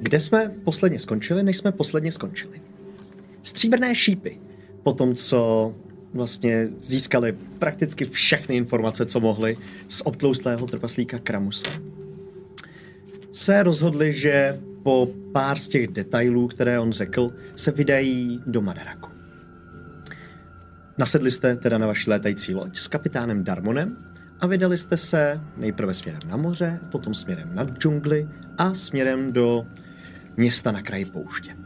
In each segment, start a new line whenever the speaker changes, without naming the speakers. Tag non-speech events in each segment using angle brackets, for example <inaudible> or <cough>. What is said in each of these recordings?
Kde jsme posledně skončili, než jsme posledně skončili? Stříbrné šípy. Po tom, co vlastně získali prakticky všechny informace, co mohli z obtloustlého trpaslíka Kramusa. Se rozhodli, že po pár z těch detailů, které on řekl, se vydají do Madaraku. Nasedli jste teda na vaši létající loď s kapitánem Darmonem a vydali jste se nejprve směrem na moře, potom směrem na džungli a směrem do města na kraji pouště.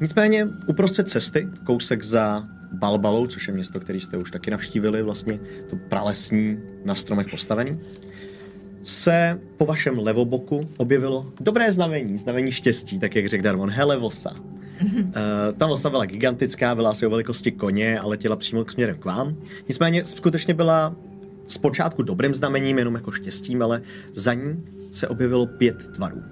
Nicméně uprostřed cesty, kousek za Balbalou, což je město, které jste už taky navštívili, vlastně to pralesní na stromech postavený, se po vašem levoboku objevilo dobré znamení, znamení štěstí, tak jak řekl Darmon, hele vosa. Uh, ta vosa byla gigantická, byla asi o velikosti koně a letěla přímo k směrem k vám. Nicméně skutečně byla zpočátku dobrým znamením, jenom jako štěstím, ale za ní se objevilo pět tvarů.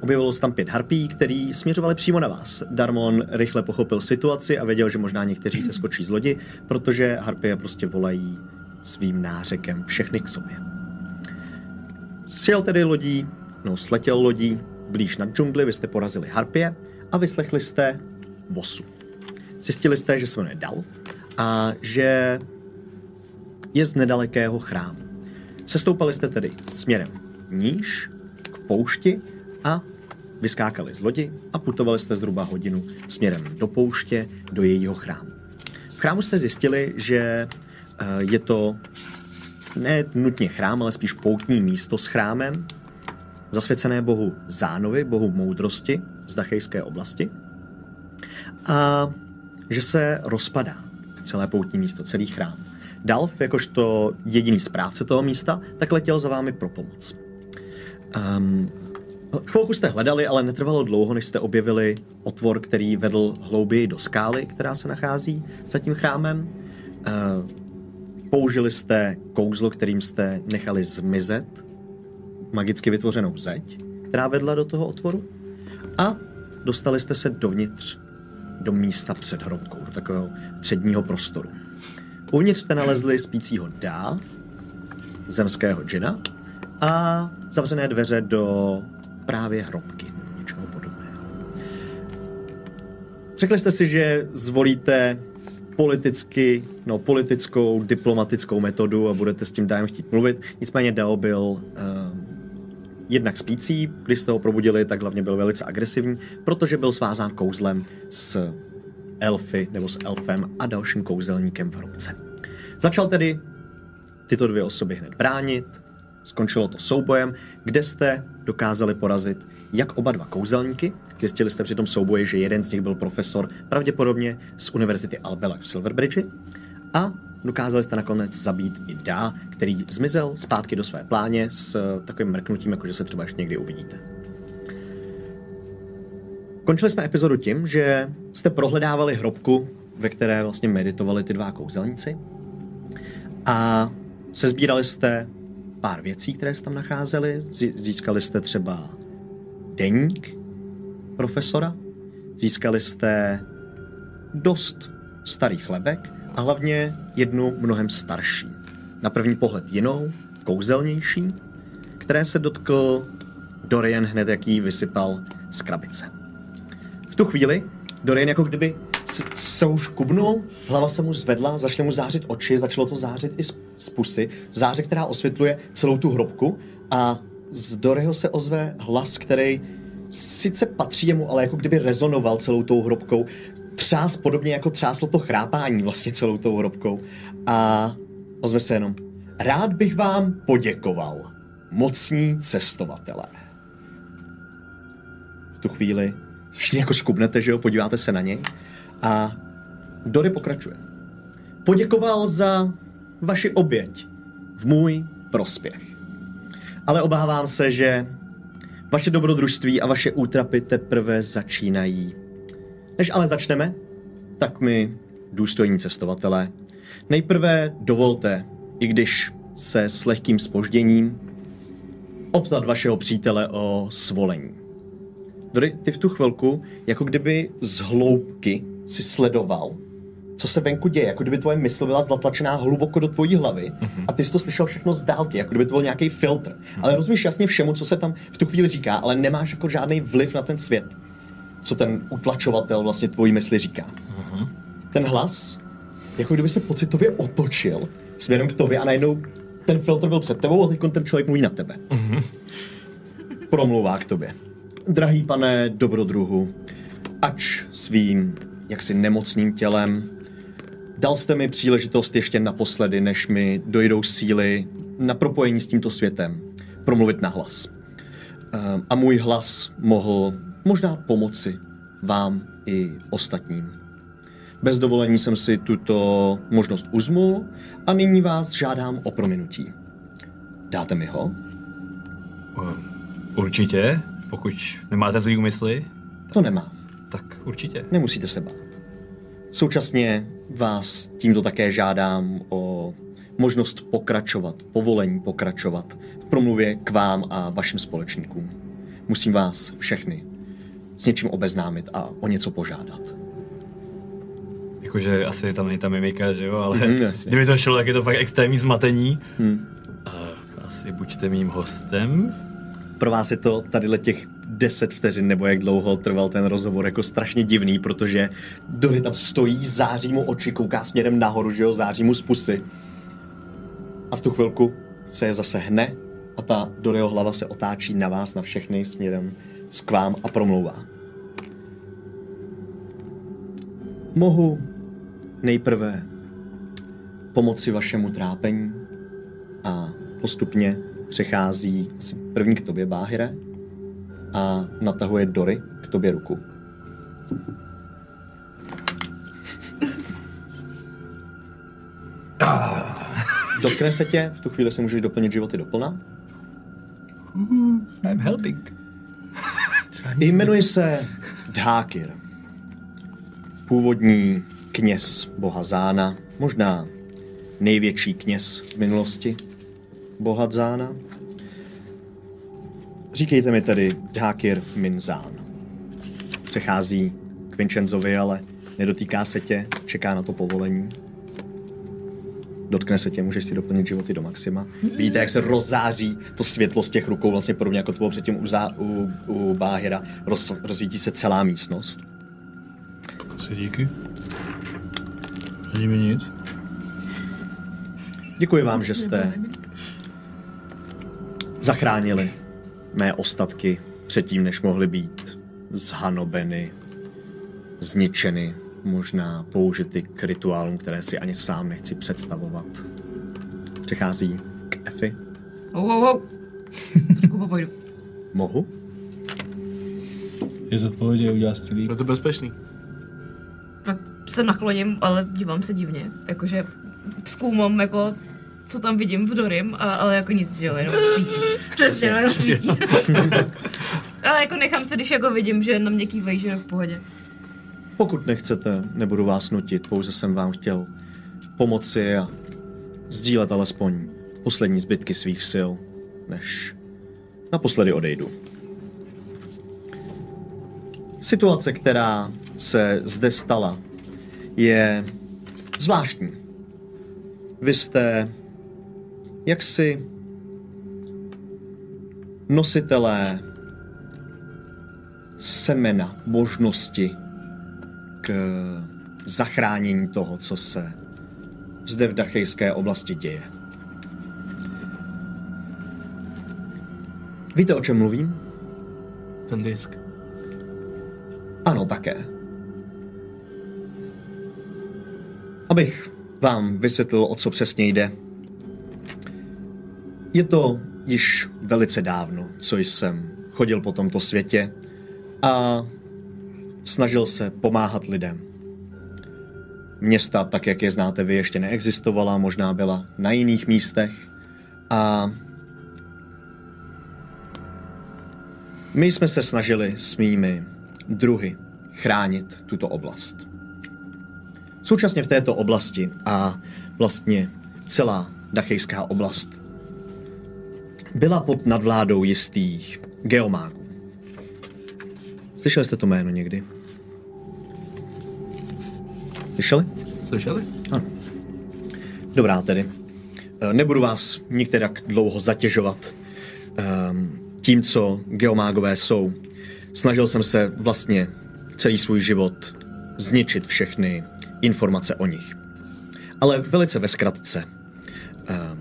Objevilo se tam pět harpí, který směřovaly přímo na vás. Darmon rychle pochopil situaci a věděl, že možná někteří se skočí z lodi, protože harpie prostě volají svým nářekem všechny k sobě. Sjel tedy lodí, no sletěl lodí, blíž nad džungli, vy jste porazili harpie a vyslechli jste vosu. Zjistili jste, že se jmenuje Dalf a že je z nedalekého chrámu. Sestoupali jste tedy směrem níž k poušti a vyskákali z lodi a putovali jste zhruba hodinu směrem do pouště, do jejího chrámu. V chrámu jste zjistili, že eh, je to ne nutně chrám, ale spíš poutní místo s chrámem, zasvěcené bohu Zánovi, bohu moudrosti z Dachejské oblasti. A že se rozpadá celé poutní místo, celý chrám. Dalf, jakožto jediný správce toho místa, tak letěl za vámi pro pomoc. Um, chvilku jste hledali, ale netrvalo dlouho, než jste objevili otvor, který vedl hlouběji do skály, která se nachází za tím chrámem. Eh, použili jste kouzlo, kterým jste nechali zmizet magicky vytvořenou zeď, která vedla do toho otvoru a dostali jste se dovnitř do místa před hrobkou, do takového předního prostoru. Uvnitř jste nalezli spícího dá, zemského džina a zavřené dveře do právě hrobky nebo něčeho podobného. Řekli jste si, že zvolíte politicky, no politickou, diplomatickou metodu a budete s tím dájem chtít mluvit. Nicméně Dao byl uh, jednak spící, když jste ho probudili, tak hlavně byl velice agresivní, protože byl svázán kouzlem s elfy nebo s elfem a dalším kouzelníkem v hrobce. Začal tedy tyto dvě osoby hned bránit, skončilo to soubojem, kde jste dokázali porazit jak oba dva kouzelníky, zjistili jste při tom souboji, že jeden z nich byl profesor pravděpodobně z Univerzity Albela v Silverbridge a dokázali jste nakonec zabít i Dá, který zmizel zpátky do své pláně s eh, takovým mrknutím, jakože se třeba ještě někdy uvidíte. Končili jsme epizodu tím, že jste prohledávali hrobku, ve které vlastně meditovali ty dva kouzelníci a sezbírali jste pár věcí, které jste tam nacházeli. Zi- Získali jste třeba deník profesora, získali jste dost starý chlebek a hlavně jednu mnohem starší. Na první pohled jinou, kouzelnější, které se dotkl Dorian hned, jak ji vysypal z krabice. V tu chvíli Dorian jako kdyby s- se už kubnul, hlava se mu zvedla, začaly mu zářit oči, začalo to zářit i z, z pusy, záře, která osvětluje celou tu hrobku a z Doryho se ozve hlas, který sice patří jemu, ale jako kdyby rezonoval celou tou hrobkou, třás podobně jako třáslo to chrápání vlastně celou tou hrobkou a ozve se jenom Rád bych vám poděkoval, mocní cestovatelé v tu chvíli. Všichni jako škubnete, že jo, podíváte se na něj. A Dory pokračuje. Poděkoval za vaši oběť v můj prospěch. Ale obávám se, že vaše dobrodružství a vaše útrapy teprve začínají. Než ale začneme, tak mi, důstojní cestovatelé, nejprve dovolte, i když se s lehkým spožděním, optat vašeho přítele o svolení. Dory, ty v tu chvilku, jako kdyby z hloubky si sledoval, co se venku děje, jako kdyby tvoje mysl byla zatlačená hluboko do tvojí hlavy mm-hmm. a ty jsi to slyšel všechno z dálky, jako kdyby to byl nějaký filtr. Mm-hmm. Ale rozumíš jasně všemu, co se tam v tu chvíli říká, ale nemáš jako žádný vliv na ten svět, co ten utlačovatel vlastně tvojí mysli říká. Mm-hmm. Ten hlas, jako kdyby se pocitově otočil směrem k tobě a najednou ten filtr byl před tebou a teď ten člověk mluví na tebe. Mm-hmm. Promluvá k tobě. Drahý pane dobrodruhu, ač svým jaksi nemocným tělem. Dal jste mi příležitost ještě naposledy, než mi dojdou síly na propojení s tímto světem, promluvit na hlas. Ehm, A můj hlas mohl možná pomoci vám i ostatním. Bez dovolení jsem si tuto možnost uzmul a nyní vás žádám o prominutí. Dáte mi ho?
Eh, Určitě, pokud nemáte zlý úmysly,
To nemám.
tak určitě.
Nemusíte se bát. Současně vás tímto také žádám o možnost pokračovat, povolení pokračovat v promluvě k vám a vašim společníkům. Musím vás všechny s něčím obeznámit a o něco požádat.
Jakože asi tam není ta mimika, že jo, ale
Mhm, jasně. Hmm.
kdyby to šlo, tak je to fakt extrémní zmatení. A asi buďte mým hostem.
Pro vás je to tadyhle těch 10 vteřin, nebo jak dlouho trval ten rozhovor, jako strašně divný, protože Dory tam stojí, září mu oči, kouká směrem nahoru, že jo, září mu z pusy. A v tu chvilku se je zase hne a ta Doryho hlava se otáčí na vás, na všechny, směrem s k vám a promlouvá. Mohu nejprve pomoci vašemu trápení a postupně přechází asi první k tobě, Báhyre, a natahuje Dory k tobě ruku. Dotkne se tě, v tu chvíli si můžeš doplnit životy doplna.
I'm helping.
Jmenuji se Dhákir. Původní kněz boha Zána, možná největší kněz v minulosti boha Zána. Říkejte mi tedy Dhákir Minzán. Přechází k Vincenzovi, ale nedotýká se tě, čeká na to povolení. Dotkne se tě, můžeš si doplnit životy do maxima. Vidíte, jak se rozáří to světlo z těch rukou, vlastně podobně jako to bylo předtím u, zá, u, u Báhira. Roz, rozvítí se celá místnost.
Asi díky. Není mi nic.
Děkuji vám, že jste zachránili mé ostatky předtím, než mohly být zhanobeny, zničeny, možná použity k rituálům, které si ani sám nechci představovat. Přechází k Efi.
Wow, wow, wow. Trošku popojdu.
Mohu?
Je zodpovědě, uděláš to líp.
Je to bezpečný.
Pak se nakloním, ale dívám se divně. Jakože zkoumám, jako, co tam vidím v Dorim, a, ale jako nic, že jo, jenom svítí. Přesně, jenom svítí. ale jako nechám se, když jako vidím, že na mě kývají, že v pohodě.
Pokud nechcete, nebudu vás nutit, pouze jsem vám chtěl pomoci a sdílet alespoň poslední zbytky svých sil, než naposledy odejdu. Situace, která se zde stala, je zvláštní. Vy jste jaksi nositelé semena možnosti k zachránění toho, co se zde v Dachejské oblasti děje. Víte, o čem mluvím?
Ten disk.
Ano, také. Abych vám vysvětlil, o co přesně jde. Je to již velice dávno, co jsem chodil po tomto světě a snažil se pomáhat lidem. Města, tak jak je znáte vy, ještě neexistovala, možná byla na jiných místech. A My jsme se snažili s mými druhy chránit tuto oblast. Současně v této oblasti a vlastně celá dachejská oblast byla pod nadvládou jistých geomágů. Slyšeli jste to jméno někdy? Slyšeli?
Slyšeli?
Dobrá tedy. Eh, Nebudu vás nikterak dlouho zatěžovat ehm, tím, co geomágové jsou. Snažil jsem se vlastně celý svůj život zničit všechny informace o nich. Ale velice ve zkratce. Ehm,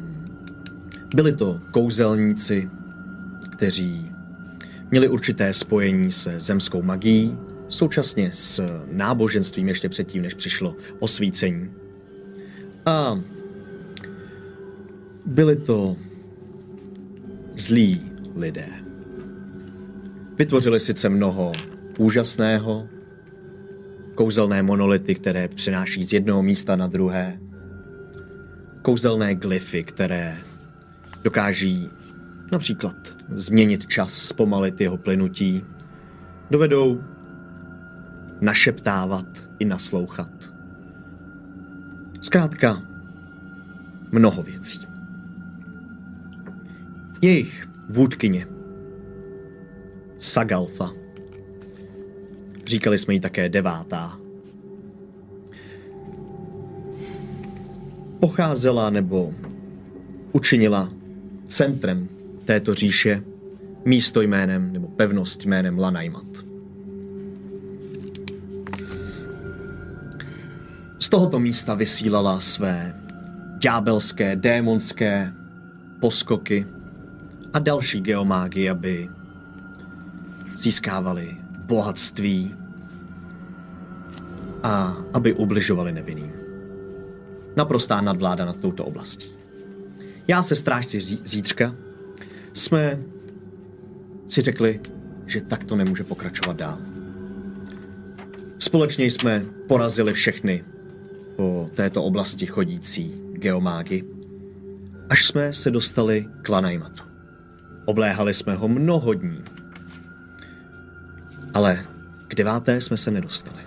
Byli to kouzelníci, kteří měli určité spojení se zemskou magií, současně s náboženstvím ještě předtím, než přišlo osvícení. A byli to zlí lidé. Vytvořili sice mnoho úžasného, kouzelné monolity, které přenáší z jednoho místa na druhé, kouzelné glyfy, které dokáží například změnit čas, zpomalit jeho plynutí, dovedou našeptávat i naslouchat. Zkrátka, mnoho věcí. Jejich vůdkyně, Sagalfa, říkali jsme jí také devátá, pocházela nebo učinila centrem této říše místo jménem nebo pevnost jménem Lanajmat. z tohoto místa vysílala své ďábelské, démonské poskoky a další geomágy, aby získávali bohatství a aby ubližovali nevinným. Naprostá nadvláda nad touto oblastí. Já se strážci zí- zítřka jsme si řekli, že tak to nemůže pokračovat dál. Společně jsme porazili všechny po této oblasti chodící geomágy, až jsme se dostali k Lanajmatu. Obléhali jsme ho mnoho dní, ale k deváté jsme se nedostali.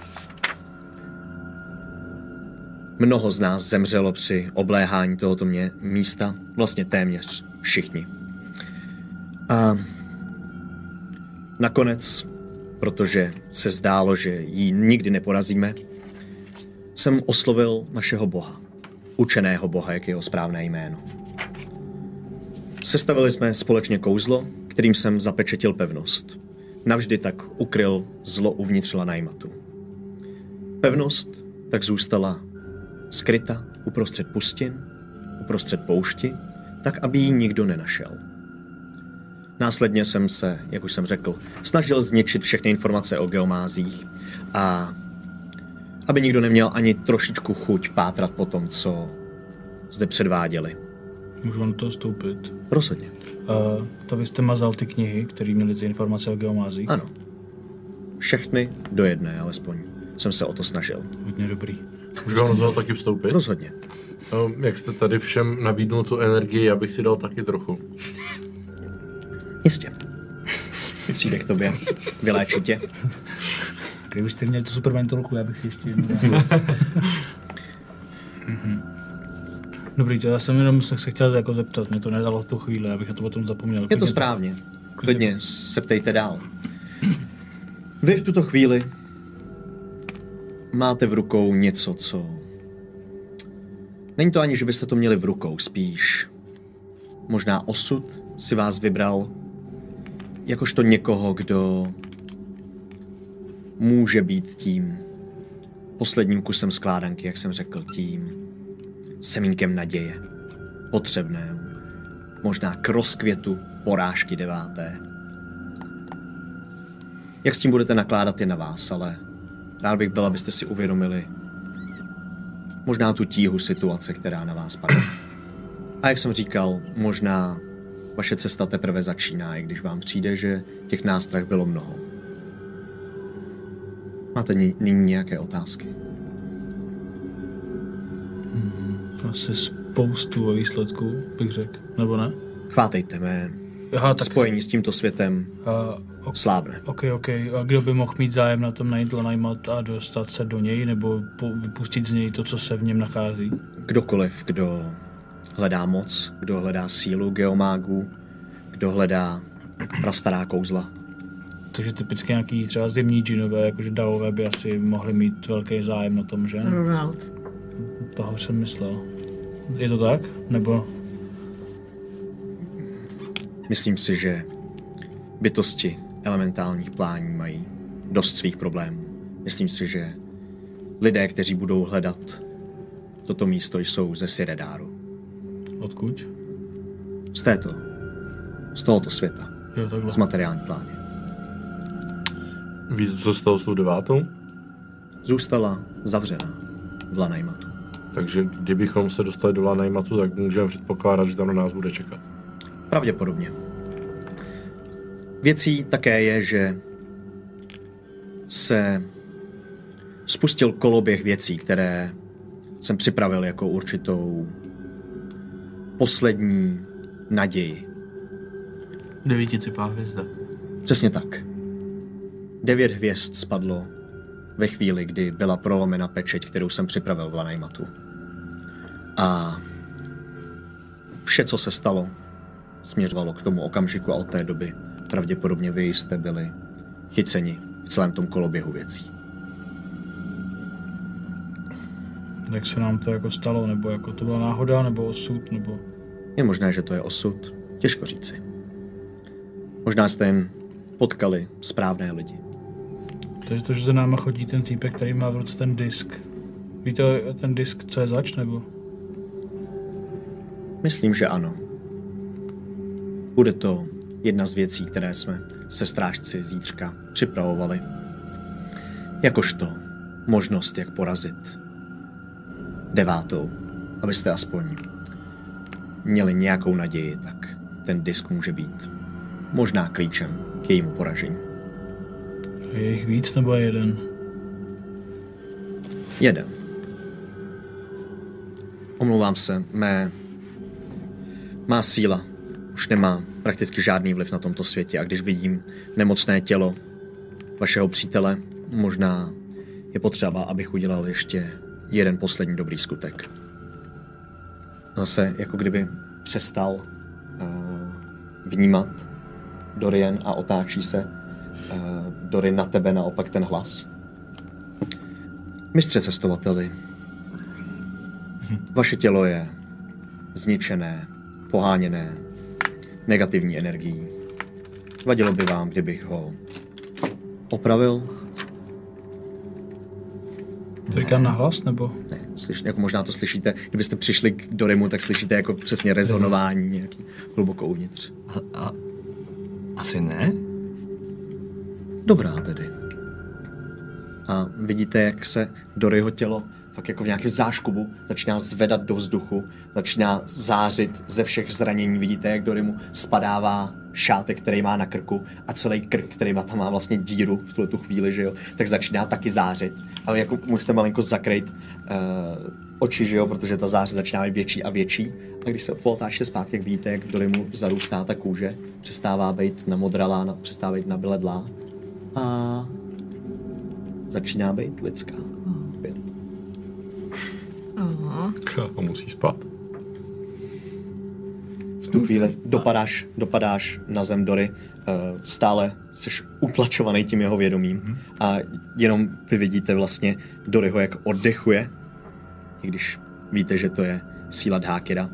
Mnoho z nás zemřelo při obléhání tohoto mě, místa, vlastně téměř všichni. A nakonec, protože se zdálo, že ji nikdy neporazíme, jsem oslovil našeho boha. Učeného boha, jak je jeho správné jméno. Sestavili jsme společně kouzlo, kterým jsem zapečetil pevnost. Navždy tak ukryl zlo uvnitř Lanajmatu. Pevnost tak zůstala skryta uprostřed pustin, uprostřed poušti, tak, aby ji nikdo nenašel. Následně jsem se, jak už jsem řekl, snažil zničit všechny informace o geomázích a aby nikdo neměl ani trošičku chuť pátrat po tom, co zde předváděli.
Můžu vám do toho vstoupit.
Rozhodně.
Uh, to vy jste mazal ty knihy, které měly ty informace o geomázích.
Ano. Všechny do jedné, alespoň jsem se o to snažil.
Hodně dobrý.
Můžu vám do toho taky vstoupit?
Rozhodně.
Ehm, Jak jste tady všem nabídnul tu energii, já bych si dal taky trochu.
Jistě. Přijde k tobě. Vyléčí tě.
Kdybyš jste měl tu super mentorku, já bych si ještě jednu dal.
<laughs>
Mhm. Dobrý, to já jsem jenom se se chtěl jako zeptat, mě to nedalo v tu chvíli, abych na to potom zapomněl.
No, Je to
Klidně-
správně. Klidně se ptejte dál. Vy v tuto chvíli máte v rukou něco, co... Není to ani, že byste to měli v rukou, spíš. Možná osud si vás vybral jakožto někoho, kdo může být tím posledním kusem skládanky, jak jsem řekl, tím semínkem naděje, potřebnému možná k rozkvětu porážky deváté. Jak s tím budete nakládat je na vás, ale rád bych byl, abyste si uvědomili možná tu tíhu situace, která na vás padá. A jak jsem říkal, možná vaše cesta teprve začíná, i když vám přijde, že těch nástrah bylo mnoho. Máte ni- nyní nějaké otázky?
Asi spoustu o výsledku, bych řekl, nebo ne?
Chvátejte mé
Aha, tak.
spojení s tímto světem
A, ok,
slábne.
ok, ok. A kdo by mohl mít zájem na tom najít najmat a dostat se do něj, nebo po, vypustit z něj to, co se v něm nachází?
kdokoliv, kdo hledá moc, kdo hledá sílu geomágů, kdo hledá prastará kouzla.
Takže typicky nějaký
Mm.
třeba zimní džinové, jakože davové by asi mohli mít velký zájem na tom, že?
Ronald.
Pahoř jsem myslel. Je to tak? Nebo
Myslím si, že bytosti elementálních plání mají dost svých problémů. Myslím si, že lidé, kteří budou hledat toto místo, jsou ze Siredáru.
odkud?
Z této, z tohoto světa,
Jo, takhle.
z materiální pláně.
Víte, co stalo s tou devátou?
Zůstala zavřená v Lanajmatu.
Takže kdybychom se dostali do Lanajmatu, tak můžeme předpokládat, že tam na nás bude čekat. <laughs>
Pravděpodobně. Věcí také je, že se spustil koloběh věcí, které jsem připravil jako určitou poslední naději.
Devíticipá hvězda.
Přesně tak. Devět hvězd spadlo ve chvíli, kdy byla prolomena pečeť, kterou jsem připravil v Lanajmatu. A vše, co se stalo, směřovalo k tomu okamžiku a od té doby pravděpodobně vy jste byli chyceni v celém tom koloběhu věcí.
Jak se nám to jako stalo? Nebo jako to byla náhoda? Nebo osud? Nebo...
Je možné, že to je osud, těžko říci. Možná jste jen potkali správné lidi.
To je to, že za náma chodí ten týpek, který má v ruce ten disk. Víte ten disk, co je zač? Nebo...
Myslím, že ano. Bude to jedna z věcí, které jsme se strážci zítřka připravovali. Jakožto možnost, jak porazit devátou, abyste aspoň měli nějakou naději, tak ten disk může být možná klíčem k jejímu poražení.
Je jich víc nebo je jeden?
Jeden. Omlouvám se, mé... Má síla už nemá prakticky žádný vliv na tomto světě a když vidím nemocné tělo vašeho přítele, možná je potřeba, abych udělal ještě jeden poslední dobrý skutek. Zase jako kdyby přestal uh, vnímat Dorian a otáčí se uh, Dorian na tebe naopak ten hlas. Mistře cestovateli, vaše tělo je zničené, poháněné negativní energií. Vadilo by vám, kdybych ho opravil?
To říkám nahlas? Nebo...
Ne, slyš, jako možná to slyšíte, kdybyste přišli k Dorimu, tak slyšíte jako přesně rezonování nějaký hluboko uvnitř.
A, a, asi ne?
Dobrá tedy. A vidíte, jak se Doryho tělo fakt jako v nějakém záškubu začíná zvedat do vzduchu, začíná zářit ze všech zranění. Vidíte, jak Dory mu spadává šátek, který má na krku a celý krk, který má tam má vlastně díru v tuhle tu chvíli, že jo, tak začíná taky zářit. Ale jako musíte malinko zakrýt uh, oči, že jo, protože ta záře začíná být větší a větší. A když se pootáčíte zpátky, jak vidíte, jak Dory mu zarůstá ta kůže, přestává být namodralá, na- přestává být nabledlá a začíná být lidská. Opět.
Aha.
A musí spát.
V tu chvíli dopadáš, dopadáš na zem Dory, eh, stále jsi utlačovaný tím jeho vědomím a jenom vy vidíte vlastně Doryho, jak oddechuje, i když víte, že to je síla Dhákira.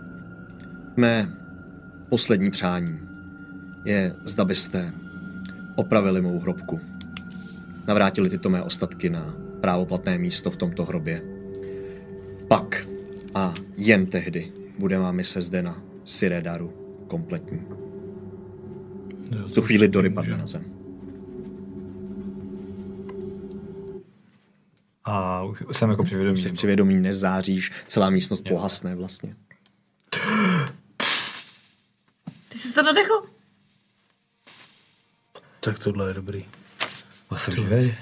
Mé poslední přání je, zda byste opravili mou hrobku. Navrátili tyto mé ostatky na právoplatné místo v tomto hrobě. Pak a jen tehdy bude má mise zde na Siredaru kompletní.
Jo,
V tu chvíli Dory padne na zem.
A už už jsem jako přivědomý.
Jsi při vědomí nezáříš, celá místnost pohasne vlastně.
Ty jsi se nadechl?
Tak tohle je dobrý.
A jsem živej.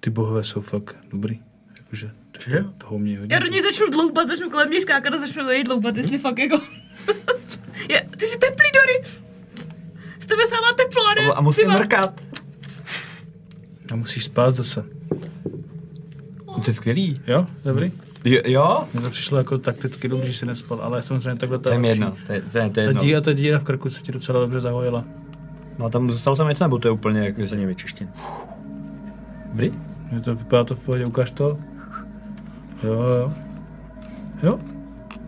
Ty bohové jsou fakt dobrý. Jakože
Že?
to, toho mě hodně.
Já do ní začnu dloubat, začnu kolem ní skákat a začnu do ní dloubat, jestli fakt jako... <laughs> Je, ty jsi teplý, Dory! Z tebe sama teplo, ne?
A- A musím
Ty má-
mrkat.
A musíš spát zase.
To je skvělý.
Jo, dobrý?
Jo? jo?
Mně to přišlo jako takticky dobře, že jsi nespal, ale samozřejmě takhle ta,
To je mi jedno. To je, to je, to je
ta
jedno.
díra, ta díra v krku se ti docela dobře zahojila.
No a tam zůstalo tam něco, nebo to je úplně jako
Úplně vyčištěn.
Dobrý?
Mně to vypadá to v pohodě, ukáž to. Jo, jo. Jo,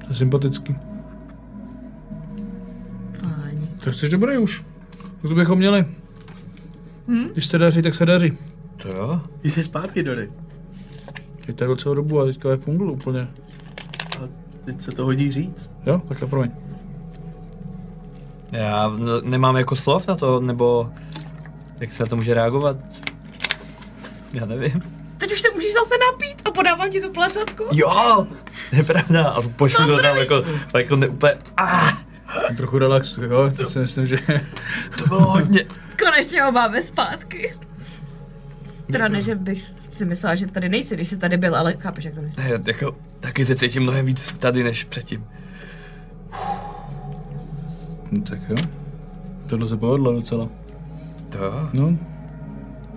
to je sympatický.
Páni.
Tak jsi dobrý už. Tak to bychom měli.
Hm?
Když se daří, tak se daří.
To jo?
Jde zpátky do dek.
Je to docela dobu a teďka je funguje úplně.
A teď se to hodí říct.
Jo, tak já promiň.
Já no, nemám jako slov na to, nebo jak se na to může reagovat? Já nevím.
Teď už se můžeš zase napít a podávám ti to plesatko.
Jo! To je pravda. A pošlu to tam jako, jako ne, úplně, ah,
Trochu relaxu, jo, to si myslím, že...
to bylo hodně.
Konečně ho máme zpátky. Teda ne, že bych si myslela, že tady nejsi, když jsi tady byl, ale chápeš, jak to nejsi.
Ne, jako, taky se cítím mnohem víc tady než předtím.
<laughs> No tak jo. Tohle se povedlo docela.
To jo.
No,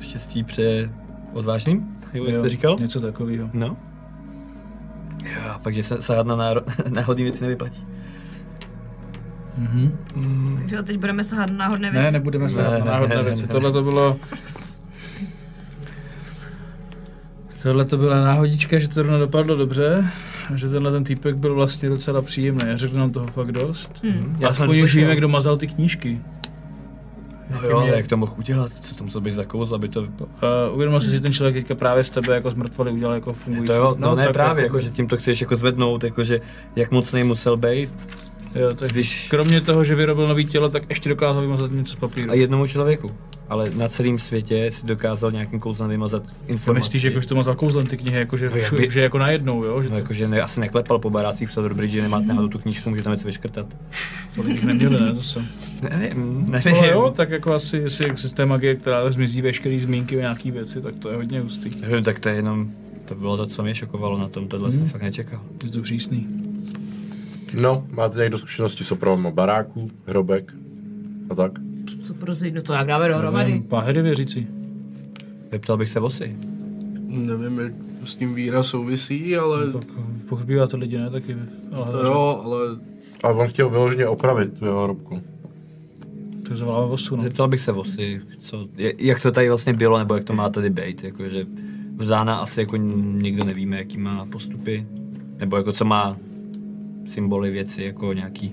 Štěstí pře odvážným, jo, jak
jo,
jste říkal?
Něco takového.
No. Jo, takže se, se na náro- <laughs> náhodný věci nevyplatí.
Mhm.
Takže teď budeme sahat na náhodné věci.
Ne, nebudeme se
Ne,
ne,
ne,
náhodné
ne, ne,
věci.
ne.
Tohle to bylo... Tohle to byla náhodička, že to zrovna dopadlo dobře. A že tenhle ten týpek byl vlastně docela příjemný. Já řekl nám toho fakt dost.
Hm.
Já
jsem
Aspoň už
slyšel.
víme, kdo mazal ty knížky.
No jo, ale jak to mohl udělat? Co to musel být za kouz, aby to... vypadalo?
Uh, uvědomil jsi, že ten člověk teďka právě z tebe jako z mrtvoly udělal jako fungující.
To jo, no, ne
tak
právě, jako, že tím to chceš jako zvednout, jako, že jak mocnej musel být,
Jo, tak
když...
Kromě toho, že vyrobil nový tělo, tak ještě dokázal vymazat něco z papíru.
A jednomu člověku. Ale na celém světě si dokázal nějakým kouzlem vymazat informace.
Myslíš, jako, že to mazal kouzlem ty knihy, jako, že,
No, jak
všu,
by-
že jako najednou, jo? Že
No,
to,
jakože ne, asi neklepal po barácích, psal dobrý, že nemá náhodou tu knížku, může tam něco vyškrtat.
to lidi neměli, ne, zase.
Nevím,
No
nevím.
jo, tak jako asi, jestli existuje magie, která zmizí veškerý zmínky o nějaký věci, tak to je hodně hustý.
Nevím, tak to je jenom, to bylo to, co mě šokovalo na tom, tohle jsem fakt nečekal.
Je to přísný.
No, máte někdo zkušenosti s opravama baráků, hrobek a tak?
Co prostě, no to jak dáme dohromady.
Páhery věřící.
Zeptal bych se vosy.
Nevím, jak to s tím víra souvisí,
No
ale...
Tak pohřbívá to lidi, ne? Taky ale
To jo, ale
A on chtěl vyloženě opravit tu jeho hrobku.
to zavolává osu, no.
Zeptal bych se vosy, co, je- jak to tady vlastně bylo, nebo jak to má tady být, jakože v Zána asi jako nikdo nevíme, jaký má postupy, nebo jako co má symboly, věci, jako nějaký,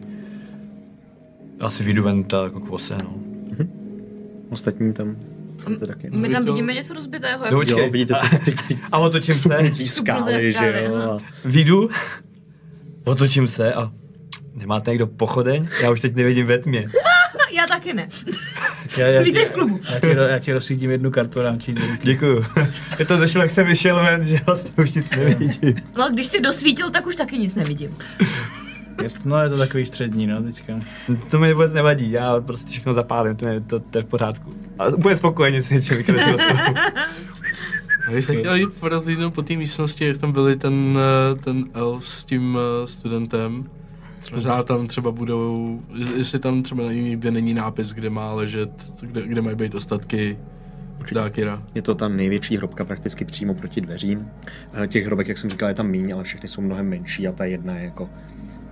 asi vyjdu ven ta jako kvose, no.
Ostatní tam jdete taky.
My tam Mm.
to-
vidíme něco rozbitého.
Jo,
Jako...
Jo,
počkej,
vidíte ty, ty, ty
a otočím se, <laughs>
šupnutí
Šupnuté
skály,
skály,
že jo.
aha.
A
vyjdu, otočím se a nemáte někdo pochodeň? Já už teď nevidím ve tmě.
Já taky ne.
Já, já,
Vítej v klubu.
<laughs> já, ti, ro- já ti rozsvítím jednu kartu, dám ti dvě.
Děkuju. Je to došlo, jak jsem vyšel ven, že vlastně už nic nevidím.
No, když jsi dosvítil, tak už taky nic nevidím.
No je to takový střední, no, teďka.
To mi vůbec nevadí, já prostě všechno zapálím, to, je, to, to je v pořádku. A úplně spokojeně si člověk radši rozprávu.
Já bych se chtěl jít podat jenom po té místnosti, jak tam byli ten, eh, ten elf s tím eh, studentem. Možná tam třeba budou, jest- jestli tam třeba na jiný kde není nápis, kde má ležet, kde, kde mají být ostatky Dákira.
Je to ta největší hrobka prakticky přímo proti dveřím. Eh, Těch hrobek, jak jsem říkal, je tam míň, ale všechny jsou mnohem menší a ta jedna je jako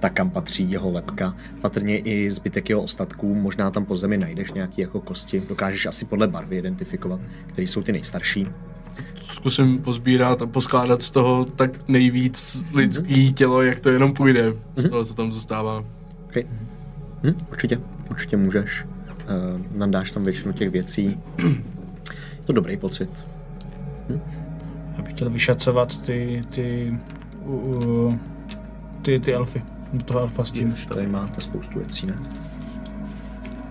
ta, kam patří jeho lepka. Patrně i zbytek jeho ostatků, možná tam po zemi najdeš nějaký jako kosti. Dokážeš asi podle barvy identifikovat, které jsou ty nejstarší.
Zkusím pozbírat a poskládat z toho tak nejvíc lidský tělo, jak to jenom půjde, z toho, co tam zůstává.
Okay. Hm, určitě, určitě můžeš. Eh, Nandáš tam většinu těch věcí. Je to dobrý pocit.
Já bych chtěl vyšacovat ty, ty, u, u, ty, ty elfy. Toho elfa s tím.
Tady máte spoustu věcí, ne?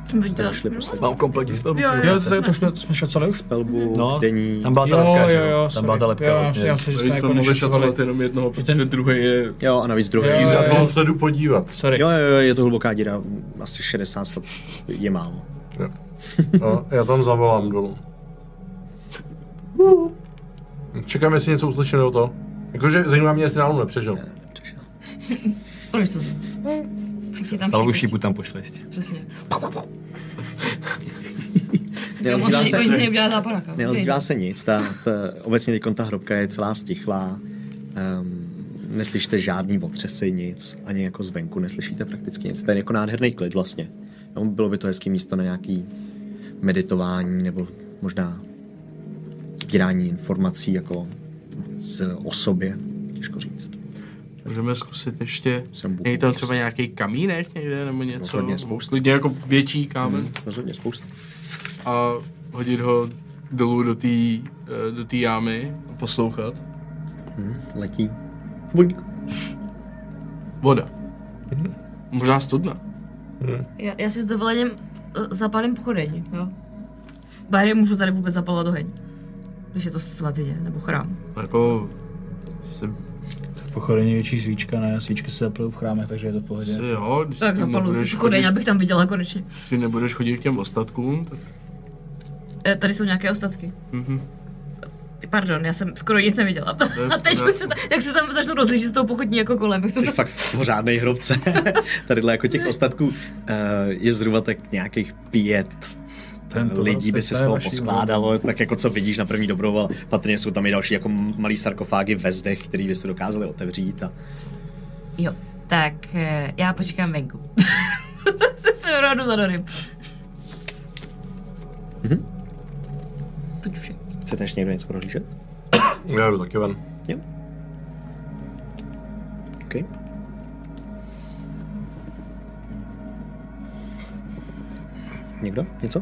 To můžu
Jste
dělat.
našli poslední.
<laughs> Mám kompletní spelbu.
Jo,
Jo, to, to, jsme, to jsme šacovali?
Spelbu,
No,
denní...
tam byla ta
jo,
lepka, že
jo, jo,
Tam byla ta
sorry.
lepka
jo,
vlastně.
Já myslím, že
Tady
jsme
jsme
jako
mohli
nešacovali.
šacovat jenom jednoho, protože
ten-
druhý je
Jo, a navíc druhý.
Jo,
Já
jo.
toho se jdu podívat.
Sorry.
Jo, jo, jo, je to hluboká díra, asi 60 stop je málo.
Jo. No, já tam zavolám dolů. Čekám, jestli něco uslyším nebo to. Jakože zajímá mě, jestli náhodou nepřežil.
Ne, nepřešel.
Proč to zrovna? Tak je tam
Salvu
šípek.
šípu tam pošle ještě.
Přesně.
Neozývá
Oni- oni
se,
si neudělá záporaka.
neozývá se nic, ta, ta, obecně teď ta hrobka je celá stichlá, um, neslyšíte žádný otřesy, nic, ani jako zvenku neslyšíte prakticky nic. To je jako nádherný klid vlastně. No, bylo by to hezký místo na nějaký meditování nebo možná sbírání informací jako z o sobě. Těžko říct.
Můžeme zkusit ještě.
Jsem buku.
Je tam třeba nějaký kamínek někde nebo něco?
Rozhodně spoustu.
Klidně jako větší kámen
Rozhodně spousta.
a hodit ho dolů do té do té jámy a poslouchat.
Letí. Buňk.
Voda. Možná studna.
Já, já si s dovolením eh, zapálím pochodeň, jo. Báry můžu tady vůbec zapalovat oheň. Když je to svatyně nebo chrám.
Jako... Se,
Pochodeně větší svíčka, ne? Svíčky se zaplují v chrámech, takže je to v pohodě.
se, jo, když
Tak
s tím
zapaluju
nebudeš
si pochodeň,
chodit,
abych tam viděla konečně.
když si nebudeš chodit k těm ostatkům, tak...
Eh, Tady jsou nějaké ostatky.
Mhm.
Pardon, já jsem skoro nic neviděla.
To je v
<laughs> A teď
pořádku.
už se, ta, jak se tam začnu rozlížit s tou pochodní jako kolem. Jak to
Jsi fakt pořádnej <laughs> hrobce. Tadyhle jako těch ostatků eh, je zhruba tak nějakých pět
Tento
lidí by
hrobce,
se
to
z
je
toho
vaší
poskládalo, tak jako co vidíš na první dobrou, ale patrně jsou tam i další jako malí sarkofágy ve zdech, který by se dokázali otevřít a
Jo, tak eh, já počkám venku. <laughs> Zase se rádu za Dorim.
Mhm.
Tuď vše.
chcete ještě někdo něco prohlížet?
Já jdu taky ven.
Jo. Okay. Někdo? Něco?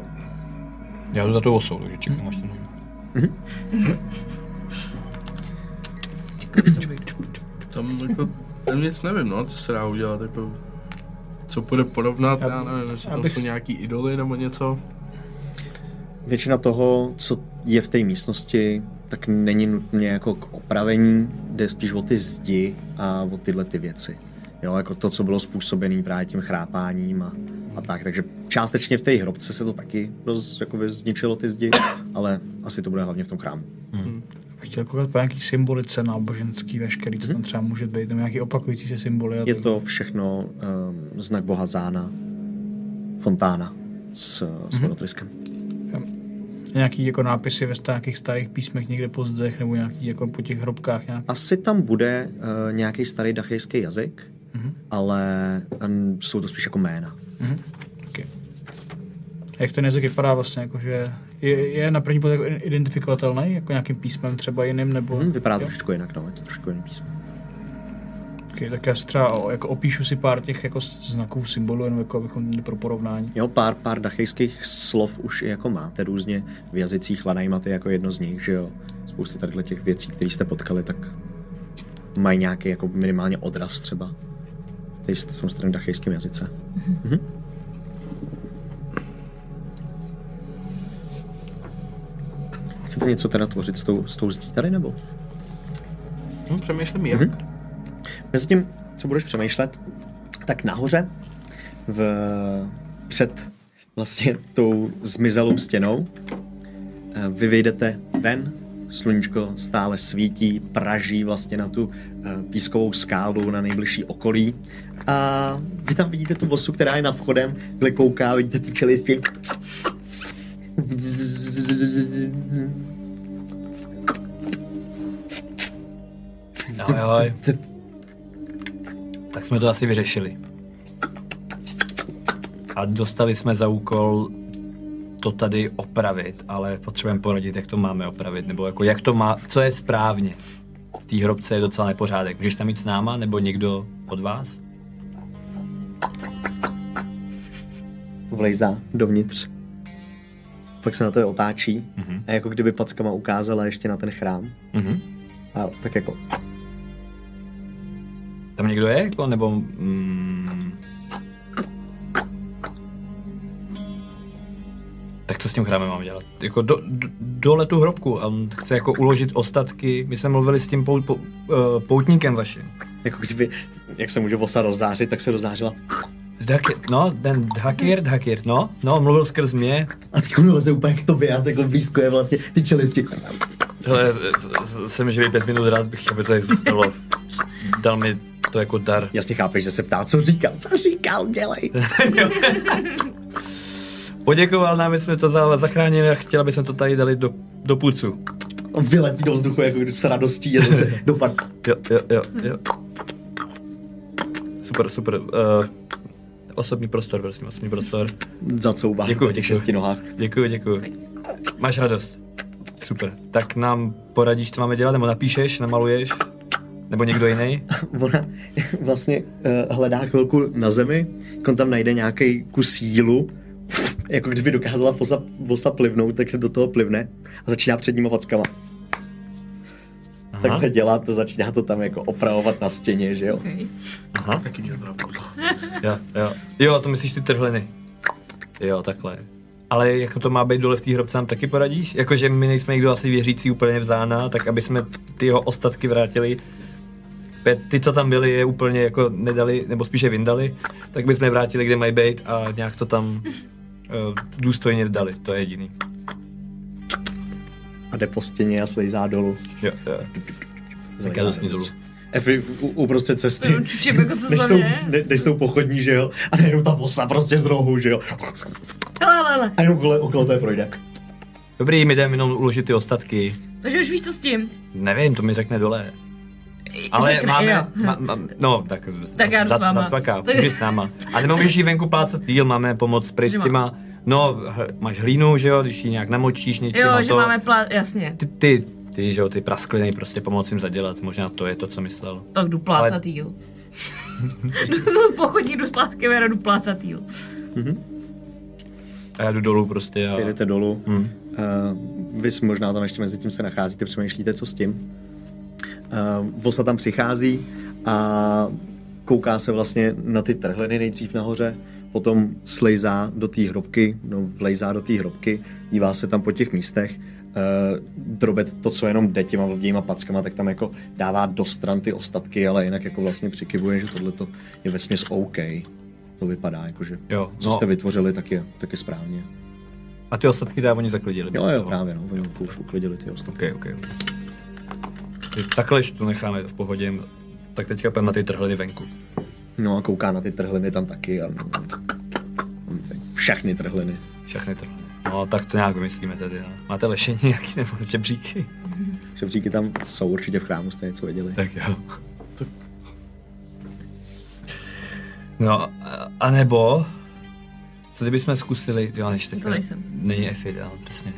Já jdu za tou osou, takže čekám,
no,
až ten
Tam jako... Tam nic nevím, no, co se dá udělat, jako... Co bude porovnat, já, nevím, jestli tam
abych-
jsou nějaký idoly nebo něco.
Většina toho, co je v té místnosti, tak není nutně jako k opravení, jde spíš o ty zdi a o tyhle ty věci. Jo, jako to, co bylo způsobené právě tím chrápáním a, a tak. Takže částečně v té hrobce se to taky roz, jakoby zničilo ty zdi, ale asi to bude hlavně v tom chrámu.
Chtěl koukat jako po nějaký symbolice náboženský, veškerý, co tam třeba může být, tam nějaký opakující se symboly. a
Mhm. Je
tak.
to všechno um, znak boha Zána, fontána s, s vodotryskem.
Nějaký jako nápisy ve sta- nějakých starých písmech někde po zdech, nebo nějaký jako po těch hrobkách nějak.
Asi tam bude uh, nějaký starý dachejský jazyk, ale um, jsou to spíš jako jména.
Okay. Jak ten jazyk vypadá vlastně, jako že je, je na první pohled jako identifikovatelný, jako nějakým písmem třeba jiným, nebo...
Hm, vypadá to
Jo?
trošku jinak, no, je to trošku jiný písmo.
Okay, tak já si třeba o, jako opíšu si pár těch jako s- znaků, symbolů, jenom jako abychom měli pro porovnání.
Jo, pár, pár dachejských slov už i jako máte různě v jazycích, Lanaj máte jako jedno z nich, že jo. Spousta tady těch věcí, které jste potkali, tak mají nějaký jako minimálně odraz třeba. Tady jste v tom starém dachejském jazyce. Mhm. Chcete něco teda tvořit s tou, s tou zdí tady, nebo?
Hm, přemýšlím jak.
Mhm.
Mm-hmm.
Mezitím, co budeš přemýšlet, tak nahoře, v, před vlastně tou zmizelou stěnou, eh, vy vyjdete ven, sluníčko stále svítí, praží vlastně na tu eh, pískovou skálu, na nejbližší okolí. A vy tam vidíte tu vosu, která je nad vchodem, kde kouká, vidíte ty čelisti.
Ahoj, No, ahoj. Tak jsme to asi vyřešili. A dostali jsme za úkol to tady opravit, ale potřebujeme poradit, jak to máme opravit, nebo jako jak to má, co je správně. Z té hrobce je docela nepořádek. Můžeš tam jít s náma, nebo někdo od vás?
Vlejzá dovnitř. Pak se na to otáčí
Mhm.
a jako kdyby packama ukázala ještě na ten chrám.
Mhm.
A tak jako
Tam někdo je, jako, nebo... Mm... Tak co s tím chrámem mám dělat? Jako do, do, dole tu hrobku, on chce jako uložit ostatky, my jsme mluvili s tím pou, pou, uh, poutníkem vaším.
Jako kdyby, jak se může vosa rozzářit, tak se rozzářila.
Z Dhakir, no, ten Dhakir, Dhakir, no, no, mluvil skrz mě,
A teď mi leze úplně k tobě a takhle blízko je vlastně ty čelisti.
Hele, s- s- jsem živý pět minut, rád bych, aby to tak zůstalo. Dal mi to jako dar.
Jasně chápeš, že se ptá, co říkal, co říkal, dělej.
Poděkoval nám, že jsme to za, zachránili a chtěl, aby jsme to tady dali do, do pucu.
On vyletí do vzduchu jako když s radostí a zase dopad.
Jo, jo, jo, jo. Super, super. Uh, osobní prostor, prosím, osobní prostor.
Zacouvá
Děkuju,
po těch
děkuju.
šesti nohách.
Děkuji, děkuji. Máš radost. Super. Tak nám poradíš, co máme dělat, nebo napíšeš, namaluješ? Nebo někdo jiný?
Ona <laughs> vlastně eh, hledá chvilku na zemi, on tam najde nějaký kus jílu, <laughs> jako kdyby dokázala vosa, vosa plivnout, tak se do toho plivne a začíná před nima vackama.
Aha,
Takhle dělá to, začíná to tam jako opravovat na stěně, že jo?
Okay.
aha.
Taky mě to napadlo.
Jo, jo. Jo, to myslíš ty trhliny. Jo, takhle. Ale jak to má být dole v té hrobce, nám taky poradíš? Jakože my nejsme někdo asi věřící úplně vzána, tak aby jsme ty jeho ostatky vrátili. Pe- Ty, co tam byly, je úplně jako nedali, nebo spíše vyndali, tak bychom je vrátili, kde mají být a nějak to tam eh, důstojně vdali. To je jediný.
A jde po stěně a slejzá dolů.
Jo, jo. Tak já
Slejzá
zasní dolů.
Efi u- uprostřed cesty.
Jenom čučím, jako co
Než
tam
jsou,
je.
ne, než jsou pochodní, že jo? A najednou ta vosa prostě z rohu, že jo?
Hele, hele, hele.
A jenom okolo, okolo toho projde.
Dobrý, my jdeme jenom uložit ty ostatky.
Takže už víš, co s tím.
Nevím, to mi řekne dole. Ale
Řekne,
máme,
jo.
ma,
<laughs>
ma, no, tak,
Tak já jdu s
zac-
váma.
zacvaká,
Tak-
můžeš s náma. A nebo můžeš jí venku plácat díl, máme pomoc pryč s
Že má-
těma, no, hl- máš hlínu, že jo, když ji nějak namočíš něčím
Jo,
a
že
to,
máme plát, jasně.
ty, ty, ty, že jo, ty praskliny prostě pomoct jim zadělat, možná to je to, co myslel.
Tak jdu plácat Ale... jíl. <laughs> jdu z pochodní, jdu zpátky, já jdu plácat jíl.
A já jdu dolů prostě a...
Si jdete dolů.
Hm.
Uh, vy s- možná tam ještě mezi tím se nacházíte, přemýšlíte, co s tím. Uh, Vosa tam přichází a kouká se vlastně na ty trhliny nejdřív nahoře, potom slejzá do té hrobky, no vlejzá do té hrobky, dívá se tam po těch místech, uh, drobet to, co jenom jde těma vldějíma packama, tak tam jako dává do stran ty ostatky, ale jinak jako vlastně přikivuje, že tohle je vesměs OK. To vypadá jako, že
Jo,
co
no,
jste vytvořili, tak je, tak je správně.
a ty ostatky teda oni zaklidili.
Jo, jo, právě, no, oni už uklidili ty ostatky.
OK, OK. Takže Takhle, že to necháme v pohodě, tak teďka půjdeme na ty trhliny venku.
No a kouká na ty trhliny tam taky a... Všechny trhliny.
Všechny trhliny. No, tak to nějak vymyslíme tady. No. Máte lešení nějaký nebo čebříky?
Ševříky tam jsou určitě v chrámu, jste něco věděli.
Tak jo. No, a- a nebo, co kdybychom zkusili, jo, než teďka,
To nejsem.
není Efi, ale přesně.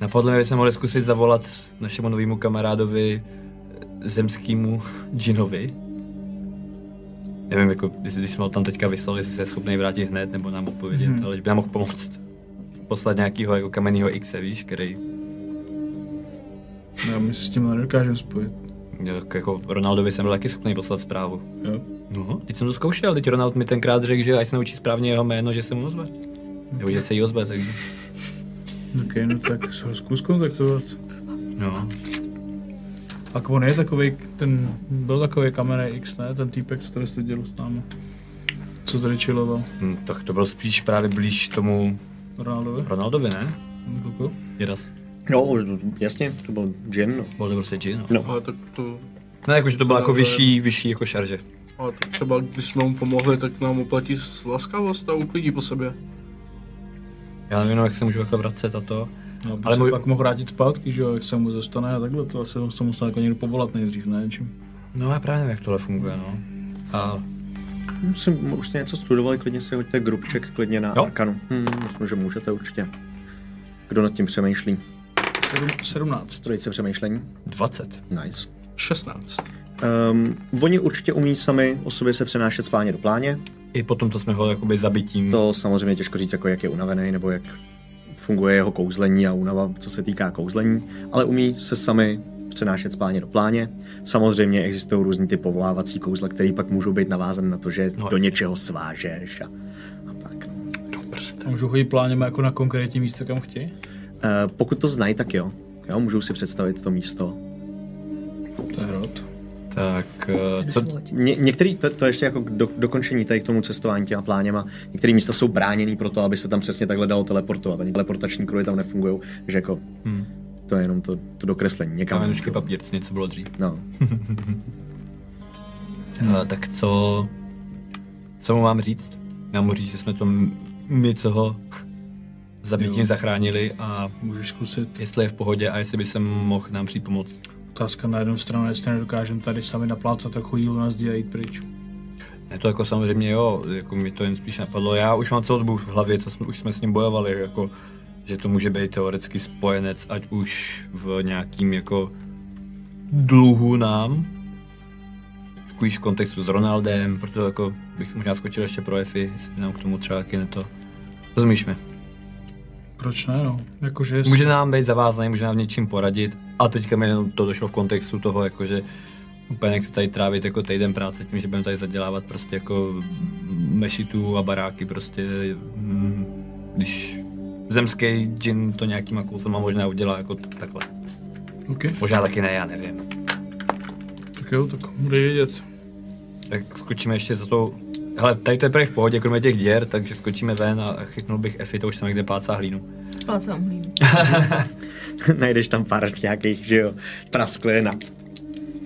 Na podle mě bychom mohli zkusit zavolat našemu novému kamarádovi eh, zemskému <laughs> džinovi. Nevím, jako, jestli když jsme ho tam teďka vyslali, jestli se je schopný vrátit hned, nebo nám odpovědět,
Mhm.
hmm. ale že by nám mohl pomoct. Poslat nějakého jako kamenného X, víš, který
Já No, my se s tím nedokážeme spojit.
jak- jako Ronaldovi jsem byl taky schopný poslat zprávu.
Jo.
No, teď jsem to zkoušel, teď Ronald mi tenkrát řekl, že až se naučí správně jeho jméno, že se mu ozve. Nebo že se jí ozve, takže.
Ok, no tak se ho zkus kontaktovat.
No.
Pak on je takový, ten byl takový kamera X, ne? Ten týpek, co tady seděl s námi. Co tady chilloval?
Hm, tak to byl spíš právě blíž tomu
Ronaldovi?
Ronaldovi, ne?
Kluku?
Jeraz.
No, jasně, to byl džin. No.
Byl to prostě džin, no.
Ale tak to,
Ne, jakože to byla jako
Ronaldo je-
vyšší, vyšší jako šarže.
ale tak třeba když jsme mu pomohli, tak nám oplatí s- laskavost a uklidí po sobě.
Já nevím, no, jak se můžu takhle vracet a to.
No,
Ale
ale
můj-
můj... pak mohl vrátit zpátky, že jo, jak se mu dostane a takhle, to asi ho- se musel jako někdo povolat nejdřív, ne? Čím?
No, já právě nevím, jak tohle funguje, no. A
Jsem, už jste něco studovali, klidně si hoďte grupček klidně na
Jo.
jo. Arkanu. Hmm, myslím, že můžete určitě. Kdo nad tím přemýšlí?
Sedm, 17.
Trojice přemýšlení?
20.
Nice.
16.
Um, oni určitě umí sami o sobě se přenášet z pláně do pláně.
I potom, co jsme ho jakoby zabitím.
To samozřejmě těžko říct, jako jak je unavený, nebo jak funguje jeho kouzlení a únava, co se týká kouzlení, ale umí se sami přenášet z pláně do pláně. Samozřejmě existují různý ty povolávací kouzla, které pak můžou být navázané na to, že
No,
no, do
jasně.
něčeho svážeš a, a tak. no.
A můžu chodit pláněm jako na konkrétní místo, kam chtějí?
E, pokud to znají, tak jo. jo. Můžou si představit to místo.
To je hrot.
Tak, eh, co,
Ně, některý, to, to ještě jako k do, dokončení tady k tomu cestování těma pláněma, některé místa jsou bráněný pro to, aby se tam přesně takhle dalo teleportovat. Ani teleportační kruhy tam nefungují, že jako
Hmm.
hmm. to je jenom to, to dokreslení. Někam.
kamenušky, papír, co něco bylo dřív.
No. <laughs>
Eh, tak co... Co mu mám říct? Já mu říct, že jsme to m- my, co ho <laughs> zabitím
Jo.
zachránili a
Můžeš zkusit.
jestli je v pohodě a jestli by se mohl nám přijít pomoct.
Otázka na jednu stranu, jestli nedokážeme tady sami naplácat trochu jílu na zdi a jít pryč.
Ne to jako samozřejmě jo, jako mi to jen spíš napadlo. Já už mám celou dobu v hlavě, co jsme, už jsme s ním bojovali, jako, že to může být teoreticky spojenec, ať už v nějakým jako dluhu nám, trošku již v kontextu s Ronaldem, proto jako bych možná skočil ještě pro Efi, jestli by nám k tomu třeba taky ne to. Rozumíš mi?
Proč ne, no? Jakože...
Může nám být zavázaný, může nám v něčím poradit. A teďka mi jenom to došlo v kontextu toho, jakože úplně jak se tady trávit jako týden práce tím, že budeme tady zadělávat prostě jako mešitu a baráky prostě, mm, když zemský džin to nějakýma kousama možná udělá jako takhle.
OK,
Možná taky ne, já nevím.
tak jo, tak bude vědět.
Tak skočíme ještě za tou... Hele, tady to je prý v pohodě, kromě těch děr, takže skočíme ven a chytnul bych Efi, to už tam někde pácá hlínu.
Plácám hlínu.
Najdeš tam pár nějakých, že jo, praskly nad.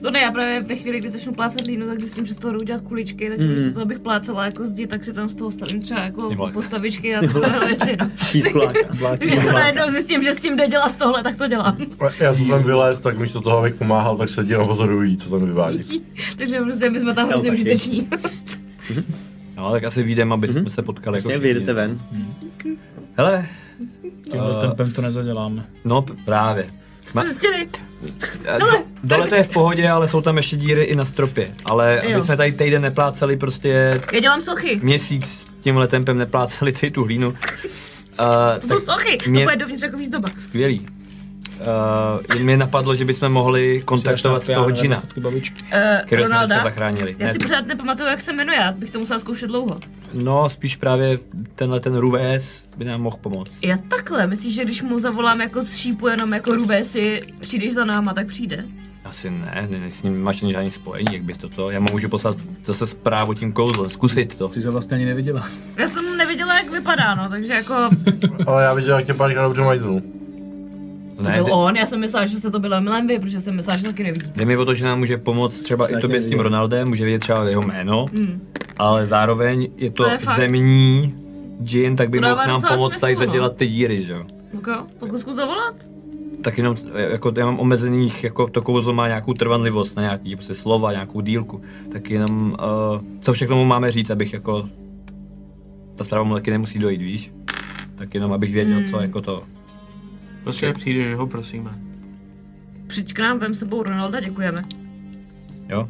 No ne, já právě ve chvíli, kdy začnu plácat hlínu, tak zjistím, že z toho jdu udělat kuličky, takže
Hmm.
místo toho, abych plácela jako zdi, tak si tam z toho stavím třeba jako
Sněhulák.
postavičky a takové věci. no.
<laughs>
Pískuláka. <laughs>
Já najednou zjistím, že s tím jde dělat tohle, tak to dělám.
Já to tam vylez, tak místo toho, abych pomáhal, tak sedí a pozorují, co tam vyvádí.
<laughs> Takže prostě my jsme tam hrozně
taky.
užiteční.
No, tak asi vyjdeme, aby jsme se potkali. jako
Vlastně
všichni.
vyjdete ven.
Hele,
Tímhle tempem to nezaděláme.
no p- právě. Ma-
<laughs> Zjistili,
A d- Dole to je v pohodě, ale jsou tam ještě díry i na stropě. Ale
Jo.
aby jsme tady týden nepláceli prostě
já dělám sochy.
měsíc s tímhle tempem nepláceli tady tu hlínu. Uh,
To jsou sochy, to
mě-
bude dovnitř jako výzdoba.
skvělý. Uh, mě napadlo, že bychom mohli kontaktovat toho džina,
babičky.
Uh,
kterého jsme teďka
Ronalda,
zachránili.
já
Ne,
si pořád nepamatuju, jak se jmenuje, já bych to musela zkoušet dlouho.
No, spíš právě tenhle ten Ruves by nám mohl pomoct.
Já takhle, myslíš, že když mu zavolám jako z šípu jenom jako rubé si přijdeš za náma, tak přijde?
Asi ne, ne, ne s ním máš žádný spojení, jak bys to to. Já mu můžu poslat zase zprávu tím kouzlem, zkusit to.
Ty se vlastně ani neviděla.
Já jsem neviděla, jak vypadá, no, takže jako...
Ale já viděl, jak tě párkrát dobře majzlu.
<laughs> Ne,
byl
jde,
on, já jsem myslela, že jste to byla milém vy, protože jsem myslela, že to taky nevidí.
jde mi o to, že nám může pomoct třeba i
Já tě
tobě s tím
nevidím.
Ronaldem, může vědět třeba jeho jméno,
Hmm.
ale zároveň je to,
To je fakt.
zemní džin, tak by
To
mohl
dává
nám
docela
pomoct tady
smysl, no.
zadělat ty díry, že jo.
Tak jo, tak ho zkus zavolat.
Tak jenom, jako já mám omezených, jako to kouzlo má nějakou trvanlivost na nějaký prostě slova, nějakou dílku, tak jenom, uh, co všechno mu máme říct, abych jako, ta zpráva mu taky nemusí dojít, víš? Tak jenom, abych věděl,
Hmm.
co jako to.
Prostě přijde, že ho prosíme.
Přijď k nám, vem s sebou Ronalda, děkujeme.
Jo?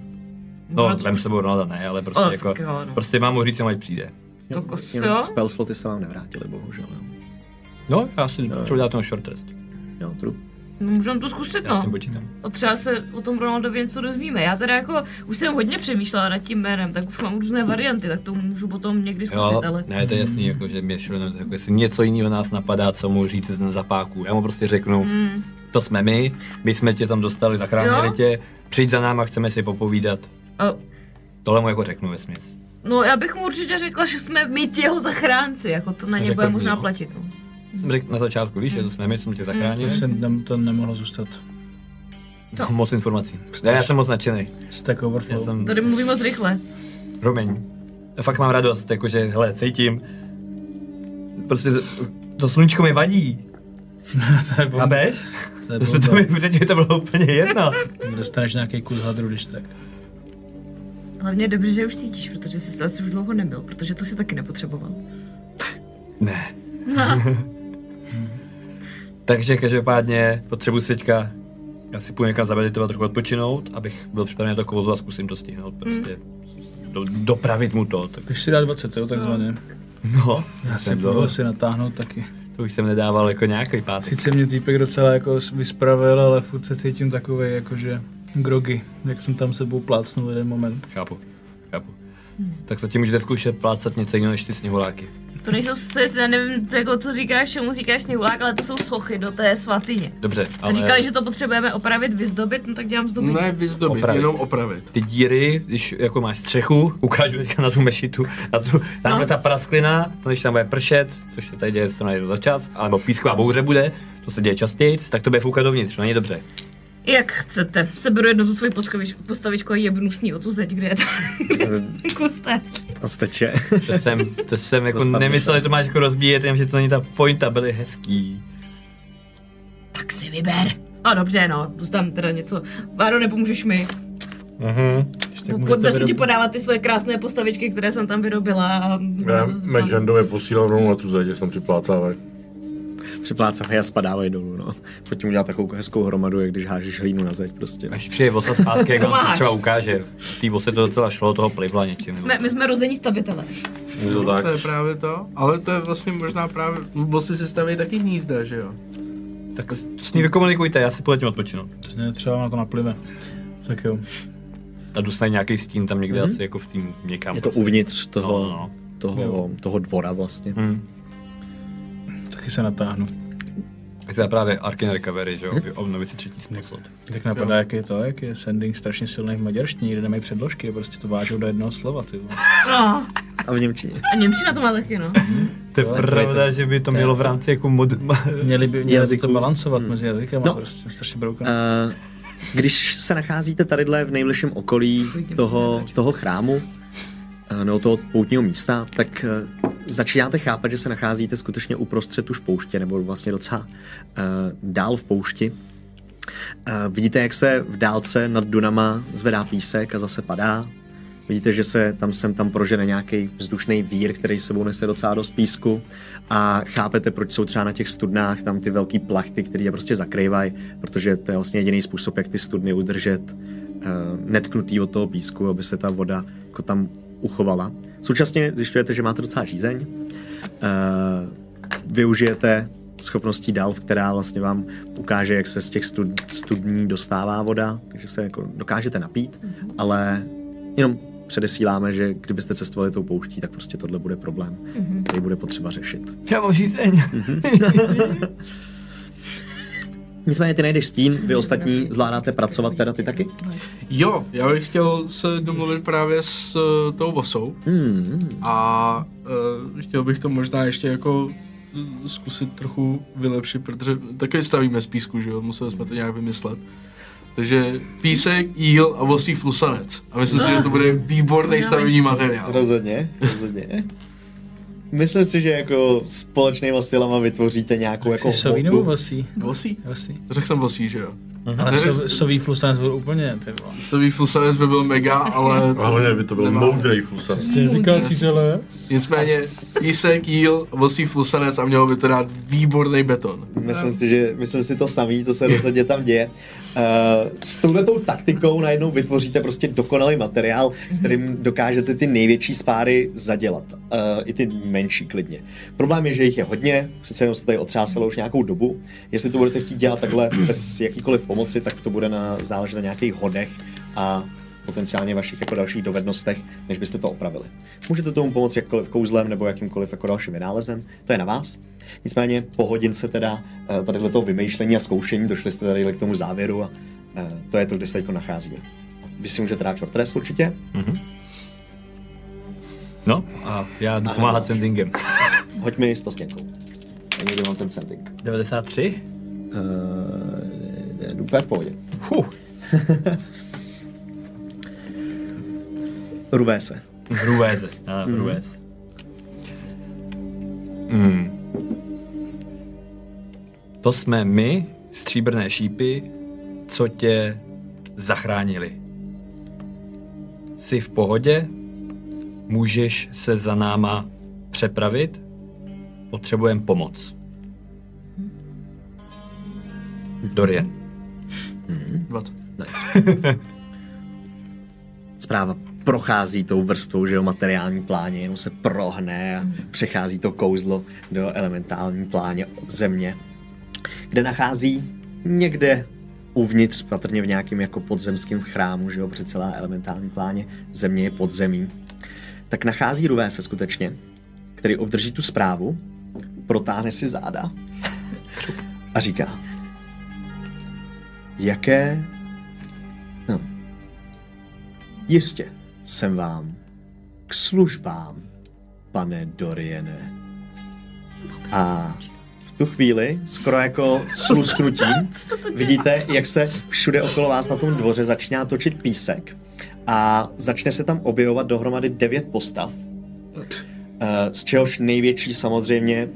No,
Ronald-
vem s sebou Ronalda, ne, ale prostě
Ale
jako,
fakt jo, no.
prostě mám mu říct, co ať přijde.
Tak asi
Jenom
jo.
spell sloty se vám nevrátily, bohužel. no.
No, já si potřebuji dát ten short rest.
Jo, true. <laughs>
No, můžeme to zkusit,
Já s
no.
tím počítám.
A třeba se o tom Ronaldovi něco dozvíme. Já teda jako už jsem hodně přemýšlela nad tím jménem, tak už mám různé varianty, tak to můžu potom někdy
Jo,
zkusit, ale...
ne, to je jasný, jako, že mě šlo, no, jako, jestli něco jiného nás napadá, co mu říct z zapáků. Já mu prostě řeknu,
Mm.
to jsme my, my jsme tě tam dostali, zachránili
Jo.
tě, přijď za náma, chceme si popovídat.
A
Tohle mu jako řeknu ve směs.
No, já bych mu určitě řekla, že jsme my ti jeho zachránci, jako to na
Jsi
ně bude
řekl
možná
mýho.
platit. No.
Jsem řekl na začátku, víš, že to jsme my, jsme
Hmm.
tě zachránili.
To ne, to nemohlo zůstat.
To.
Moc informací.
Prostě
Ne, já jsem moc nadšený.
Stack
Já
Overflow.
jsem
Tady mluvím moc rychle.
Romeň. Já fakt mám radost, jakože, hele, cítím. Prostě to sluníčko mi vadí.
to je bomba.
Chápeš?
To je
Prostě to
bomba.
mi předtím to bylo úplně jedno.
Dostaneš nějaký kus hadru, když tak.
Hlavně je dobře, že už cítíš, protože jsi asi už dlouho nebyl, protože to si taky nepotřeboval.
Ne. Takže každopádně potřebuji si teďka já si půjdu někam zameditovat, trochu odpočinout, abych byl připraven na to kouzlo a zkusím to
Hmm.
stihnout. Prostě do, dopravit mu to. Tak,
Když si dá 20, jo, takzvaně.
no,
Já si
jsem
půjdu
dole.
si natáhnout taky.
to už jsem nedával jako nějaký pátek.
Sice mě týpek docela jako vyspravil, ale furt se cítím takovej jakože grogy, jak jsem tam sebou plácnul jeden moment.
Chápu, chápu. Tak zatím můžete zkoušet plácat něco jiného než ty sněhuláky.
To nejsou, co jestli já nevím, co, jako, co říkáš, čemu říkáš sněhulák, ale to jsou sochy do té svatyně.
Dobře,
Ale...
ale
Říkali, že to potřebujeme opravit, vyzdobit, no tak dělám zdobení.
Ne vyzdobit,
Opravit.
jenom opravit.
ty díry, když jako máš střechu, ukážu teďka na tu mešitu, na tu, tamhle
No.
ta prasklina, to když tam bude pršet, což se tady děje, to najdu za čas, alebo písková bouře bude, to se děje častěji, tak to bude foukat dovnitř, no, není dobře.
Jak chcete. Seberu jednu tu svoji postavič, postavičku a jebnu s ní o tu zeď, kde je ten kus té.
A steče. <laughs>
To jsem, to jsem jako
Dostaneme
nemyslel,
se.
že to máš jako rozbíjet, jenom že to není ta pointa, byly hezký.
<laughs> Tak si vyber. A dobře, no, zůstám teda něco. Váro, nepomůžeš mi.
Mhm.
Po, No, začnu ti podávat ty svoje krásné postavičky, které jsem tam vyrobila. a-
Mhm. Já Megendově posílám rovnou na tu zeď, že jsem připlácávají.
připlácají a spadávají dolů, no. Pojď mu udělat takovou hezkou hromadu, jak když hážeš hlínu na zeď prostě.
Až přijde vosa zpátky, jak on to
Pomáháš.
třeba ukáže. V té vose to docela šlo, toho plivla něčím. no.
Jsme, my jsme rození stavitele.
Je to tak.
To je právě to, ale to je vlastně možná právě, bosy si staví taky hnízda, že jo?
Tak s ní vykomunikujte, já si poletím odpočinout.
Ne, třeba na to naplive. Tak jo.
A jdu snad nějaký stín tam někde asi jako v tým někam.
Mhm. Je to
prostě.
uvnitř toho,
No, no.
toho, toho dvora vlastně.
Hm.
Taky se natáhnu.
Tak to je právě Arkin Recovery, že jo? Obnovit si třetí sněh slot.
Tak napadá, jak je to, jak je sending strašně silný v maďarštině, kde nemají předložky, prostě to vážou do jednoho slova, ty vole.
No.
A v Němčině.
A Němčina to má taky, no.
To je
Jo,
pravda,
to-
že by to mělo v rámci jako mod... <laughs>
Měli by, měli by to
Jazyků.
balancovat mezi jazykama,
No.
prostě strašně brouka.
Eh, Když se nacházíte tadyhle v nejbližším okolí toho, toho chrámu, eh, nebo toho poutního místa, tak eh, začínáte chápat, že se nacházíte skutečně uprostřed už pouště, nebo vlastně docela eh, dál v poušti. Eh, Vidíte, jak se v dálce nad Dunama zvedá písek a zase padá. Vidíte, že se tam sem tam prožene nějaký vzdušný vír, který s sebou nese docela dost písku a chápete, proč jsou třeba na těch studnách tam ty velký plachty, které je prostě zakrývají, protože to je vlastně jediný způsob, jak ty studny udržet uh, netknutý od toho písku, aby se ta voda jako tam uchovala. Současně zjišťujete, že máte docela žízeň. Eh, využijete schopností DALV, která vlastně vám ukáže, jak se z těch stud, studní dostává voda, takže se jako dokážete napít, ale jenom předesíláme, že kdybyste cestovali tou pouští, tak prostě tohle bude problém, který bude potřeba řešit.
Já mám žízeň.
Nicméně ty najdeš stín, vy ostatní zvládáte pracovat teda ty taky?
Jo, já bych chtěl se domluvit právě s eh, tou vosou
Hmm,
a uh, chtěl bych to možná ještě jako eh, zkusit trochu vylepšit, protože taky stavíme z písku, že jo, museli jsme to nějak vymyslet. Takže písek, jíl a vosí plusanec. A myslím si, že to bude výborný stavební materiál.
Rozhodně, rozhodně. Myslím si, že jako společnýma silama vytvoříte nějakou jako
Sový nebo vosí?
Vosí?
Vosí.
Řekl jsem vosí, že jo.
Ale
Ne,
sov,
ne-
sový flustanec byl úplně, ty vole.
Stavý plusanec by byl mega, ale...
A Hlavně by to byl
Nemá.
moudrý fusa.
vykáčitele?
Nicméně písek, jíl, vosí flusanec a mělo by to dát výborný beton.
Myslím si, že myslím si to samý, to se rozhodně tam děje. Uh, s touhletou taktikou najednou vytvoříte prostě dokonalý materiál, kterým dokážete ty největší spáry zadělat. Uh, I ty menší klidně. Problém je, že jich je hodně, přece jenom se tady otřásalo už nějakou dobu. Jestli to budete chtít dělat takhle bez jakýkoliv pomoci, tak to bude na, záležet na nějakých hodech a potenciálně vašich jako dalších dovednostech, než byste to opravili. Můžete tomu pomoct jakkoliv kouzlem nebo jakýmkoliv jako dalším vynálezem, to je na vás. Nicméně po hodince teda eh, tadyhle toho vymýšlení a zkoušení došli jste tady k tomu závěru a eh, to je to, kde se teď nacházíme. Vy si můžete dát short rest určitě.
No a já jdu
Aha.
pomáhat sendingem.
Hoď mi to stěnkou. Já někde mám ten sending.
93?
Uh, úplně v pohodě.
Huh.
<laughs> Ruvé se.
Ruvéze. A, Ruvéz. Hmm. To jsme my, stříbrné šípy, co tě zachránili. Jsi v pohodě, můžeš se za náma přepravit, potřebujeme pomoc. Dorian.
20.
Zpráva prochází tou vrstvou, že jo, materiální pláně, jenom se prohne a přechází to kouzlo do elementální pláně země, kde nachází někde uvnitř, patrně v nějakém jako podzemském chrámu, že jo, protože celá elementální pláně země je podzemí. Tak nachází Ruvé se skutečně, který obdrží tu zprávu, protáhne si záda a říká, jaké Jistě jsem vám k službám, pane Doriene. A v tu chvíli, skoro jako s lusknutím, vidíte, jak se všude okolo vás na tom dvoře začíná točit písek a začne se tam objevovat dohromady devět postav, eh, z čehož největší samozřejmě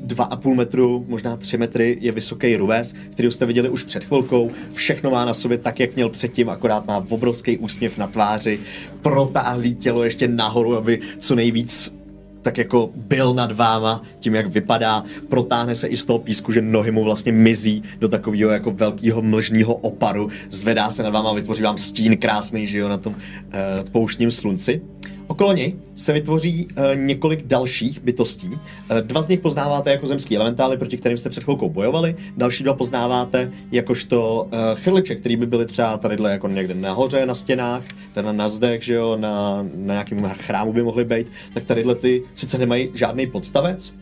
2,5 metru, možná 3 metry je vysoký ruves, který jste viděli už před chvilkou. Všechno má na sobě tak, jak měl předtím, akorát má obrovský úsměv na tváři, protáhlý tělo ještě nahoru, aby co nejvíc tak jako byl nad váma, tím jak vypadá, protáhne se i z toho písku, že nohy mu vlastně mizí do takového jako velkého mlžního oparu, zvedá se nad váma a vytvoří vám stín krásný, že jo, na tom uh, pouštním slunci. Okolo něj se vytvoří eh, několik dalších bytostí. Eh, dva z nich poznáváte jako zemský elementály, proti kterým jste před chvilkou bojovali. Další dva poznáváte jakožto eh, chrliče, který by byly třeba tadyhle jako někde nahoře na stěnách, teda na zdech, že jo, na, na nějakém chrámu by mohly být. Tak tadyhle ty sice nemají žádný podstavec,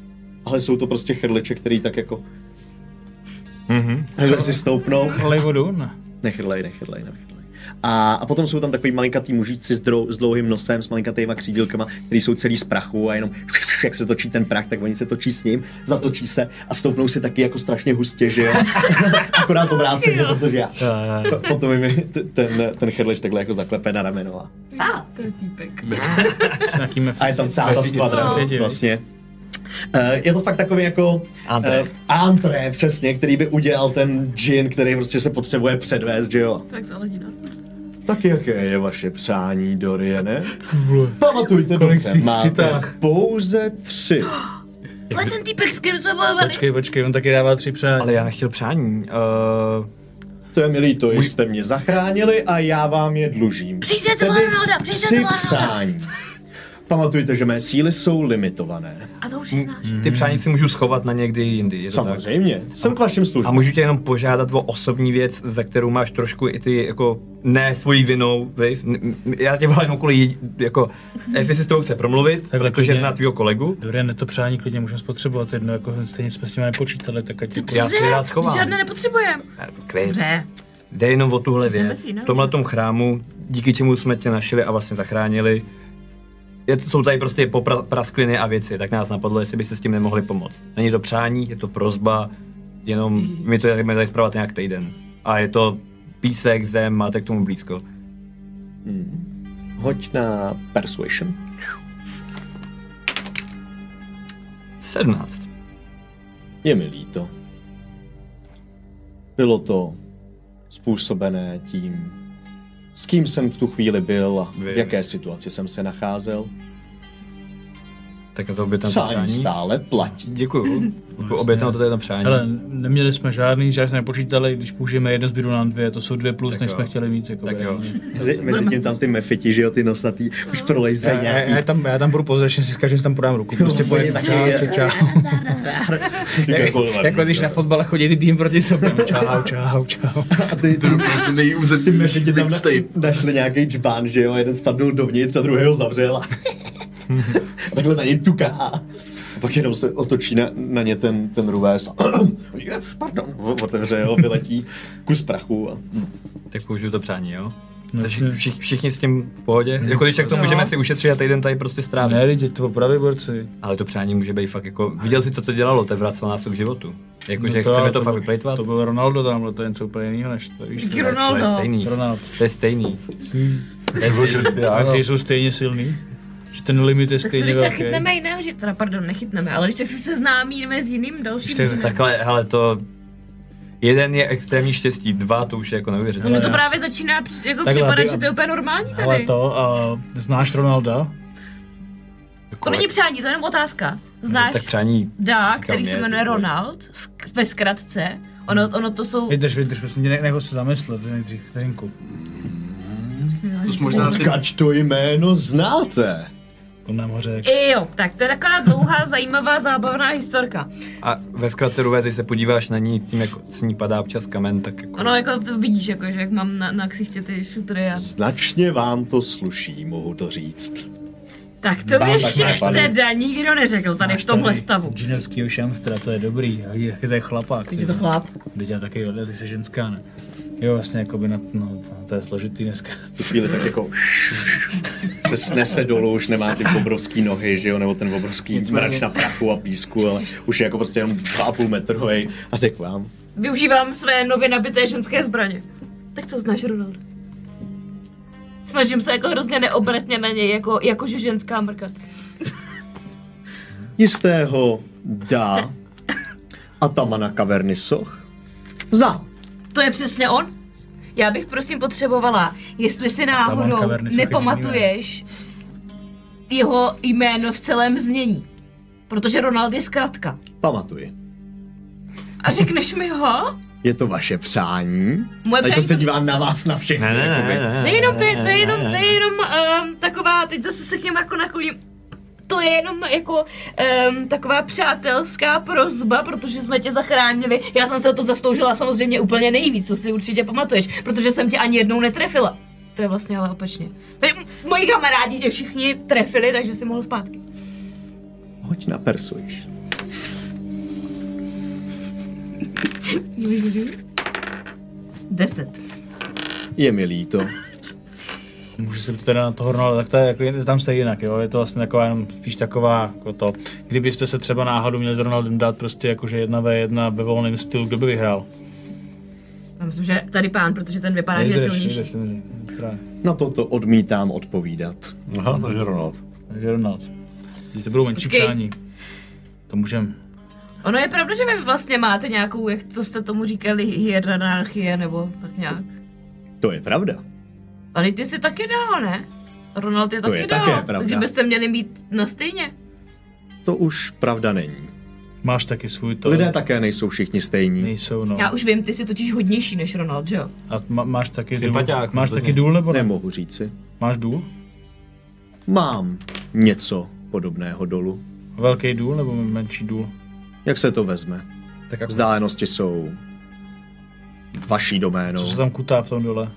ale jsou to prostě chrliče, který tak jako mm-hmm. si stoupnou.
Ale vodu? Ne.
Nechrlej, nechrlej, nechrlej. A, a potom jsou tam takový malinkatý mužíci s, drou, s dlouhým nosem, s malinkatýma křídílkama, který jsou celý z prachu a jenom <laughs> jak se točí ten prach, tak oni se točí s ním, zatočí se a stoupnou si taky jako strašně hustě, že jo. <laughs> Akorát obráceně, protože já. Po- Potom mi t- ten, ten chrlič takhle jako zaklepe na rameno a,
To je týpek.
S nějakým
a je tam celá ta skvadra
No.
Vědě,
vlastně. Eh, Je to fakt takový jako
Antré.
eh, antré, přesně, který by udělal ten džin, který prostě se potřebuje předvést, že jo.
Tak za hladina.
Tak jaké je vaše přání, Doriane?
Vole.
Pamatujte
Kolik
dobře,
si jich
máte
přitáh?
pouze tři.
To je ten týpek, s kým jsme bojovali.
Počkej, počkej, on taky dává tři přání.
Ale já nechtěl přání. Uh,
To je milý, to jste mě zachránili a já vám je dlužím.
Přijďte,
Tedy
Arnolda, přijďte,
tři
Arnolda.
přání. Pamatujte, že mé síly jsou limitované.
A to už si znáš.
ty přání si můžu schovat na někdy jindy. Je to tak.
Samozřejmě, jsem k vašim
A
službám.
můžu tě jenom požádat o osobní věc, za kterou máš trošku i ty, jako, ne svojí vinou, vliv. N- n- Já tě volám jenom kvůli, jedi- jako, jestli si s tou chce promluvit,
Takhle
protože
klidně.
zná tvýho kolegu.
Dobré, ne to přání klidně můžeme spotřebovat jedno, jako stejně jsme s tím nepočítali, tak ať...
Já si je rád schovám.
Žádné nepotřebujeme.
Klid.
Dobře.
Jde jenom o tuhle
Jdeme
věc.
si jinam.
V tomhle chrámu, díky čemu jsme tě našli a vlastně zachránili, je, jsou tady prostě popra- praskliny a věci, tak nás napadlo, jestli by se s tím nemohli pomoct. Není to přání, je to prozba, jenom my to jdeme tady zpravovat nějak týden. A je to písek, zem, máte k tomu blízko.
Hoď na persuasion.
17.
Je mi líto. Bylo to způsobené tím, s kým jsem v tu chvíli byl a v
Vím.
jaké situaci jsem se nacházel.
Tak na to obětám to
Přání
přání.
stále platí.
Děkuju. Obětám to tady na přání.
Hele, neměli jsme žádný, žádný jsme nepočítali, když použijeme jedno zbíru na dvě, to jsou dvě plus,
Tak
než
jo.
jsme chtěli mít. Jako
Tak
bravo.
jo.
Mezi, mezi tím tam ty mefiti, že jo, ty nosatý, už prolejzají
Já, já, já,
nějaký.
tam, já tam budu pozor, že si skážu, že tam podám ruku. Prostě
No,
pojem,
taky
čau,
je.
čau, čau.
Ty no.
Jak,
kolvarní,
jako když
jo.
na fotbale chodí ty tým proti sobě. Čau, čau, čau.
A ty, ty,
Ty
ty
nejúzemnější
mefiti tam na,
mixtape.
našli nějaký džbán, že jo, jeden spadnul dovnitř a druhého zavřel a a takhle na něj tuká. A pak jenom se otočí na, na ně ten, ten rubés a <clears throat> Jež, pardon, o- otevře ho, vyletí kus prachu a
Tak použiju to přání, jo?
No,
Vši, vši, všichni s tím v pohodě? Jako když tak to
No.
můžeme si ušetřit a týden tady prostě strávit.
Ne, teď to opravdu borci.
Ale to přání může být fakt jako, viděl jsi, co to dělalo, to vracelo nás k životu. Jakože
No to-
Jako, chceme to,
to
fakt
byl-
vyplejtvat,
To byl Ronaldo tamhle, to je něco úplně jiného než to. Víš, to je-
to je
Ronaldo.
stejný.
Ronald.
To je stejný. Prostě
Já si jsou stejně silný. Že ten limit je
Tak se
stejně
když tak
velký.
chytneme jiného, že... Teda pardon, nechytneme, ale když tak se seznámíme s jiným dalším.
Když tak-
židem.
Takhle, hele, to... Jeden je extrémní štěstí, dva to už je jako
Mně
neuvěřitelné.
Ale
to
já
právě začíná při- jako
Takhle,
připadat,
aby-
že to je úplně normální
Ale
tady. To,
to, a znáš Ronalda?
to není přání, to je jenom otázka. Znáš
Tak přání,
dá, který
mě,
se
ty
jmenuje
vole.
Ronald, sk- ve zkratce. Ono, ono to jsou...
Vydrž, vydrž, prosím tě, ne- nech ho se zamyslet nejdřív, vteřinku.
To jsi možná ty...
odkaď to jméno znáte.
On nám ho řekl.
I jo, tak to je taková dlouhá, zajímavá, zábavná historka.
a ve zkratce ruvé, když se podíváš na ní, tím jako s ní padá občas kamen, tak jako...
Ono jako to vidíš, jako, že jak mám na, na ksichtě ty šutry a...
Značně vám to sluší, mohu to říct.
Tak to
Dá,
mi
tak
ještě
napadne.
teda nikdo neřekl tady v tomhle stavu.
Ženevskýho šamstra, to je dobrý, a jaký to je chlapák.
Teď
ty
je to
vole.
chlap.
Teď já taky odjel, jsi ženská, ne? Jo, vlastně, jako by na, no, to je složitý dneska.
tu chvíli tak jako se snese dolů, už nemá ty obrovský nohy, že jo, nebo ten obrovský mrač na prachu a písku, ale už je jako prostě jenom 2,5 metrovej a tak vám.
Využívám své nově nabité ženské zbraně. Tak co znáš, Ronald? Snažím se jako hrozně neobratně na něj, jako, jakože ženská mrkat.
Jistého dá Atamana kaverny soch. Znám.
To je přesně on? Já bych prosím potřebovala, jestli si
mám
náhodou
kaverny, jsou
nepamatuješ, jeho jméno v celém znění. Protože Ronald je zkratka.
Pamatuji.
A řekneš mi ho?
Je to vaše přání?
Moje
Teď
přání
se
to-
dívám na vás na všechny.
Ne, ne, ne,
jakoby.
ne, ne.
Nejenom, to je, to je jenom,
ne,
to
ne.
je jenom um, taková, teď zase se k něm jako nakloním, to je jenom jako um, taková přátelská prozba, protože jsme tě zachránili. Já jsem se o to zasloužila samozřejmě úplně nejvíc, co si určitě pamatuješ, protože jsem tě ani jednou netrefila. To je vlastně ale opačně. Tady m- moji kamarádi tě všichni trefili, takže si mohl zpátky.
Hoď na persuješ.
Deset.
Je mi líto.
Můžu se ptát teda na toho Ronalda, tak to je, jako, tam se jinak, jo? je to vlastně taková, jenom spíš taková jako to. Kdybyste se třeba náhodou měli s Ronaldem dát prostě jakože jedna v jedna ve volném stylu, kdo by vyhrál?
Já myslím, že tady pán, protože ten vypadá, že je
Nejdeš,
silnější.
nejdeš, nejdeš. Dobrá.
Na toto odmítám odpovídat.
Aha, takže Ronald.
Takže Ronald. Když to budou menší
Počkej.
přání. To můžem.
Ono je pravda, že vy vlastně máte nějakou, jak to jste tomu říkali, hierarchie nebo tak nějak.
To je pravda.
Ale ty jsi taky dál, ne? Ronald je
To
taky
je
dál,
také pravda.
takže byste měli mít na stejně.
To už pravda není.
Máš taky svůj to.
To Lidé také nejsou všichni stejní.
Nejsou, no.
Já už vím, ty jsi totiž hodnější než Ronald, že jo?
A t- má, máš taky
Jsi
důl?
paťák,
máš
rozhodně.
taky důl nebo ne?
Nemohu říci.
Máš důl?
Mám něco podobného dolu.
Velký důl nebo menší důl?
Jak se to vezme?
Tak
jako-
jak,
Vzdálenosti jsou vaší doménou.
co se tam kutá v tom dole?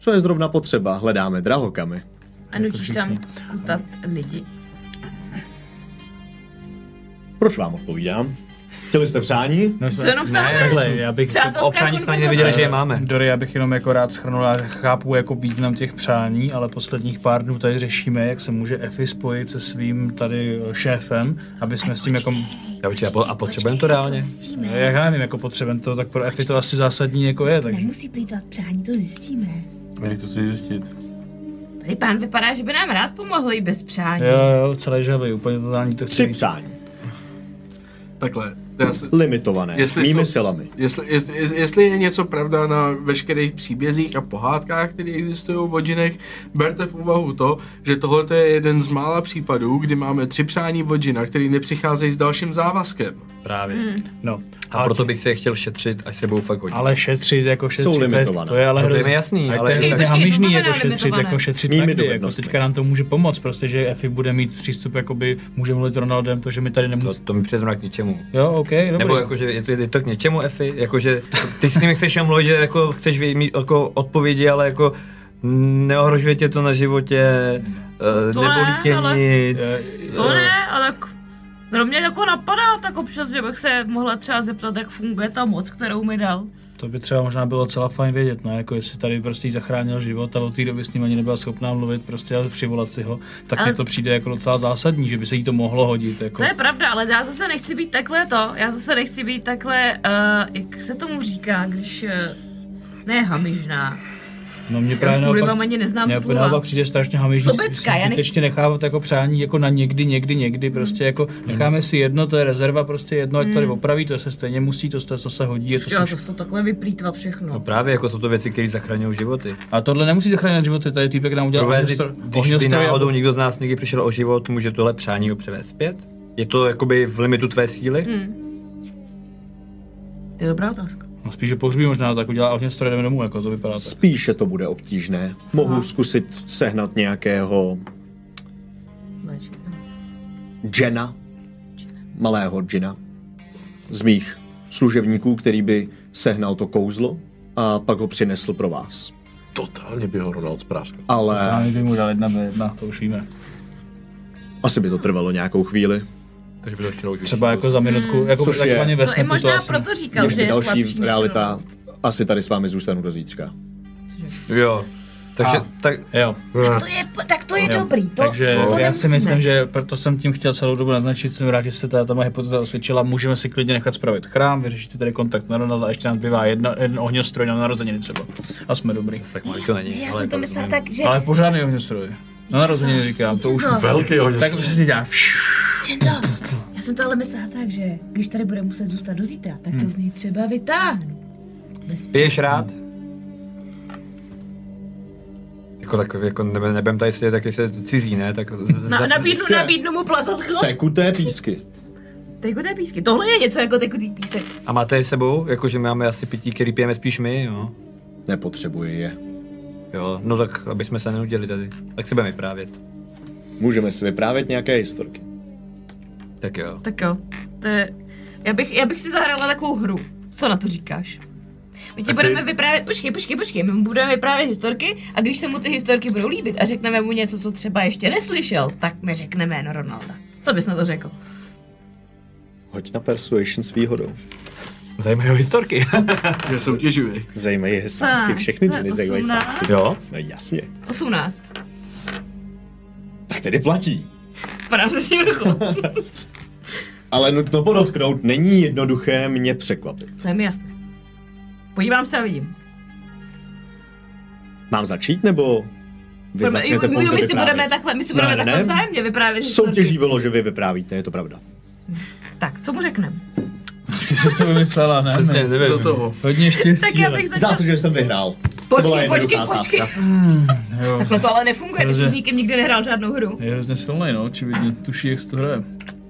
Co je zrovna potřeba? Hledáme drahokamy.
A nutíš tam kutat lidi.
Proč vám odpovídám? Chtěli jste přání?
No,
Co jenom ptáš?
Takhle, já bych...
Přátelská
Občani jsme ani
konverzace.
neviděli, že je máme.
Dory, já bych jenom jako rád schrnul, já chápu jako význam těch přání, ale posledních pár dnů tady řešíme, jak se může Effie spojit se svým tady eh, šéfem, aby jsme s tím jako...
Já určitě, a po- a potřebujeme to reálně.
Zjistíme.
Jak já nevím, jako potřebujeme to, tak pro Effie to asi zásadní jako je, takže...
Nemusí plýtvat přání, to zjistíme.
Měli to chci zjistit.
Tady pán vypadá, že by nám rád pomohl i bez přání.
Jo, jo, celé žavý, úplně totální to
Tři
chci.
přání.
Takhle, já si,
Limitované.
Jestli
Mými
jsou-
silami.
Jestli, jestli, jest- jestli je něco pravda na veškerých příbězích a pohádkách, které existují v džinech, berte v úvahu to, že tohle je jeden z mála případů, kdy máme tři přání od džina, který nepřicházejí s dalším závazkem.
Právě.
Hmm.
No.
A proto bych se je chtěl šetřit, až se budou fakt hodit.
Ale šetřit, jako šetřit, to je-
limitované.
to je ale
No, To je mi
hrozně.
jasný,
ale
ale
to je
Počkej,
hrozně
počkej, co
hamižný
znamená
jako šetřit,
limitované?
jako šetřit
Mými
někdy, jako
dovednostmi.
teďka nám to může pomoct, protože Effie bude mít přístup, jakoby může mluvit s Ronaldem, to, že my tady
To,
nemůžeme.
to mi přizná k ničemu.
Jo, OK, dobrý.
Nebo jakože je to, je to k něčemu, Efi, jakože ty s nimi chceš jenom mluvit, že jako chceš vy- mít jako odpovědi, ale jako neohrožuje tě to na životě, eh,
To
nebolí
ne,
tě
ale-
nic.
To ne, ale tak... No mě jako napadá tak občas, že bych se mohla třeba zeptat, jak funguje ta moc, kterou mi dal.
To by třeba možná bylo celá fajn vědět, no, jako jestli tady prostě jí zachránil život a od té doby s ním ani nebyla schopná mluvit, prostě ale přivolat si ho, tak
Ale-
mi to přijde jako docela zásadní, že by se jí to mohlo hodit, jako.
To je pravda, ale já zase nechci být takhle to, já zase nechci být takhle, uh, jak se tomu říká, když uh, ne hamižná.
No mě
Já s
právě
vám
naopak,
ani neznám
mě
slova.
naopak přijde strašně hamižný si-
Sobecká,
si
já nechci- Hmm.
zbytečně nechávat jako přání jako na někdy, někdy, někdy, prostě jako
Hmm.
necháme si jedno, to je rezerva, prostě jedno, ať tady opraví, to se stejně musí, to, se- to se hodí, je to
Já
slušné.
zase Hmm. to takhle vyplýtvat
No
všechno.
právě, jako jsou to věci, které zachraňují životy.
A tohle nemusí zachránit životy, tady týpek nám udělal
Provést,
ohňostroj,
když by
ohňostroj,
náhodou
a-
někdo z nás někdy přišel o život, může tohle přání ho převést zpět? Je to jakoby v limitu tvé síly?
Hm. To je dobrá otázka.
no spíš, že pohřbí možná, tak udělá ohňostroj, jdeme domů, jako to vypadá tak.
Spíše to bude obtížné. Mohu zkusit sehnat nějakého
Léčit.
džena, malého džina, z mých služebníků, který by sehnal to kouzlo a pak ho přinesl pro vás.
Totálně by ho Ronald spráskal.
Ale
Já bych mu dal jedna B jedna, to už víme.
asi by to trvalo nějakou chvíli.
Takže by to chtělo už
Třeba jako za minutku, jako
Což je-
takzvaně ve
To Hmm. No i
snepu to
možná
asi.
proto říkal, že
Ještě
je slabší
další
než
realita.
Ronald.
Asi tady s vámi zůstanu do zítřka.
Jo. Takže
A.
tak
Jo,
To je, tak to je
jo.
dobrý, to,
Takže
to
já si
nemusíme.
myslím, že proto jsem tím chtěl celou dobu naznačit, jsem rád, že se ta, ta moje hypotéza osvědčila, můžeme si klidně nechat spravit chrám, vyřešit si tady kontakt na Ronalda a ještě nám zbývá jedno, jeden ohňostroj na narozeniny třeba. A jsme dobrý.
tak má to není.
Já
ale
jsem to
jako
myslela
rozumím.
tak, že
Ale pořádný ohňostroj. Na narozeniny říkám, to už
No.
Velký hodně.
tak přesně dělá.
Čendo, já jsem to ale myslela tak, že když tady bude muset zůstat do zítra, tak
Hm.
to z něj třeba vytáhnu.
Piješ rád? Jako, tak, jako nebe, nebem tady sedět, taky se cizí, ne? Tak z-
Na,
za-
nabídnu, nabídnu mu plazatko.
Tekuté písky.
Tekuté písky. Tohle je něco jako tekutý písek.
A máte je sebou? Jakože máme asi pití, který pijeme spíš my, jo?
Nepotřebuji je.
Jo, no tak, aby jsme se nenudili tady. Tak si budeme vyprávět.
Můžeme si vyprávět nějaké historky.
Tak jo.
Tak jo. To je... já, bych, já bych si zahrála takovou hru. Co na to říkáš? My ti budeme vyprávět, počkej, počkej, počkej, my mu budeme vyprávět historky a když se mu ty historky budou líbit a řekneme mu něco, co třeba ještě neslyšel, tak mi řekne jméno Ronalda. Co bys na to řekl?
Hoď na persuasion s výhodou.
Zajímavé historky.
Já jsem těživý.
Zajímají je sásky,
Tak,
všechny
to je
ženy zajímají
18.
sásky.
<laughs> jo?
No jasně.
18.
Tak tedy platí.
Padám se s tím ruchu.
<laughs> Ale nutno podotknout, není jednoduché mě překvapit.
To je mi jasné. Podívám se a vidím.
Mám začít, nebo vy
Budeme-
začnete
jo,
pouze
jo, my si
vyprávět?
budeme takhle, my si budeme
Ne, ne,
takhle
ne.
vzájemně vyprávět historky.
Soutěží bylo, že vy vyprávíte, je to pravda.
Tak, co mu řekneme?
Ty jsi to vymyslela, ne?
Přesně,
My.
nevím.
Do toho.
Hodně štěstí.
Tak já
ale-
bych
Zdá
začal...
se, že jsem vyhrál. to byla
Počkej, počkej,
jednoduchá
počkej.
sázka.
Jo.
Takhle to ale nefunguje, ty jsi
Dobře.
s nikým nikdy nehrál žádnou hru.
Je hrozně silný, no, očividně. Tuší, jak se to hraje.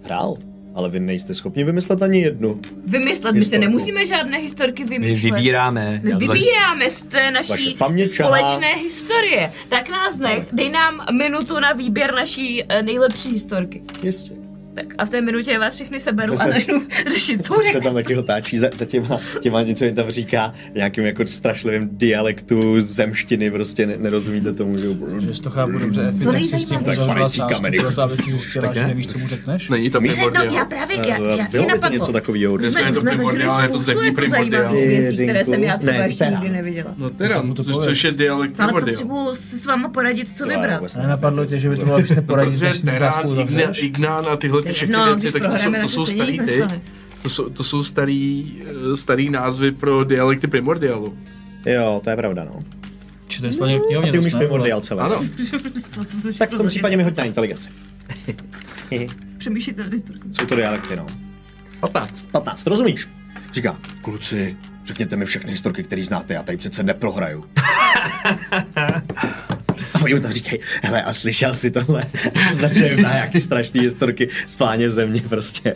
Hrál, ale vy nejste schopni vymyslet ani jednu.
Vymyslet, my se
Historku.
nemusíme žádné historky
My
vymýšlet.
vybíráme.
My
Já to tak-
vybíráme z
Vaše
té naší
paměť čahá.
společné historie. Tak nás nech, dej nám minutu na výběr naší eh, nejlepší historky.
Jistě.
Tak a v té minutě vás všechny seberu
To
a
se-
začnu <laughs> řešit, co
se
řekne.
tam taky otáčí za, za těma, těma něco jim tam říká nějakým jako strašlivým dialektu zemštiny, prostě ne, nerozumíte tomu, že
Že jsi to chápu dobře, Efi, tak si s tím
Tak
uzavřela
pane,
sásku,
kameny.
proto aby si zjistila,
Tak
že
ne?
nevíš, co mu řekneš.
Není to
No, já
primordial.
právě, já,
Eh,
já tě
Bylo by to
napadlo.
něco takového
Že
určitě.
jsme- je to primordiál, je to zemní
jako
primordiál.
zajímavých věcí, které
Jirinku,
jsem já třeba
ne,
ještě
teda.
nikdy neviděla.
No teda,
Tak mu to
což,
pověz.
což je dialekt
Ale
primordial.
potřebuji se s váma poradit, co
To vlastně- já
vybrat.
vůbec
A
ne-
nenapadlo tě, že by to bylo, když se poradit,
No, Protože
tak s tím sásku
Terán, Igna-
uzavřeš.
Ignán a tyhle
No,
ty všechny věci,
no, když
tak to jsou,
prohrajeme,
to
tak
jsou
se nic
starý ty.
nestane.
To jsou, to jsou starý, eh, starý názvy pro dialekty primordialu.
Jo, to je pravda, no.
Či to je
No,
spadně knihovně.
A ty umíš
dost, ne, vole?
primordial celé.
Ano.
Tak v tom případě mi hoď na inteligenci. <laughs>
Přemýšlíte historku.
Jsou to dialekty, no.
15.
15, rozumíš? Říká, kluci, řekněte mi všechny historky, které znáte, já tady přece neprohraju. <laughs> A oni mu tam říkají, hele, a slyšel jsi tohle? A začne jim na nějaký strašný historky z pláně země prostě.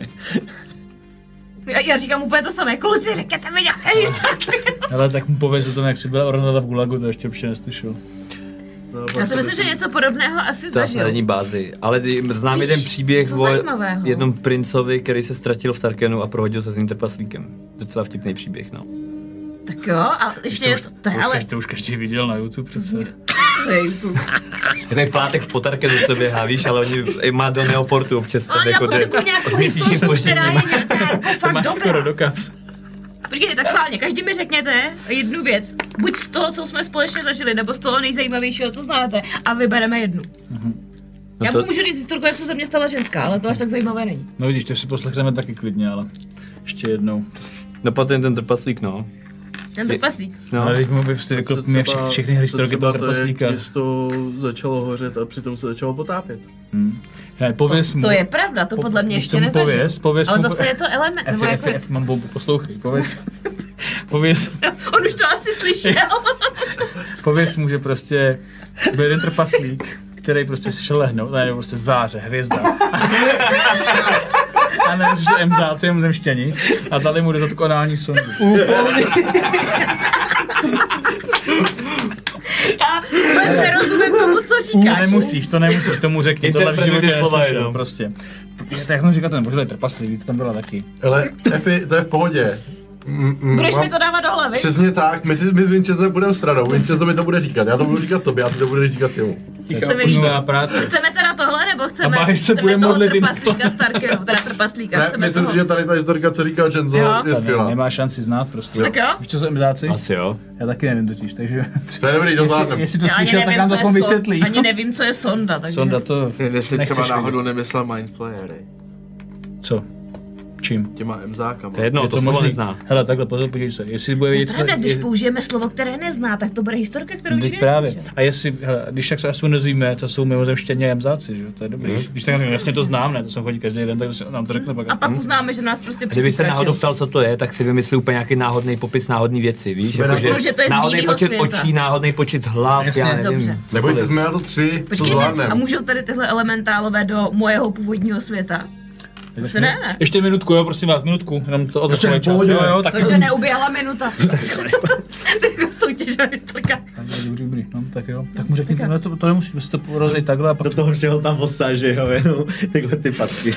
Já, já říkám úplně to samé, kluci, řekněte mi nějaké historky.
Ale tak mu pověz o tom, jak jsi byla Ornada v Gulagu, to ještě určitě neslyšel. No,
Já si myslím, že něco podobného asi
To asi
zažil.
není bázi, ale ty- znám
Víš,
jeden příběh
co
o
zajímavého.
jednom princovi, který se ztratil v Tarkenu a prohodil se s ním trpaslíkem. Docela vtipný příběh, no.
Tak jo, a ještě je... To je ale...
To už každý viděl na YouTube přece.
Hej, tu.
Takový plátek v potarkenu se běhá, víš, ale oni má do neoportu občas. jako
Ale já potřebuji nějakou historku, která je nějaká jako fakt dobrá.
rodokaz.
Počkejte, tak schválně, každý mi řekněte jednu věc. Buď z toho, co jsme společně zažili, nebo z toho nejzajímavějšího, co znáte, a vybereme jednu.
No
Já
to-
to... můžu říct historku, jak se ze mě stala ženská, ale to až tak zajímavé není.
No vidíš, to si poslechneme taky klidně, ale ještě jednou.
No potom ten trpaslík, no.
Ten trpaslík.
no.
Ale teď mu by prostě si vyklopíme vše, všechny historky toho trpaslíka.
Město začalo hořet a přitom se začalo potápět.
Ne, pověz mu.
To je pravda, to
Po-
podle mě
víš,
ještě
co mu
nezažil.
pověz, pověz
ale
mu-
zase je to element,
F,
nebo
F,
jako...
F, mám bombu, poslouchej, pověz. <laughs> pověz,
<laughs> On už to asi slyšel. <laughs>
pověz mu, že prostě byl jeden trpaslík, který prostě si šel lehnout, ne, prostě záře, hvězda. A ne, že MZáci, jenom zemštění. A dali mu dozatok orální sondu.
Já vůbec nerozumím tomu, co
A
říkáš.
nemusíš, to nemusíš, tomu řekni, tohle v
Interpretuj ty
životě
slova
neslyšel,
jenom.
prostě. Já tak jsem říkal, ten božilej trpaslík, to tam byla taky.
Ale Efi, to je v pohodě. M- m-
Budeš
mám-
mi to dávat do hlavy?
Přesně tak, my, si, my s Vinčezem budeme stranou, Vinčezo mi to bude říkat, já to budu říkat tobě, a ty to budeš říkat jemu.
Se mi-
Nulová práce.
Chceme teda tohle, nebo chceme,
A Báry se
chceme
bude
toho
modlit jinak.
trpaslíka z Tarkenu, teda trpaslíka,
Ne,
chceme
myslím
toho.
si, že tady ta historka, co říkal Jenzo,
jako- Jo.
je
Ne,
skvělá.
nemá šanci znát prostě.
Tak jo.
Víš, co jsou MZáci?
Asi jo.
Já taky nevím totiž, takže...
To je dobrý, to
Jestli,
zvládnem.
jestli to
Já ani
slyšel, tak
nevím,
nám
co
to
je
aspoň
son-
vysvětlí.
Ani nevím, co je sonda, takže...
Sonda to
Jestli
nechceš
třeba
vidět.
náhodou nemyslela Mindflayer.
Co? Čím?
těma emzákama.
To je jedno, to,
je
to slovo
možný?
nezná.
Hele, takhle, pozor, podívej se. Jestli
No,
bude
Je
vědět,
to dobré, když
je-
použijeme slovo, které nezná, tak to bude historka, kterou
Teď
nikdy
právě.
neslyšel.
A jestli, hele, když tak se aspoň dozvíme, to jsou mimozemštění a jemzáci, že jo, to je dobrý. Když, když tak řekneme, jasně to znám, ne, to jsem chodí každý den, tak se nám to řekne pak.
A pak uznáme, že nás prostě
Kdyby se
přechytračil.
náhodou ptal, co to je, tak si vymyslí úplně nějaký náhodný popis náhodný věci, víš?
Jsme na-
Že to je z
náhodný
jiného
počet
světa.
očí, náhodný počet hlav,
Jasně.
já nevím.
Dobře.
Neboj se, jsme na to tři, to
Počkejte, a
zvládneme.
můžou tady tyhle elementálové do mojeho původního světa? To se ne.
Ještě minutku, jo, prosím vás, minutku, jenom to odročíme čas. Jo, jo, tak
To, že neuběhla minuta. Teď soutěž o historkách.
Dobrý, dobrý, no, tak jo. Tak mu řekni, tohle to, to nemusíš, musíš to rozejít takhle a pak...
Do toho všeho tam osáže, jo, jenom tyhle ty patři.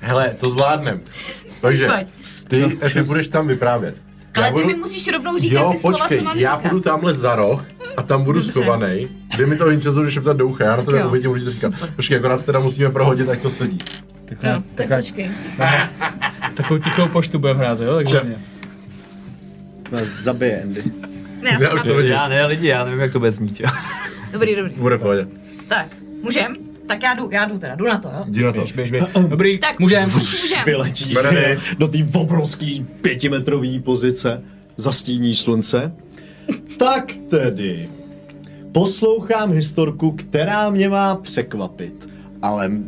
Hele, to zvládneme. Takže
Pojď.
ty, Efi, budeš tam vyprávět. Já
Ale ty
budu-
mi musíš rovnou říkat
Jo,
ty slova,
počkej,
co mám
já
říkat.
půjdu tamhle za roh a tam budu
Dobře.
schovaný. Jde mi to Vincenzo, když šeptat do ucha, já na jako to
Tak
tak
jo.
uvidím, můžete říkat. Počkej, akorát se teda musíme prohodit, ať to sedí.
Tak,
No,
ne,
tak
tak,
počkej.
takovou tichou poštu budeme hrát, jo, takže mě.
Nás No, zabije Andy.
Ne, já
Já
jsem
už
na...
to vidím.
Já ne, lidi, já nevím, jak to bude znít, jo.
Dobrý, dobrý.
Bude v pohodě.
Tak, můžem? Tak já jdu, já jdu teda, jdu na to, jo?
Jdi na to.
Běž, běž, běž. Dobrý,
Tak,
můžem.
můžem.
Vyletí
Bereny.
do té obrovské pětimetrové pozice, zastíní slunce. Tak tedy, poslouchám historku, která mě má překvapit, ale m-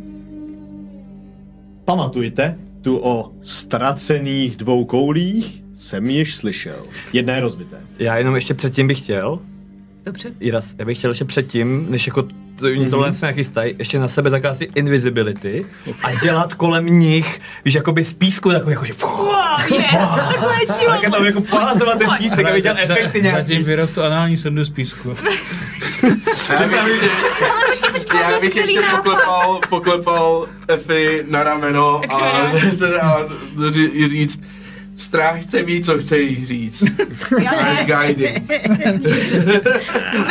pamatujte, tu o ztracených dvou koulích jsem již slyšel. Jedna je rozbité.
Já jenom ještě předtím bych chtěl,
Dobře.
Jiras, já bych chtěl ještě předtím, než jako t- něco mm-hmm. se nachystají, ještě na sebe zakázat invisibility a dělat kolem nich, víš, jakoby z písku takový, jakože
Wow, je, takové čilo.
tak je tam jako pohazovat ten písek, aby dělal efekty nějaký.
Zatím vyrob tu anální sondu z
<laughs>
písku.
Ale počkej, počkej,
Já
to je
bych
skvělý
ještě
nápad.
poklepal, poklepal Efi na rameno a, <laughs> a ří- říct, strach chce mít, co chce jí říct.
Já ne,
Máš
<laughs>
guiding.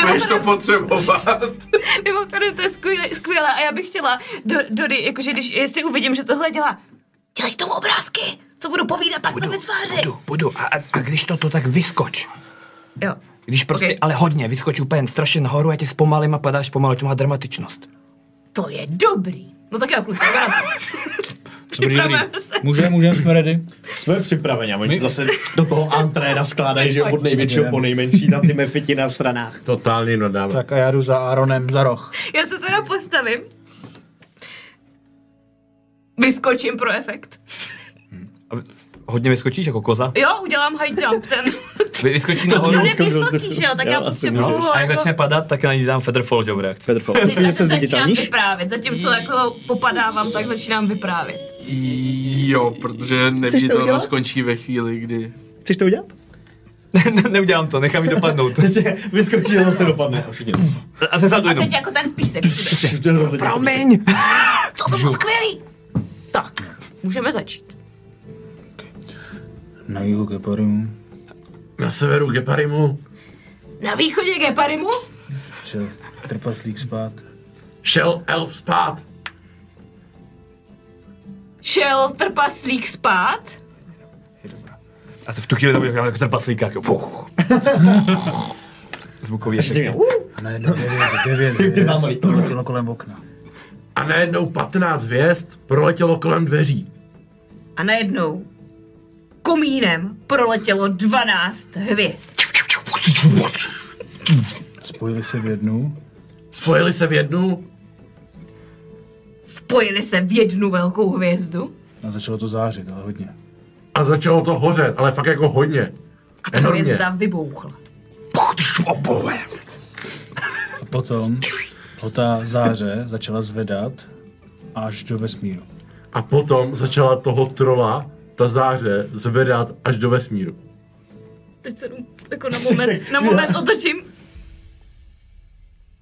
Budeš to potřebovat.
<laughs> mimochodem, to je skvělé, skvělé a já bych chtěla, do, Dory, jakože když jestli uvidím, že tohle dělá, dělej k tomu obrázky, co budu povídat takhle ve tváři.
Budu, budu. A, a, a když to, to tak vyskoč.
Jo.
Když prostě,
Ok.
okay. ale hodně, vyskoč úplně strašně nahoru a tě zpomalím a padáš pomalu, to má dramatičnost.
To je dobrý. No tak jo, kluci, jdeme na to.
Dobrý, dobrý.
Připravujeme se.
Můžem, můžem, jsme ready.
Jsme připraveni a oni se zase do toho antré naskládají, že jo, od největšího po nejmenší, tam ty mefiti na stranách.
<clears throat> Totálně nadávám.
Tak a já jdu za Aaronem za roh.
Já se teda postavím. Vyskočím pro efekt.
A v- hodně vyskočíš jako koza?
Jo, udělám high jump, ten.
Vy- Vyskočíš
Já
nahoru
nevím, vysoký, že jo, tak já
asi
potřebuju-
můžeš.
a jak začne padat, tak na ní dám Federfall v reakci.
Petrfo,
Já
úplně se
začínám
zviditelníš?
vyprávět, zatímco jako popadávám, tak začínám vyprávět.
Jo, protože
udělat?
neviditelnost skončí ve chvíli, kdy
Chceš to udělat?
Ne- Neudělám to, nechám ji dopadnout.
Prostě vyskočí a zase dopadne. A všichni.
A se sadu
A
jenom.
teď jako ten písek. všude.
Promiň!
To bylo skvělý. Tak, můžeme začít.
Na jihu Geparu.
Na severu Geparimu
Na východě Geparimu
Šel trpaslík spát.
šel elf spát.
šel trpaslík spát.
A to v tu chvíli to bude jako ten paslíka, jako puch. Zvukový efekt.
A najednou devět, devět,
mámo,
devět,
<laughs> ty mámo.
proletělo kolem okna.
A najednou 15 hvězd proletělo kolem dveří.
A najednou komínem proletělo 12 hvězd.
Spojili se v jednu.
Spojili se v jednu
Spojili se v jednu velkou hvězdu.
A začalo to zářit, ale hodně.
a začalo to hořet, ale fakt jako hodně.
A ta
Enormně.
hvězda vybouchla.
A potom ho ta záře začala zvedat až do vesmíru.
A potom začala toho trola, ta záře, zvedat až do vesmíru.
Teď se jdu jako na moment, na moment otočím.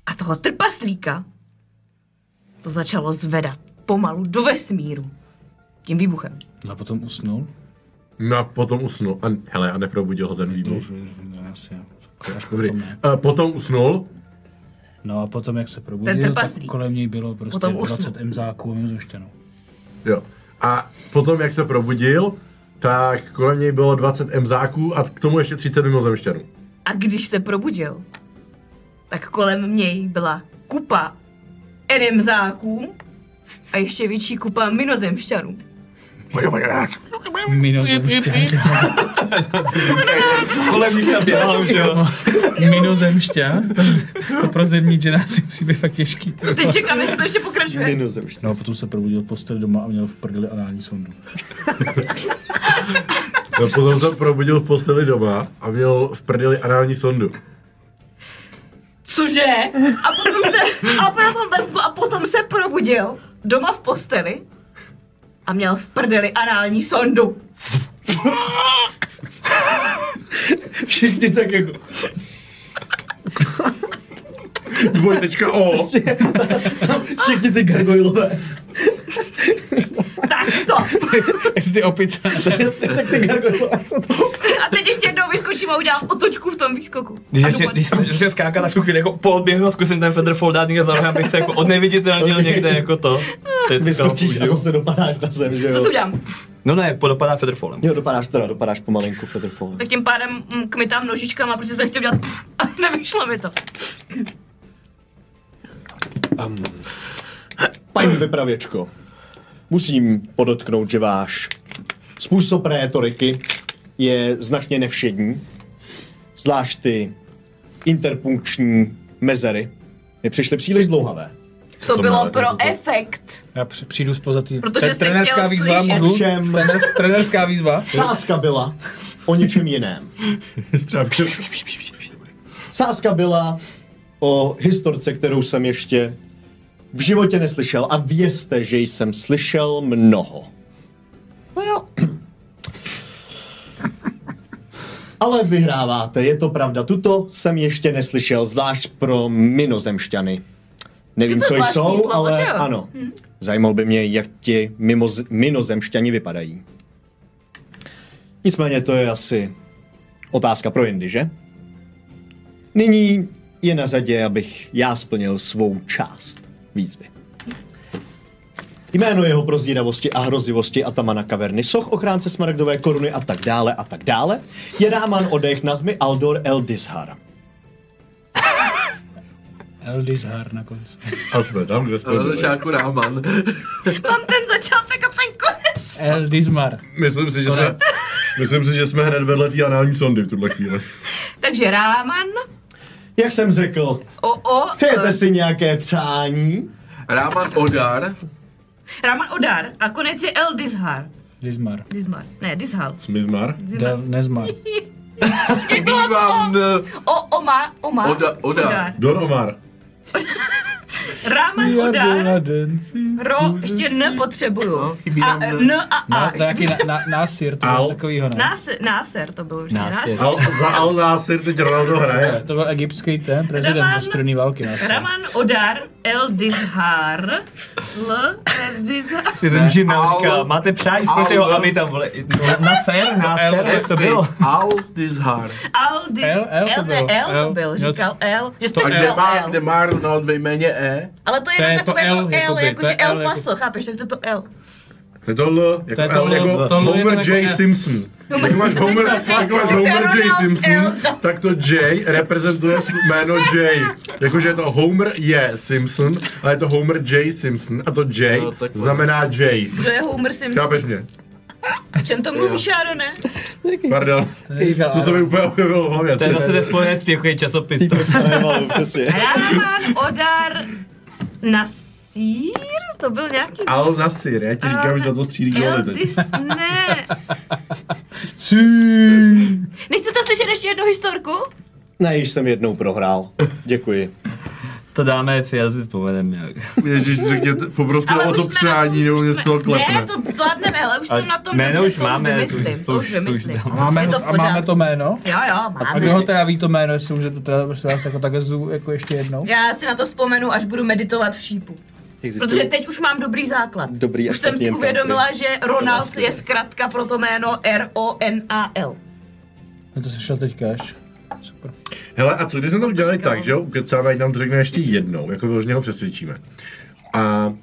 A toho trpaslíka to začalo zvedat pomalu do vesmíru. Tím výbuchem.
A potom usnul.
No a potom usnul. A, hele, a neprobudil ho ten výbuch.
Asi, až
Dobrý.
potom ne.
A potom usnul.
No a potom, jak se
Ten
probudil, tak
trpaslík.
kolem něj bylo prostě
Potom usnul.
20 emzáků a mimozemštěnů.
Jo. A potom, jak se probudil, tak kolem něj bylo 20 emzáků a k tomu ještě 30 mimozemšťanů.
A když se probudil, tak kolem něj byla kupa enemzáků a ještě větší kupa minozemšťanů.
No,
Minozemšťan.
Kolem nich tam běhal už, jo.
Minozemšťan? To pro zemní džena si musí být fakt těžký. To.
Teď čekám, jestli to ještě pokračuje.
Minozemšťan.
No a potom se probudil v posteli doma a měl v prdeli anální sondu.
No, potom se probudil v posteli doma a měl v prdeli anální sondu.
Cože? A potom se, a potom, a potom se probudil doma v posteli a měl v prdeli anální sondu.
Všichni tak jako...
Dvojtečka O.
Všichni ty gargoylové.
Tak co?
Jestli ty opice.
Jasně, tak ty gargoylové, co to?
A teď ještě jednou vyskočím a udělám otočku v tom výskoku.
Když
A
ještě,
dopadnu.
když jsem začal skákat, tak v tu chvíli jako poodběhnu a zkusím ten Federfold dát někde za rohem, abych se jako odneviditelnil někde jako to. To je to,
Vyskočíš a
jo.
zase dopadáš na zem, že
Co
jo?
si udělám?
No ne, podopadá Federfolem.
Jo, dopadáš teda, dopadáš pomalinku Featherfall.
Tak tím pádem mm, kmitám nožičkama, protože jsem chtěl dělat <laughs> pff, a nevyšlo mi to.
Um, paní vypravěčko, musím podotknout, že váš způsob rétoriky je značně nevšední, zvlášť ty interpunkční mezery mi přišly příliš dlouhavé.
To
tom
bylo
náletu
pro
to bylo.
efekt.
Já při- přijdu spoza tý...
Protože
Tre-
jste
trenérská
chtěl
výzva,
Mhm.
slyšet.
můžu?
Všem.
Trenér- Trenérská výzva?
Sázka byla o něčem jiném. Sázka byla o historce, kterou jsem ještě v životě neslyšel a vězte, že jsem slyšel mnoho.
No jo,
Ale vyhráváte, je to pravda. Tuto jsem ještě neslyšel, zvlášť pro minozemšťany. Nevím,
Je to
co
zvláštní
jsou,
slovo, že
ale
jo? Hm.
ano. Zajímalo by mě, jak ti mimoz- minozemšťani vypadají. Nicméně to je asi otázka pro jindy, že? Nyní je na řadě, abych já splnil svou část výzvy. Jméno jeho prozíravosti a hrozivosti Atamana kaverny, soch ochránce smaragdové koruny a tak dále a tak dále, je Ráman Odech Nazmi Aldor El Dishar.
Eldis Har na konci.
A jsme tam, kde jsme
Na
byli.
začátku Ráman.
mám ten začátek a ten konec.
Eldismar.
Myslím si, že jsme, myslím si, že jsme hned vedle té anální sondy v tuhle chvíli.
Takže Ráman,
Jak jsem řekl,
o, o, eh,
přejete si nějaké přání?
Ráman Odar.
Ráman Odar a konec je El Dishar.
Dismar.
Dismar, ne, Dishal.
Smizmar?
Del Nezmar.
Bývám eh,
O, Oma, Oma,
Oda- Odar.
Donomar.
Ráman Odar, Ro, ještě nepotřebuju.
No, chybí
A,
nám
eh,
N.
N a A,
Na, No, to
ještě
nějaký
bych
na, na, násir, to
Al.
bylo takovýho, ne?
Náser, náser to byl už.
Náser.
Náser.
Al, za Al Nasir teď Ronaldo hraje.
To byl egyptský ten prezident
Raman-
ze strany války. Násir.
Raman Odar El Dizhar. L El Dizhar.
Si ten džin
Au.
říká, máte přání, spojte ho,
Au.
aby tam, vole, na ser, na ser, jak to bylo.
Al Dishar.
Al Diz.
El, El to
ne,
bylo. No,
El to
El.
byl,
Jo,
říkal El. Že jste
A kde
říkal
má, kde
El.
má Ronald ve jméně E?
Ale to je
To je
jenom
to
takové
L,
to El,
jakoby, to
jakože
je
El
L,
Paso, chápeš, tak to je to El.
To je to L,
To je
jako,
to
L,
L,
jako
to L je
Homer
to
J.
jako-
Simpson. Jak máš Homer, jak máš
To je
Homer J.
Ronald
Simpson,
L.
tak to J reprezentuje s- jméno J. Jakože je to Homer je Simpson, ale je to Homer J. Simpson a to J
No, tak-
znamená J.
To je Homer Simpson.
Chápeš mě?
O čem to mluvíš, Arone?
Pardon, to se mi úplně objevilo v hlavě.
To je zase ten spojenec pěkný časopis. to-
Nevalu, přesně.
Raman Odar Nasir? To byl nějaký...
Al Nasir, já ti říkám, že za to střílí
El
goly teď.
Diz, ne. Nechcete slyšet ještě jednu historku?
Ne, již jsem jednou prohrál. Děkuji.
To dáme, já si vzpomenem nějak.
Ježíš, řekněte, poproste o
už jsme
to
na-
přání, nebo
už
mě z
jsme-
toho klepne.
Ne, to zvládneme, ale už
Ale
jsem na tom
jméno
dobře,
už máme,
to už vymyslím, to už vymyslím.
to už
Máme,
Je to
ho,
v
a máme
pořádku.
to jméno?
Jo, jo,
A
máme.
kdo ho teda ví to jméno, jestli můžete teda prosím vás jako takhle zů, jako ještě jednou?
Já si na to vzpomenu, až budu meditovat v šípu. Protože teď už mám dobrý základ.
Dobrý
už jsem
ostatní
si
implantry.
uvědomila, že Ronald je zkratka pro to jméno R-O-N-A-L.
No to se šel teďka až. Super.
Hele, a co když jsme to udělali tak, že jo, ukecáme, ať nám to řekne ještě jednou, jako vyloženě ho přesvědčíme. A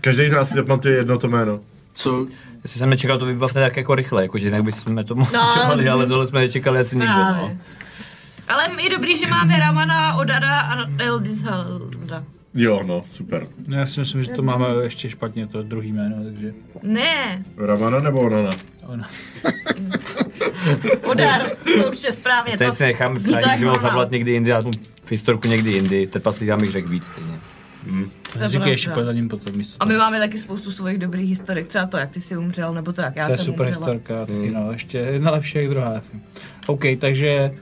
každý z nás si zapamatuje jedno to jméno.
Co?
Jestli jsme čekali, to vybavte tak jako rychle, jakože jinak bychom <laughs> to
No.
mohli, ale tohle jsme nečekali asi nikdo. No.
Právě. Ale je dobrý, že máme Ramana, Odara a Eldishalda.
Jo, no, super.
No, já si myslím, že to máme ještě špatně, to druhý jméno, takže...
Ne,
Ramana nebo Onana?
Ona.
odar, to určitě správně.
Ten
to-
si necháme
zní to jak
přijít, že ho
normál.
zavolat někdy jindy, já mu historku někdy jindy, tepa si dám jich řek víc stejně.
To je
Říkej ještě
pravda.
pojď za ním potom místo.
A my
toho.
máme taky spoustu svých dobrých historik, třeba to, jak ty jsi umřel, nebo to, jak já
to je
jsem
super
umřela.
historka, taky no, ještě jedna lepší jak druhá. Efi. OK, takže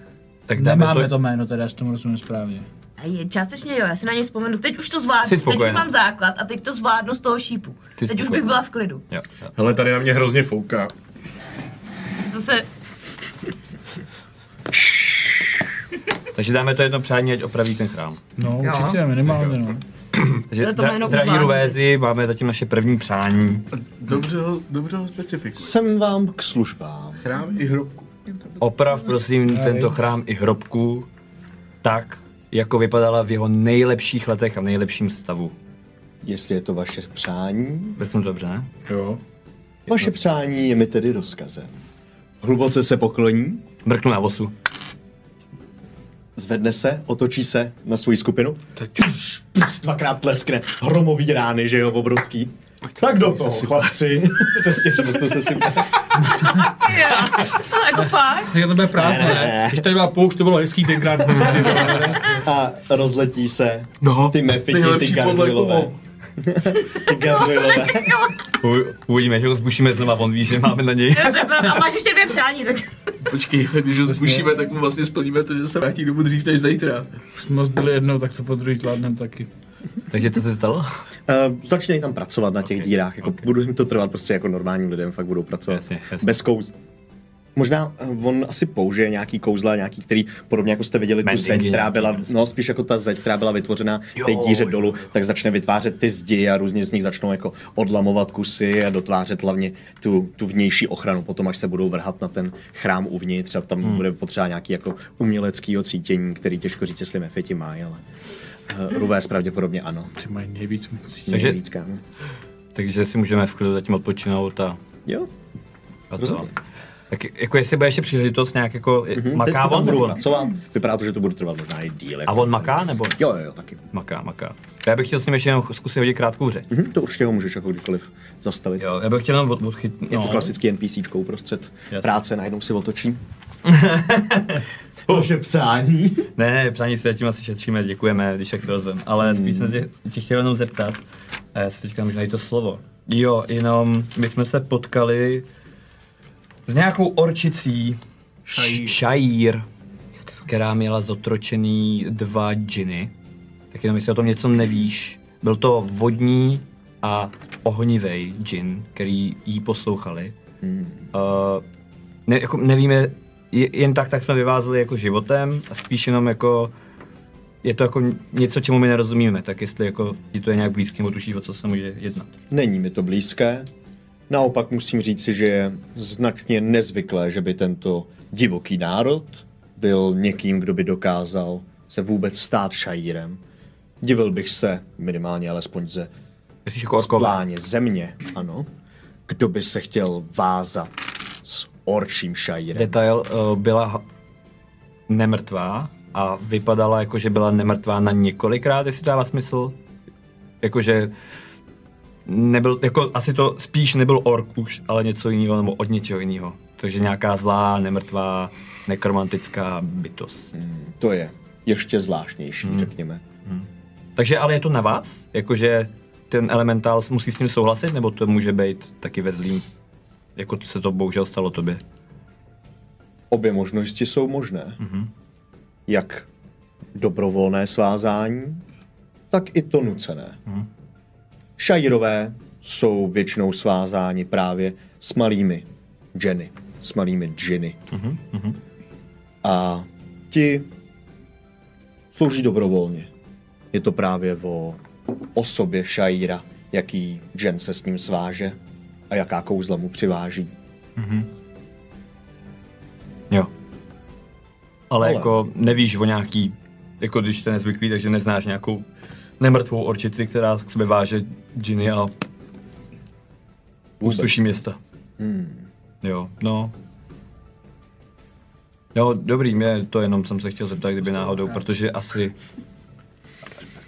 Tak dáme
nemáme
to-
to... to jméno, teda, jestli tomu rozumím správně.
A je, částečně jo, já si na něj vzpomenu. Teď už to zvládnu,
Jsi
teď už
spokojená.
mám základ a teď to zvládnu z toho šípu.
Jsi
teď už
spokojená.
bych byla v klidu.
Jo, jo.
Hele, tady na mě hrozně fouká.
Zase,
Takže dáme to jedno přání, ať opraví ten chrám.
No,
Jo.
určitě, minimálně, no.
Takže
Ale to jméno
dra-
uznáte.
Ruvézi, máme zatím naše první přání.
Dobře ho, dobře ho specifikuj.
Jsem vám k službám.
Chrám i hrobku.
Oprav prosím
Aj.
tento chrám i hrobku tak, jako vypadala v jeho nejlepších letech a v nejlepším stavu.
Jestli je to vaše přání,
Byl jsem to dobře, ne?
Jo.
vaše přání je mi tedy rozkazem. Hluboce se pokloní,
Mrknu na vosu.
zvedne se, otočí se na svoji skupinu. Dvakrát tleskne hromový rány, že jo, obrovský. Tak do toho, chlapci.
<laughs>
Přesně, že jste se si...
ale jako fakt.
Takže to bude prázdné,
Ne, ne, ne.
ne? Když tady byla poušť, to bylo hezký tenkrát.
A rozletí se
No,
ty mefiti, ty
nejlepší podle
gargoylové.
koho.
<laughs> Ty gargoylové.
U- Uvidíme, že ho zbušíme znova, on ví, že máme na
<laughs>
něj.
To je pravda. A máš ještě dvě přání, tak
Počkej, když ho zbušíme, tak mu vlastně splníme to, že se vrátí domů dřív než zítra.
Už jsme ho byli jednou, tak to po druhý zvládneme taky.
Takže co se stalo?
Uh, začnej tam pracovat na těch okay. dírách, jako okay. budu jim to trvat prostě jako normálním lidem, fakt budou pracovat.
Jasně, jasně.
Bez kouz. Možná eh, on asi použije nějaký kouzla, nějaký, který podobně jako jste viděli tu
Mendingy
zeď, která
nějaký,
byla,
jasně.
no spíš jako ta zeď, která byla vytvořena v té
Jo,
díře
jo,
dolů, tak začne vytvářet ty zdi a různě z nich začnou jako odlamovat kusy a dotvářet hlavně tu, tu vnější ochranu, potom až se budou vrhat na ten chrám uvnitř a tam hmm. bude potřeba nějaký jako umělecký ocítění, který těžko říct, jestli Mefiti má, ale uh, Ruvés pravděpodobně ano.
Ty mají nejvíc mocí.
Takže-
Nejvíc, kámo.
Takže si můžeme v klidu zatím odpočinout a,
Jo,
a to.
Rozumím. Mhm.
Tak jako jestli bude ještě příležitost nějak jako, mm-hmm.
Hm? Teď
maká
to tam
on,
budu
nebo on?
pracovat. Vypadá to, že to bude trvat možná i díl.
A
jako.
on maká, nebo?
Jo, jo, jo, taky.
Maká, maká. Já bych chtěl s ním ještě jenom zkusit hodit krátkou řeč.
Mhm, to určitě ho můžeš jako kdykoliv zastavit. Jo.
Jo, já bych chtěl jenom od, No. odchytnout.
Je to klasický NPCčko uprostřed
Jasně.
práce, najednou si
<laughs>
otočí. Bože přání.
Ne, ne, přání si zatím asi šetříme, děkujeme, když jak se ozvem. Ale hmm. spíš jsem se tě chtěl jenom zeptat, a já si teďka možná najít to slovo. Jo, jenom my jsme se potkali s nějakou orčicí,
Šajír.
Š- šajír, která měla zotročený dva džiny. Tak jenom jestli o tom něco nevíš. Byl to vodní a ohnivý džin, který jí poslouchali. Uh, ne, jako nevíme, je- jen tak, tak jsme vyvázeli jako životem a spíš jenom jako je to jako něco, čemu my nerozumíme, tak jestli jako ti to je nějak blízké, nebo tušíš, o co se může jednat.
Není mi to blízké. Naopak musím říci, že je značně nezvyklé, že by tento divoký národ byl někým, kdo by dokázal se vůbec stát šajírem. Divil bych se, minimálně alespoň ze
Jestli jako
z
orkové.
pláně země, ano. Kdo by se chtěl vázat s orčím šajírem?
Detail uh, byla h- nemrtvá a vypadala jako, že byla nemrtvá na několikrát, jestli dává smysl. Jakože nebyl, jako asi to spíš nebyl ork už, ale něco jiného nebo od něčeho jiného. Takže nějaká zlá, nemrtvá, nekromantická bytost.
To je ještě zvláštnější, hmm. řekněme.
Takže ale je to na vás? Jakože ten elementál s- musí s ním souhlasit, nebo to může být taky ve zlým? Jako se to bohužel stalo tobě.
Obě možnosti jsou možné. Hmm. Jak dobrovolné svázání, tak i to nucené. Hmm. Šajírové jsou většinou svázáni právě s malými dženy, s malými džiny. Hmm. A ti slouží dobrovolně. Je to právě o osobě Šajíra, jaký džen se s ním sváže a jaká kouzla mu přiváží.
Jo. Ale,
Ale-
ale jako nevíš o nějaký, jako když jste nezvyklý, takže neznáš nějakou nemrtvou orčici, která k sobě váže džiny a
Vůbec.
ústuší města. Hmm. Jo, no. Prostě Jo, dobrý, mě to jenom jsem se chtěl zeptat, kdyby náhodou, protože asi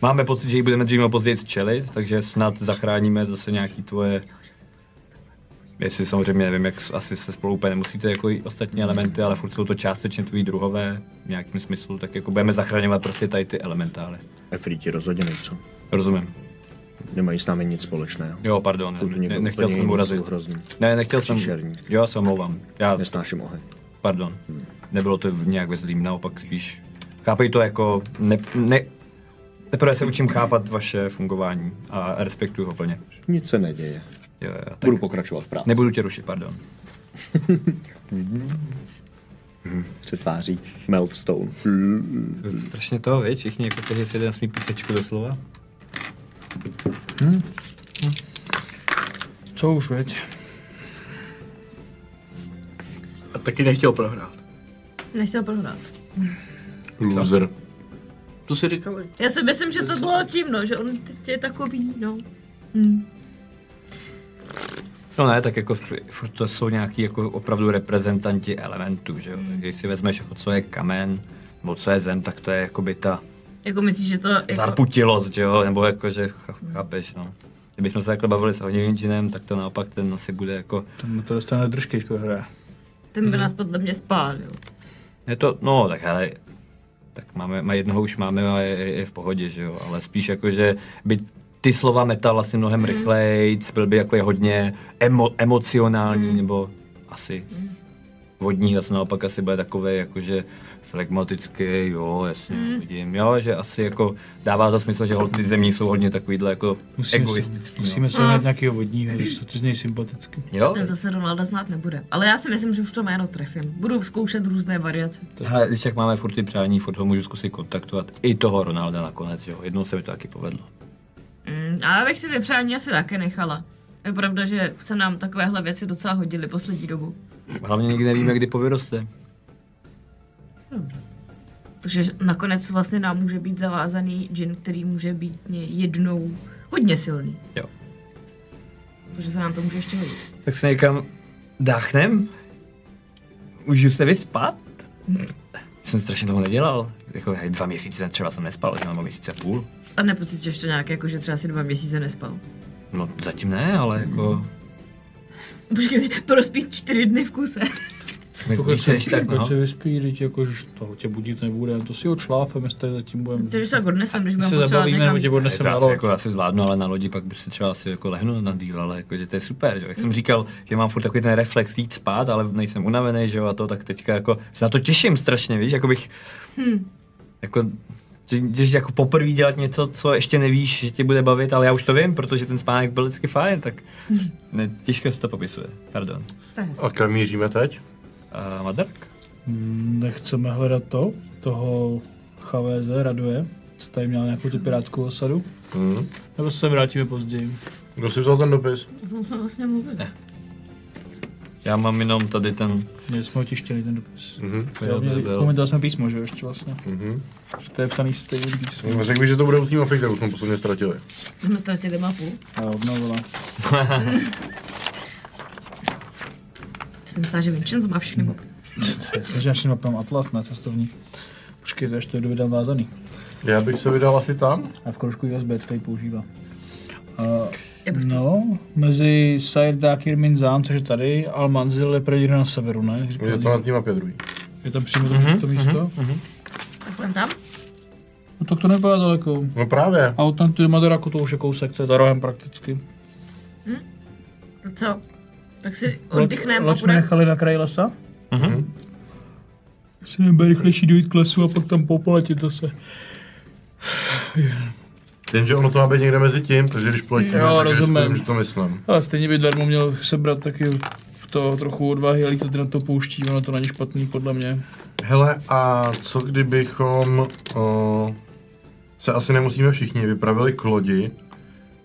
Máme pocit, že ji budeme dřív nebo později čelit, takže snad zachráníme zase nějaký tvoje Jestli samozřejmě nevím, jak s- asi se spolu úplně nemusíte jako i ostatní elementy, ale furt jsou to částečně tvojí druhové v nějakém smyslu, tak jako budeme zachraňovat prostě tady ty elementály.
Efriti rozhodně nejsou.
Rozumím.
Nemají s námi nic společného.
Jo, pardon,
Jsou tu
ne,
někdo
nechtěl
úplně
jsem
jiný,
urazit.
jsou Hrozný.
Ne, nechtěl jsem.
Příšerní.
Jo, já se omlouvám. Já,
Nesnáším oheň.
pardon.
Hmm.
Nebylo to v- nějak ve zlým, naopak spíš. Chápej to jako, ne, ne, teprve se učím chápat vaše fungování a respektuju ho plně.
Nic se neděje.
Jo, jo, tak.
Budu pokračovat v práci.
Nebudu tě rušit, pardon.
Přetváří Meltstone.
To je strašně to, víš, všichni jako teď si jeden smí písečku doslova.
Co už, veď?
A taky nechtěl prohrát.
Nechtěl prohrát.
Loser.
To si říkali.
Já si myslím, že to bylo tím, no, že on teď je takový, no.
No ne, tak jako f- furt to jsou nějaký jako opravdu reprezentanti elementů, že jo. Když si vezmeš jako co je kamen, nebo co je zem, tak to je jakoby ta
Jako myslíš, že to... Jako...
zarputilost, že jo, nebo jako, že ch- chápeš, no. Kdybychom se takhle bavili s Honivinginem, tak to naopak ten asi bude jako...
Tam to dostane držky, škoda hra.
Ten
Mhm.
by nás podle mě spálil.
Je to, no, tak hele, tak máme, má jednoho už máme a je, je, je v pohodě, že jo, ale spíš jako, že by ty slova metal asi mnohem mm. rychlejc, byl by jako je hodně emo, emocionální, mm. nebo asi vodní zase naopak asi bude takový jakože flegmatický, jo, jasně, mm. vidím, jo, že asi jako dává to smysl, že hol, ty zemí jsou hodně takovýhle jako
Musíme
egoistický.
Se, musíme se najít nějakého vodního, no, když ty z něj sympatický.
no. Jo,
Ten zase Ronalda znát nebude. Ale já si myslím, že už to jméno trefím. Budu zkoušet různé variace.
Hele, když tak máme furt ty přání, furt ho můžu zkusit kontaktovat. I toho Ronalda nakonec, že jo. Jednou se mi to taky povedlo.
Mm, a já bych si ty přání asi také nechala. Je pravda, že se nám takovéhle věci docela hodily poslední dobu.
Hlavně nikdy nevíme, kdy povyroste.
Takže nakonec vlastně nám může být zavázaný džin, který může být ně- jednou hodně silný.
Jo.
Takže se nám to může ještě hodit.
Tak se někam dáchnem? Můžu se vyspat? Jsem strašně dlouho nedělal. Jako hej, dva měsíce třeba jsem nespal, že mám měsíce a půl.
A nepocituješ to nějak, jako že třeba si dva měsíce nespal.
No zatím ne, ale jako...
Počkej, <laughs> prospít čtyři dny v
<laughs>
kuse.
My
Pokud se,
víš, tak,
pokud
no.
se vyspí, teď jako, že toho tě budit nebude, to si ho čláfem, jestli tady zatím budeme.
Ty když tak odnesem, když
Když
budeme
se
potřebovat
zabavíme,
někam.
nebo tě
Jsem to
odneseme na
asi
loď.
jako asi zvládnu, ale na lodi pak bych si třeba asi jako lehnu na díl, ale jako, že to je super, že? jo. jak jsem říkal, že mám furt takový ten reflex jít spát, ale nejsem unavený, že jo, a to, tak teďka jako se na to těším strašně, víš, jako bych, jako, že- když jako poprvé dělat něco, co ještě nevíš, že tě bude bavit, ale já už to vím, protože ten spánek byl vždycky fajn, tak ne, těžko se to popisuje, pardon.
To je hezké.
A kam míříme teď?
A Madark?
Mm, Nechceme hledat to, toho Chaveze Raduje, co tady měl nějakou tu pirátskou osadu.
Mhm.
Hmm.
Nebo se vrátíme později.
Kdo si vzal ten dopis?
O tom jsme vlastně mluvili.
Já mám jenom tady ten,
Měli jsme otištěný ten dopis.
Mhm.
Jo, měli- Komentovali jsme písmo, že jo, ještě vlastně. Že to je psaný stejný písmo.
No, Řekl bych, že to bude u tým Afrik, kterou jsme posledně ztratili.
Jsme ztratili mapu.
A obnovila.
Jsem myslela, že Vincenzo má všechny
Hmm.
mapy.
Takže naším mapám Atlas na cestovní. Počkej, to ještě jdu vydám vázaný.
Já bych se vydal asi tam.
A v kroužku USB to tady používá. Uh, no, mezi Sair Dakir Minzám, což je tady, Al Manzil je pravděpodobně na severu, ne? Říkal
Je to Mhm, na
někdo.
tým mapě druhý.
je tam přímo to místo, místo?
Tak půjdem tam?
No tak to nebylo daleko.
No právě.
A od tam ty Madoraku to už je kousek, to je za rohem prakticky.
No Co? Tak si
Loď-
oddychneme a
Loď jsme
budeme...
nechali na kraji lesa.
Mhm.
Asi nebude rychlejší dojít k lesu a pak tam popoletit zase.
Jenže ono to má být někde mezi tím, takže když poletíme,
Jo,
tak
rozumím.
Vím, že to myslím.
Ale stejně by Darmo měl sebrat taky to trochu odvahy, ale to na to pouští, ono to není špatný podle mě.
Hele, a co kdybychom o, se asi nemusíme všichni vypravili k lodi,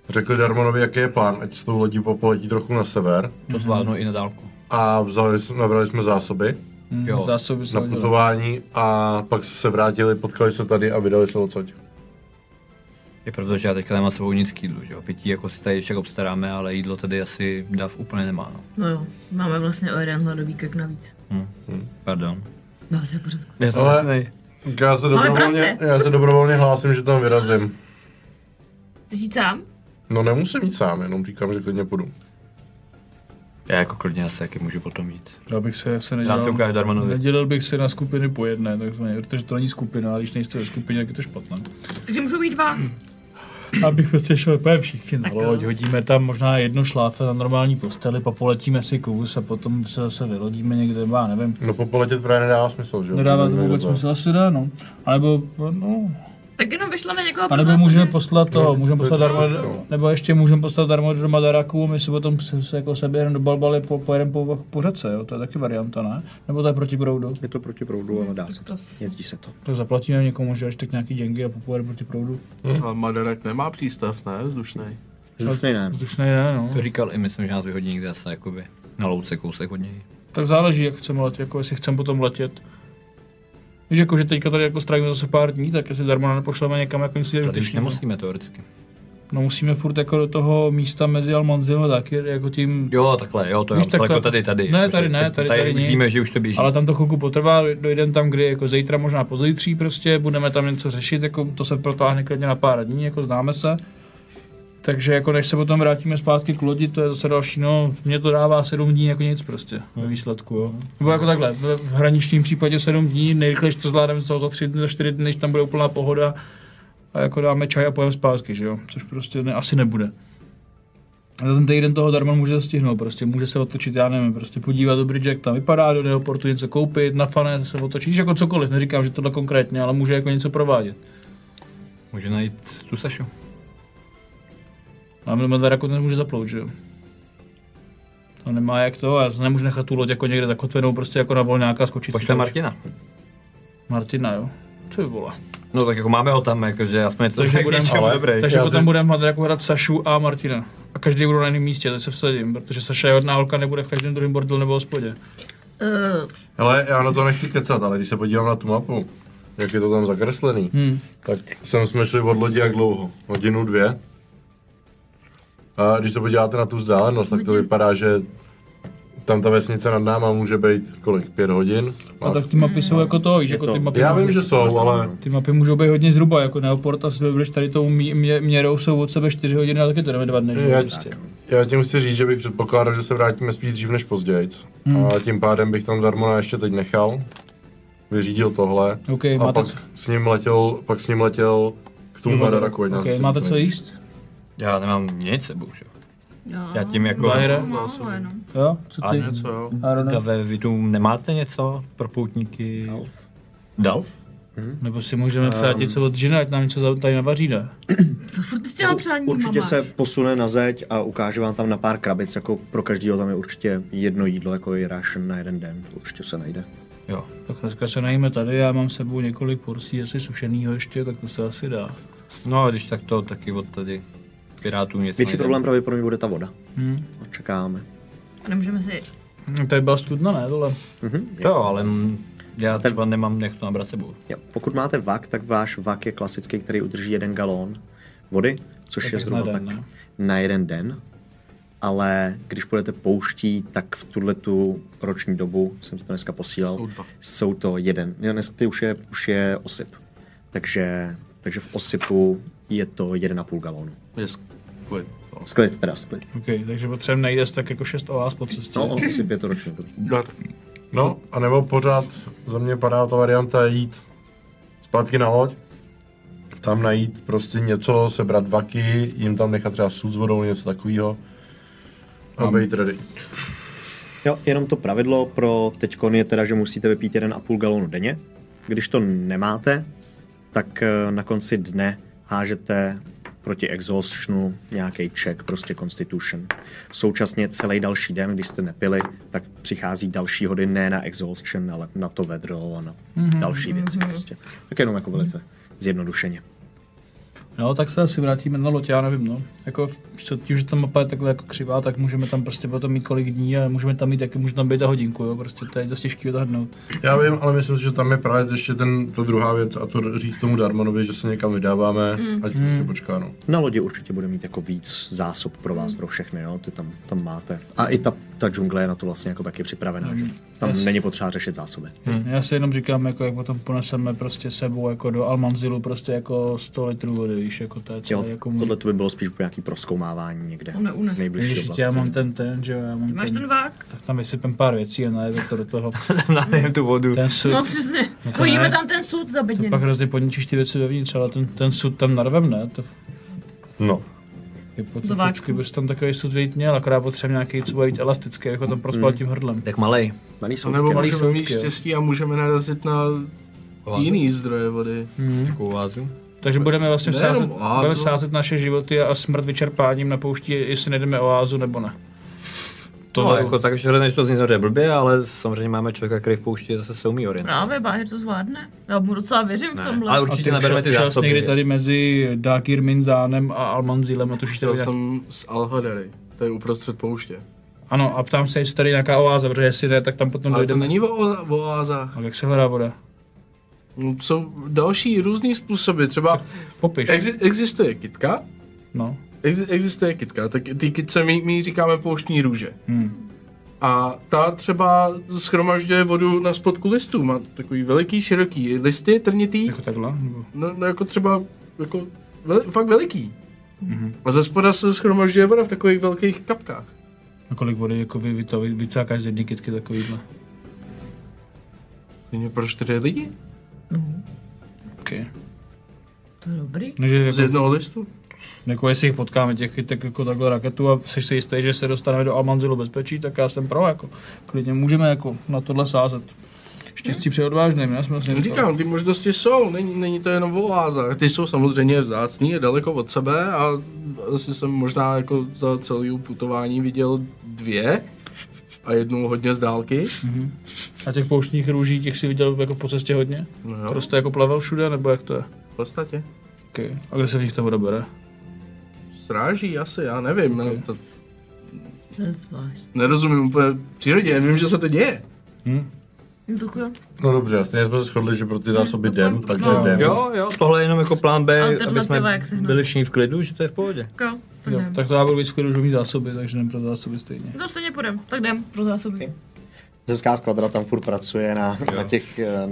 řekli Darmonovi, jaký je plán, ať s tou lodí popoletí trochu na sever
to zvládnu i na dálku.
a vzali, nabrali jsme zásoby
Mm,
Jo.
Zásoby se
na
hodily.
putování a pak se vrátili, potkali se tady a vydali se odsaď.
Je pravda, že já teďka nemám s sebou nic k jídlu, že jo. Pití jako si tady ještě obstaráme, ale jídlo tady asi dav úplně nemá, no.
No jo, máme vlastně o jeden hladový krk navíc.
Pardon.
No, to je pořád.
Já jsem
Ale-
ale...
Já se, dobrovolně,
prase.
já se dobrovolně hlásím, že tam vyrazím.
Chceš jít sám?
No nemusím jít sám, jenom říkám, že klidně půjdu.
Já jako klidně asi taky můžu potom jít.
Já bych se, jak se
Já se
nedělal,
ukážu Darmanovi.
nedělal bych se na skupiny po jedné, takzvaně, protože to není skupina, a když nejste ve skupině, tak je to špatné.
Takže můžou být dva.
Abych prostě šel úplně všichni na
Tak jo.
loď, hodíme tam možná jedno šláfe na normální posteli, popoletíme si kus a potom se zase vylodíme někde, já nevím.
No popoletět právě nedává smysl, že jo?
Nedává to
Že
vůbec
nejde.
smysl, asi dá, no. A nebo, no,
Tak jenom vyšleme někoho
a
pro
nebo
nás,
můžeme
aby-
poslat
No,
to, můžeme
to je
poslat darmo,
všechno.
nebo ještě můžeme poslat darmo do Madaraku, my si potom se, se jako seběhneme do Balbaly, po, pojedeme po, po řece, jo, to je taky varianta, ne? Nebo to je proti proudu?
Je to proti proudu, ale dá se to.
To s-
Jezdí se to.
Tak zaplatíme někomu, že až tak nějaký děngy a popojedeme proti proudu.
Ale Madarak nemá přístav, ne? Vzdušnej.
Zrušnej ne.
Vzdušnej ne, no.
To říkal i myslím, že nás vyhodí někde asi jakoby na louce kousek od něj.
Tak záleží, jak chceme letět, jako jestli chceme potom letět. Víš, jako, že teďka tady jako strávíme zase pár dní, tak jestli darmo nepošleme někam jako nic
Tady už
užitečného.
nemusíme teoreticky.
No musíme furt jako do toho místa mezi Almanzino taky, jako tím,
Jo, takhle, jo, to
Víš,
jo,
takhle-
jako tady, tady.
Ne,
jakože
tady ne,
teď-
tady- tady
už
nic.
Víme, že už to běží.
ale tam to chvilku potrvá, dojdeme tam, kdy jako zítra, možná pozítří prostě, budeme tam něco řešit, jako to se protáhne klidně na pár dní, jako známe se. Takže jako než se potom vrátíme zpátky k lodi, to je zase další, no, mě to dává sedm dní jako nic prostě ve výsledku, jo. Nebo jako takhle, v v hraničním případě sedm dní, nejrychlejší to zvládneme co za tři dny, za čtyři dny, než tam bude úplná pohoda a jako dáme čaj a pojeme zpátky, že jo, což prostě ne, asi nebude. A za ten týden toho Darman může stihnout, prostě může se otočit, já nevím, prostě podívat do bridge, jak tam vypadá, do neoportu něco koupit, na fané se otočit, víš, jako cokoliv, neříkám, že tohle konkrétně, ale může jako něco provádět.
Může najít tu Sašu.
A Mildar jako ten může zaplout, že jo. To nemá jak to, já se nemůžu nechat tu loď jako někde zakotvenou, prostě jako na volňáka skočit. si
Pošle
to už.
Martina.
Martina, jo. Co vole.
No tak jako máme ho tam, jakože aspoň něco <laughs>
Takže budem-
ale-
dobrý.
Takže
Já
potom
si-
budeme hledat jako hrát Sašu a Martina. A každý budou na jiném místě, teď se vsadím, protože Saša je hodná holka, nebude v každém druhém bordelu nebo hospodě.
Eh,
Hele, já na to nechci kecat, ale když se podívám na tu mapu, jak je to tam zakreslený,
Hm.
tak sem jsme šli od lodi jak dlouho? Hodinu, dvě? A když se podíváte na tu vzdálenost, tak to
Hodin.
vypadá, že tam ta vesnice nad náma může být kolik? Pět hodin?
A tak ty mapy jsou jako to, víš,
Je
jako
to-
ty mapy.
Já vím, že jsou, ale
Ty mapy můžou být hodně zhruba, jako Neoport a Silver, tady tou mí- mě, měrou jsou od sebe 4 hodiny, ale taky to jdeme dva dny, že?
Já-
Prostě.
já tím chci říct, že bych předpokládal, že se vrátíme spíš dřív než později. Hmm. A tím pádem bych tam Darmona ještě teď nechal, vyřídil tohle
OK,
a
máte,
pak
co-
s ním letěl, pak s ním letěl k tomu Madaraku. jedná
OK,
se s ním
máte
co
co
nejde.
jíst?
Já nemám nic sebou, že? jo.
no.
Já tím jako...
Bajer.
No, ale no.
Jo, co
A
ty?
Něco, jo.
Arone?
Dave, vy tu nemáte něco pro poutníky? Dalf. Dalf?
Nebo si můžeme přát něco od ženy, ať nám něco za- tady navaří, ne?
Co furt ty jsi dělal přání,
Určitě
mama?
se posune na zeď a ukáže vám tam na pár krabic, jako pro každého tam je určitě jedno jídlo, jako je ration na jeden den, to určitě se najde.
Jo.
Tak dneska se najíme tady, já mám s sebou několik porcí, jestli sušenýho ještě, tak to se asi dá.
No, když tak to taky od tady pirátů něco
Větší
najdeme.
problém pravděpodobně bude ta voda.
Hm.
Čekáme.
Nemůžeme si...
No, tady byla studna, ne, tohle?
Mhm.
Jo, ale mm, já třeba nemám jak to nabrat sebou. <laughs>
Jo. Pokud máte vak, tak váš vak je klasický, který udrží jeden galón vody, což
Tak
je
na
zhruba
den,
tak
no.
na jeden den. Ale když půjdete pouští, tak v tuhle tu roční dobu, jsem ti to dneska posílal,
Jsou dva.
jsou to jeden. Jo, dneska ty už je, už je osyp. Takže, takže v osypu je to 1,5 galónu.
Je sk- kvůli- no.
Sklit, teda sklit.
OK, takže potřebujeme najít asi tak jako šest oás po cestě.
No, on osyp je to roční období.
No,
No, anebo pořád za mě padá ta varianta jít zpátky na loď, tam najít prostě něco, sebrat vaky, jim tam nechat třeba sud s vodou, něco takového. A být ready.
Jo, jenom to pravidlo pro teďkon je teda, že musíte vypít 1,5 galonu denně. Když to nemáte, tak eh, na konci dne hážete proti exhausttionu nějaký check, prostě constitution. Současně celý další den, když jste nepili, tak přichází další hody ne na exhaustion, ale na to vedro a na další věci prostě. Tak jenom jako velice zjednodušeně.
No, tak se asi vrátíme na loď, já nevím, no. Jako, co, tím, že ta mapa je takhle jako křivá, tak můžeme tam prostě potom mít kolik dní a můžeme tam mít, taky může tam být za hodinku, jo, prostě to je dost těžký odhadnout.
Já vím, ale myslím si, že tam je právě ještě ten, ta druhá věc a to říct tomu Darmanovi, že se někam vydáváme, mm. ať prostě počká, no.
Na lodi určitě bude mít jako víc zásob pro
Hmm.
vás, pro všechny, jo? ty tam, tam máte. A i ta, ta džungle je na to vlastně jako taky připravená, že tam
Hmm. Jasně.
není potřeba řešit zásoby.
Hmm. Já si jenom říkám, jako, jak potom poneseme prostě sebou jako do Almanzilu prostě jako 100 litrů vody, víš, jako to je
Jo,
celé jako můj.
tohle to by bylo spíš nějaký proskoumávání někde.
On neune.
Nejbližší
Když
oblasti.
já mám ten ten, že jo, já mám
Ty máš ten
ten,
vák?
tak tam vysypem pár věcí a najde to
<laughs>
do toho.
Najem tu vodu.
Ten sud,
No přesně.
No to
Hodíme
ne.
tam ten sud
to pak
zabedněný.
hrozně poničíš ty věci dovnitř, ale ten, ten sud tam narvem, ne? To
No,
hypoteticky bys tam takový sud vyjít měl, akorát potřebujeme nějaký, co bude víc elastický, jako tam prospal tím hrdlem.
Tak malej.
Malý jsou
To nebo
malý
můžeme mít
soudky, jo.
štěstí a můžeme narazit na
Oázu.
jiný zdroje vody.
Mhm.
Hmm? Takovou vázu.
Takže budeme vlastně
Nejenom
sázet,
oázu.
budeme sázet naše životy a smrt vyčerpáním na poušti, jestli nejdeme oázu nebo ne. To
To no,
beru.
jako tak, že než to zní samozřejmě blbě, ale samozřejmě máme člověka, který v poušti zase se umí orient.
Právě, Báhir to zvládne. Já mu docela věřím v
Ne,
tomhle.
ale
A
určitě
ty
nabereme
šel-
ty
šel jsi
zásoby.
někdy tady mezi Dákir Minzánem a Almanzílem a tušíš
Chtěl
tady nějak...
jsem z Alhadary, to je uprostřed pouště.
Ano, a ptám se, jestli tady nějaká oáza, protože jestli ne, tak tam potom
Ale to
dojdeme.
není o, o- o oázách.
A jak se hledá voda?
No, Jsou další různý způsoby, třeba
Popiš.
exi- existuje kitka,
No.
Ex- existuje kytka, tak ty kytce my, my jí říkáme pouštní růže.
Hmm.
A ta třeba schromažďuje vodu na spodku listů, má takový veliký, široký listy, trnitý,
Jako takhle? Nebo-
no, no jako třeba, jako veli, fakt veliký.
Mhm.
A ze spoda se schromažďuje voda v takových velkých kapkách.
A kolik vody jako vy, vy to vy, vycákáš z jedné kytky takovýhle?
Není pro čtyři lidi?
Okay.
To je dobrý.
No, že
Z
jako,
jednoho listu?
jako, jestli jich potkáme těch kytek jako takhle raketu a jsi si jistý, že se dostaneme do Almanzilu bezpečí, tak já jsem pro, jako klidně můžeme jako na tohle sázet. Štěstí přeji odvážným, já jsem vlastně
No, Říkám, ty možnosti jsou, není, není to jenom o oázách. Ty jsou samozřejmě vzácný, je daleko od sebe a asi jsem možná jako za celý putování viděl dvě a jednu hodně z dálky.
A těch pouštních růží, těch si viděl jako po cestě hodně?
No jo,
Prostě jako plavel všude, nebo jak to je?
v podstatě.
Okay. A kde se v nich ta voda bere?
Stráží asi, já nevím, no, to
To je zvlášť.
nerozumím úplně přírodě, nevím, že se to děje.
Děkuji.
no dobře, stejně jsme se shodli, že pro ty zásoby
to fajn,
jdem,
to
takže
fajn.
jdem.
Jo, jo, tohle je jenom jako plán B,
Alternativa,
aby jsme
jak se hnout.
byli všichni v klidu, že to je v pohodě.
Jo, tak
Jo,
jdem.
tak to já budu víc když mít zásoby, takže jdem pro zásoby stejně.
No stejně půjdem, tak jdem pro zásoby.
Zemská skvadra tam furt pracuje na, na těch, eh,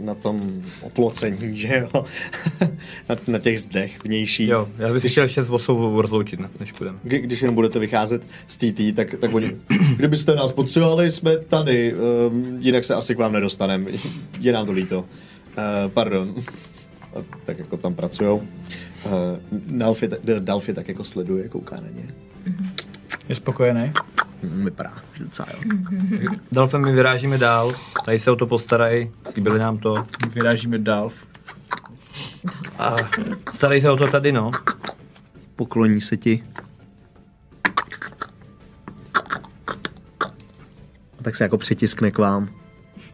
na tom oplocení, že jo? <laughs> na, na těch zdech vnějších.
Jo, já bych si chtěl ještě s Vosou rozloučit, ne- než půjdeme.
Kdy, když jenom budete vycházet z TT, tak, tak oni, kdybyste nás potřebovali, jsme tady, um, jinak se asi k vám nedostaneme, je nám to líto. Uh, pardon. A tak jako tam pracujou. Uh, Dalfi, Dalfi tak jako sleduje, kouká na ně.
Je spokojený?
Mm, Vypadá, že docela jo.
Dalfem my vyrážíme dál, tady se o to postarají, slíbili nám to.
Vyrážíme dál.
A starají se o to tady, no.
Pokloní se ti. A tak se jako přitiskne k vám.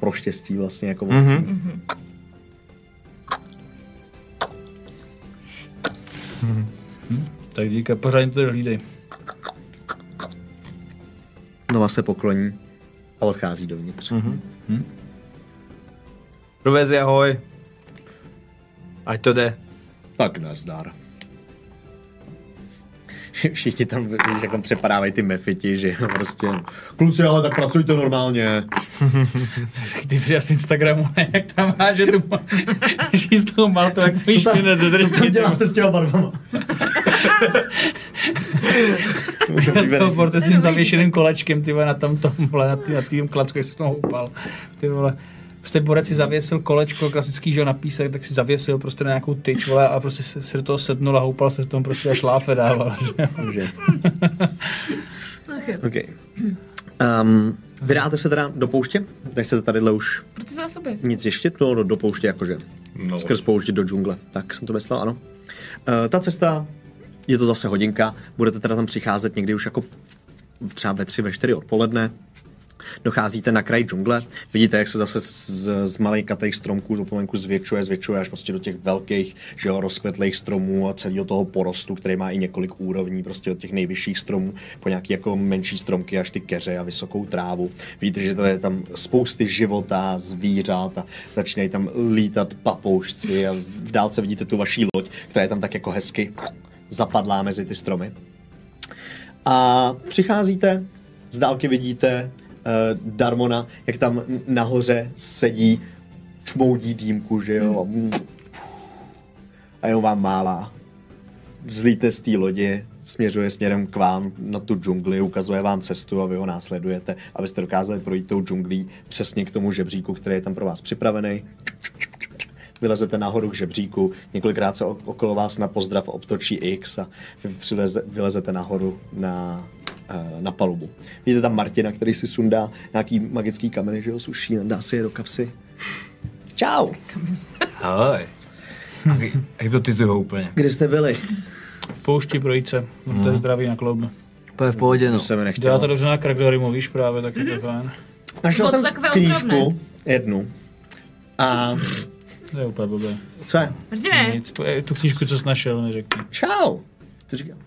Pro štěstí vlastně jako vlastně.
Mhm.
Tak díka, pořádně to hlídej.
Nova se pokloní a odchází dovnitř.
Provezi, ahoj. Ať to jde.
Tak nazdar. Všichni tam, víš, jak tam přepadávají ty mefiti, že jo, prostě. Kluci, ale tak pracujte normálně.
Tak ty viděl z Instagramu, <laughs> ne, jak tam máš, že tu <laughs> žij z toho malto, jak víš, že
co tam
nedodrží.
děláte s těma barvama?
Z toho porce s tím zavěšeným kolečkem, ty vole, na tom tomhle, na tý- na tým klacku, jak se v tom houpal. Ty vole, prostě borec si zavěsil kolečko, klasický, že jo, na písek, tak si zavěsil prostě na nějakou tyč, vole, a prostě se, se do toho sednul a houpal se v tom prostě a šláfe dával, že jo.
Dobře.
Tak jo.
OK. Um, vydáte se teda do pouště? Tak se tadyhle už
Pro ty zásoby.
nic ještě? No, do, do pouště jakože.
No.
Skrz poušť do džungle. Tak jsem to myslel, ano. Uh, ta cesta, je to zase hodinka, budete teda tam přicházet někdy už jako v- třeba ve tři, ve čtyři odpoledne. Docházíte na kraj džungle, vidíte, jak se zase z, z malinkatých stromků to pomenku zvětšuje, zvětšuje až prostě do těch velkých, že jo, rozkvetlých stromů a celého toho porostu, který má i několik úrovní, prostě od těch nejvyšších stromů po nějaký jako menší stromky až ty keře a vysokou trávu. Vidíte, že to je tam spousty života, zvířat a začínají tam lítat papoušci a z- v dálce vidíte tu vaší loď, která je tam tak jako hezky zapadlá mezi ty stromy. A přicházíte, z dálky vidíte uh, Darmona, jak tam n- nahoře sedí, čmoudí dýmku, že jo. a mm, A jenom vám málá. vzlítne z té lodi, směřuje směrem k vám na tu džungli, ukazuje vám cestu a vy ho následujete, abyste dokázali projít tou džunglí přesně k tomu žebříku, který je tam pro vás připravený. Vylezete nahoru k žebříku, několikrát se o- okolo vás na pozdrav obtočí X a vy přileze, vylezete nahoru na, eh, na palubu. Vidíte tam Martina, který si sundá nějaký magický kameny, že ho suší, dá si je do kapsy. Čau,
Hej. A hy- Hypnotizuj ho úplně.
kde jste byli?
V poušti projít se, to je zdraví na kloub.
To je v pohodě, no.
To se mi nechtělo.
Dělá to dobře na Kragdorimu, víš právě, tak je to fajn.
Našel
Bylo to
jsem
takové
knížku,
otravné.
jednu. A
To je úplně blbé.
co je?
Martine,
Nic, po- eh, tu knížku, co jsi našel, mi řekni.
Čau. To říkám.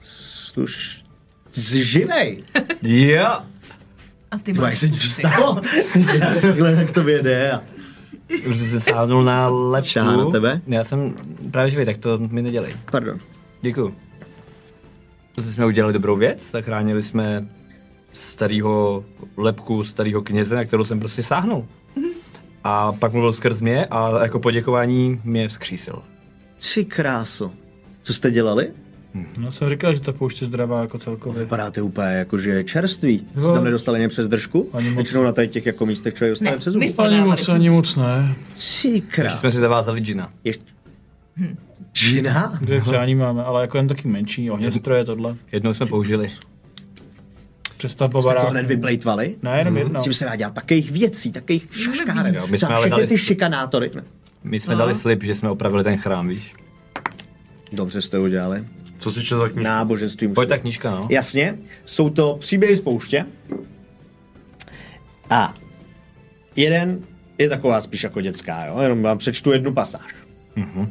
Sluš... Zživej.
Jo!
a ty
Dva, jak se ti to stalo? <laughs> Takhle jak to věde. A...
Už jsi se sáhnul na lepku.
Čá na tebe?
Já jsem právě živý, tak to mi nedělej.
Pardon.
Děkuju. Zase jsme udělali dobrou věc, zachránili jsme starého lepku, starého kněze, na kterou jsem prostě sáhnul. A pak mluvil skrz mě a jako poděkování mě vzkřísil.
Tři krásu. Co jste dělali?
No jsem říkal, že ta poušť je zdravá jako celkově.
Vypadáte úplně jako, že čerství. Jste
Jo.
tam nedostali ně přes držku?
Ani moc.
Většinou na tady těch jako místech člověk dostane
Ne,
přes zubu.
my jsme-
Ani moc, ani moc ne.
Tři
Takže
krás.
jsme si zavázali džina.
Ještě... Džina?
Dvě přání máme, ale jako jen taky menší, ohněstroje tohle.
Jednou jsme použili.
Přestavba
Jste to
baráku.
hned vyplejtvali?
Ne, jenom jedno.
S tím se dá dělat takových věcí,
No,
takových šaškáren.
Jo, my jsme
Za
ale
všechny
dali-
ty šikanátory. Ne.
My jsme
No.
dali slib, že jsme opravili ten chrám, víš?
Dobře jste udělali.
Co si četl za knížku?
Náboženství musí.
Pojď ta knížka, no.
Jasně, jsou to příběhy z pouště. A jeden je taková spíš jako dětská, jo? jenom vám přečtu jednu pasáž. Mm-hmm.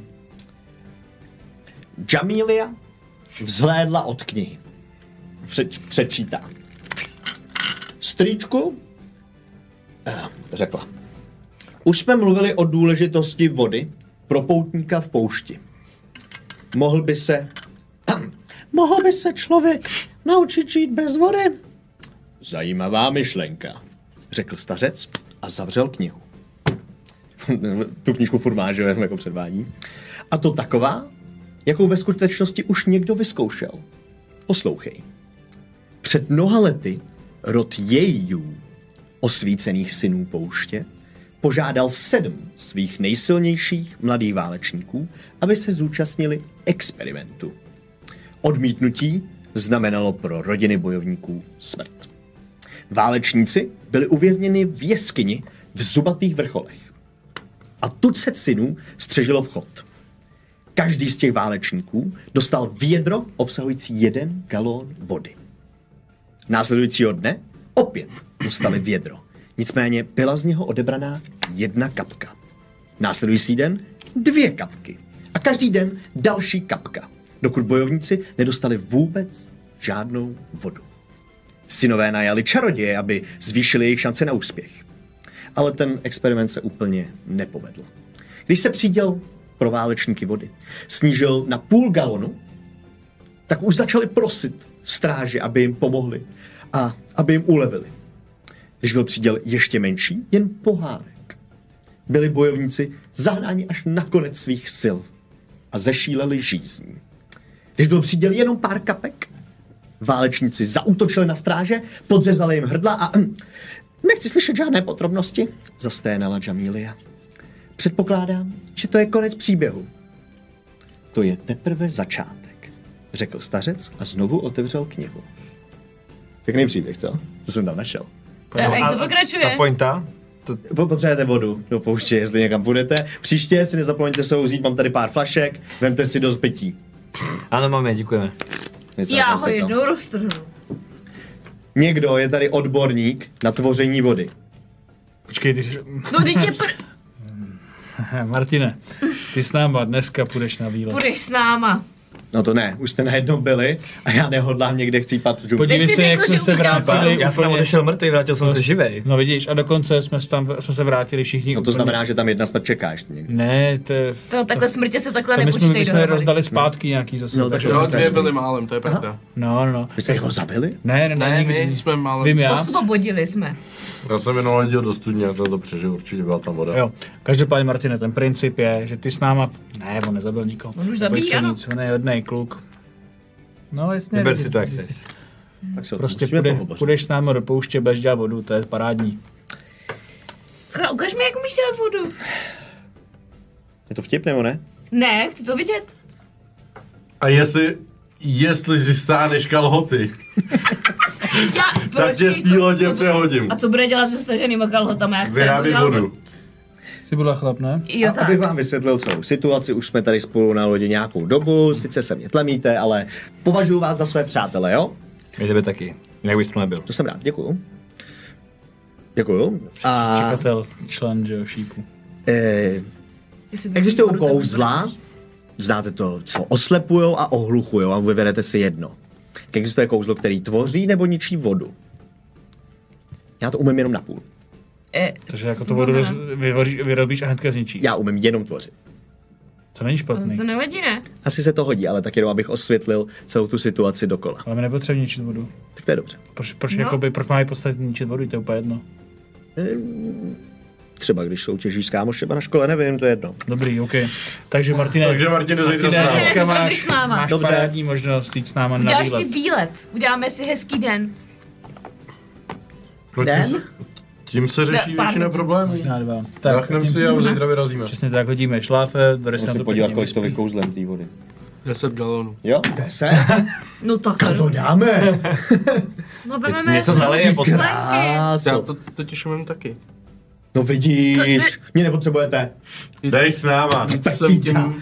Jamilia vzhlédla od knihy. Přeč, přečítá. Strýčku eh, řekla. Už jsme mluvili o důležitosti vody pro poutníka v poušti. Mohl by se Mohl by se člověk naučit žít bez vody? Zajímavá myšlenka, řekl stařec a zavřel knihu. <laughs> tu knížku furt má, že jo, jenom jako předvádí. A to taková, jakou ve skutečnosti už někdo vyzkoušel. Poslouchej. Před mnoha lety rod jejů, osvícených synů pouště, požádal sedm svých nejsilnějších mladých válečníků, aby se zúčastnili experimentu. Odmítnutí znamenalo pro rodiny bojovníků smrt. Válečníci byli uvězněni v jeskyni v zubatých vrcholech. A tucet synů střežilo vchod. Každý z těch válečníků dostal vědro obsahující jeden galón vody. Následujícího dne opět dostali vědro. Nicméně byla z něho odebraná jedna kapka. Následující den dvě kapky. A každý den další kapka. Dokud bojovníci nedostali vůbec žádnou vodu. Synové najali čaroděje, aby zvýšili jejich šance na úspěch. Ale ten experiment se úplně nepovedl. Když se příděl pro válečníky vody snížil na půl galonu, tak už začali prosit stráže, aby jim pomohli a aby jim ulevili. Když byl příděl ještě menší, jen pohárek. Byli bojovníci zahnáni až na konec svých sil a zešíleli žízní. Když byl příděl jenom pár kapek, válečníci zautočili na stráže, podřezali jim hrdla a... hm, nechci slyšet žádné podrobnosti, zasténala Jamília. Předpokládám, že to je konec příběhu. To je teprve začátek, řekl stařec a znovu otevřel knihu. Pěkný příběh, co? To jsem tam našel.
A Eh, jak to pokračuje?
Ta pointa?
Po- Potřebujete vodu do pouště, jestli někam budete. Příště si nezapomeňte se uzít, mám tady pár flašek, vemte si dost pití.
Ano, máme, děkujeme.
Myslel
Já
jsem
ho
si to.
jednou roztrhnu.
Někdo je tady odborník na tvoření vody.
Počkej, ty jsi... <laughs>
No teď je pr...
Martine, ty s náma dneska půjdeš na výlet.
Půjdeš s náma.
No to ne, už jste najednou byli a já nehodlám někde chcípat v džungli.
Podívej
Teď
se,
jsi
jak
řekl,
jsme
že
se
udělám
vrátili.
Já jsem tam
úplně-
odešel mrtvý, vrátil jsem se živý.
No vidíš, a dokonce jsme, se tam, jsme se vrátili všichni.
No to
úplně-
znamená, že tam jedna smrt čeká ještě někde.
Ne, to je...
To, takhle smrtě se takhle
To my jsme,
nepočtej
my jsme
dohromady.
rozdali zpátky nějaký zase.
No,
No,
tak
takže,
jo.
Jo, dvě byly málem, to je pravda.
no, no.
Vy jste ho zabili?
Ne, ne, ne,
Ne,
nikdy.
my jsme málem.
Vím já.
Osvobodili jsme.
Já jsem jenom leděl do studně, já to přežil, určitě byla tam voda.
Jo. Každopádně, Martine, ten princip je, že ty s náma... Ne, on nezabil nikoho.
On už
Neboj
zabíjí,
se
ano.
Nic, on je hodnej kluk. No, jasně.
Vyber si to, jak chceš.
Tak se o tom
Prostě
musíme
půjde,
pohovořit.
půjdeš s námi do pouště, budeš dělat vodu, to je parádní.
Skoro, ukaž mi, jak umíš dělat vodu.
Je to vtip nebo ne?
Ne, chci to vidět.
A jestli, jestli si stáneš kalhoty,
Já,
tak
proč
tě
co-
z té lodě
co-
přehodím.
A co bude dělat se staženýma kalhotama? Já chci
Vyrábím
dělat
vodu.
Jsi byla chlap, ne?
Jo,
A
tak.
abych vám vysvětlil celou situaci, už jsme tady spolu na lodi nějakou dobu, sice se mě tlemíte, ale považuji vás za své přátele, jo?
Mě tebe taky. Jinak bys tu nebyl.
To jsem rád, děkuju. Děkuju. A
Čekatel, člen, že jo, šípu.
e,
Jestli bych-
existují kouzla, znáte to, co oslepují a ohluchují a vyberete si jedno. Tak Existuje kouzlo, který tvoří nebo ničí vodu. Já to umím jenom napůl.
Eh,
Takže jako
co
tu vodu
znamená?
roz- vyvoří- vyrobíš a hnedka zničíš.
Já umím jenom tvořit.
To není špatný.
Mm, To nevadí, ne?
Asi se to hodí, ale tak jenom abych osvětlil celou tu situaci dokola.
Ale my nepotřebujeme ničit vodu.
Tak to je dobře.
Proč, proč,
No.
no. jakoby, proč máme podstatně ničit vodu, to je úplně jedno.
Třeba když soutěžíš s kámošema na škole, nevím, to je jedno.
Dobrý, OK. Takže Martine,
Takže Martine, zítra s
Martine,
námi.
dneska
Martine, zítra
máš,
jdeš s náma.
máš
Dobře.
parádní možnost jít s náma na
Uděláš
výlet.
si výlet. Uděláme si hezký den.
No, tím, se, tím se řeší
Ne, pár
většina
dní.
problémů.
Možná dva. Tak,
Rachneme
tím,
si a zítra vyrazíme.
přesně tak hodíme šláfe, bude se na to pěkně.
vykouzlem té vody.
10 galonů.
Jo? Deset?
No tak.
Kam to dáme?
No vezmeme
něco naleje pod-
slanky.
Já
Krásu.
to totiž umím taky.
No vidíš, mě nepotřebujete.
Dej s náma.
To jsem tím,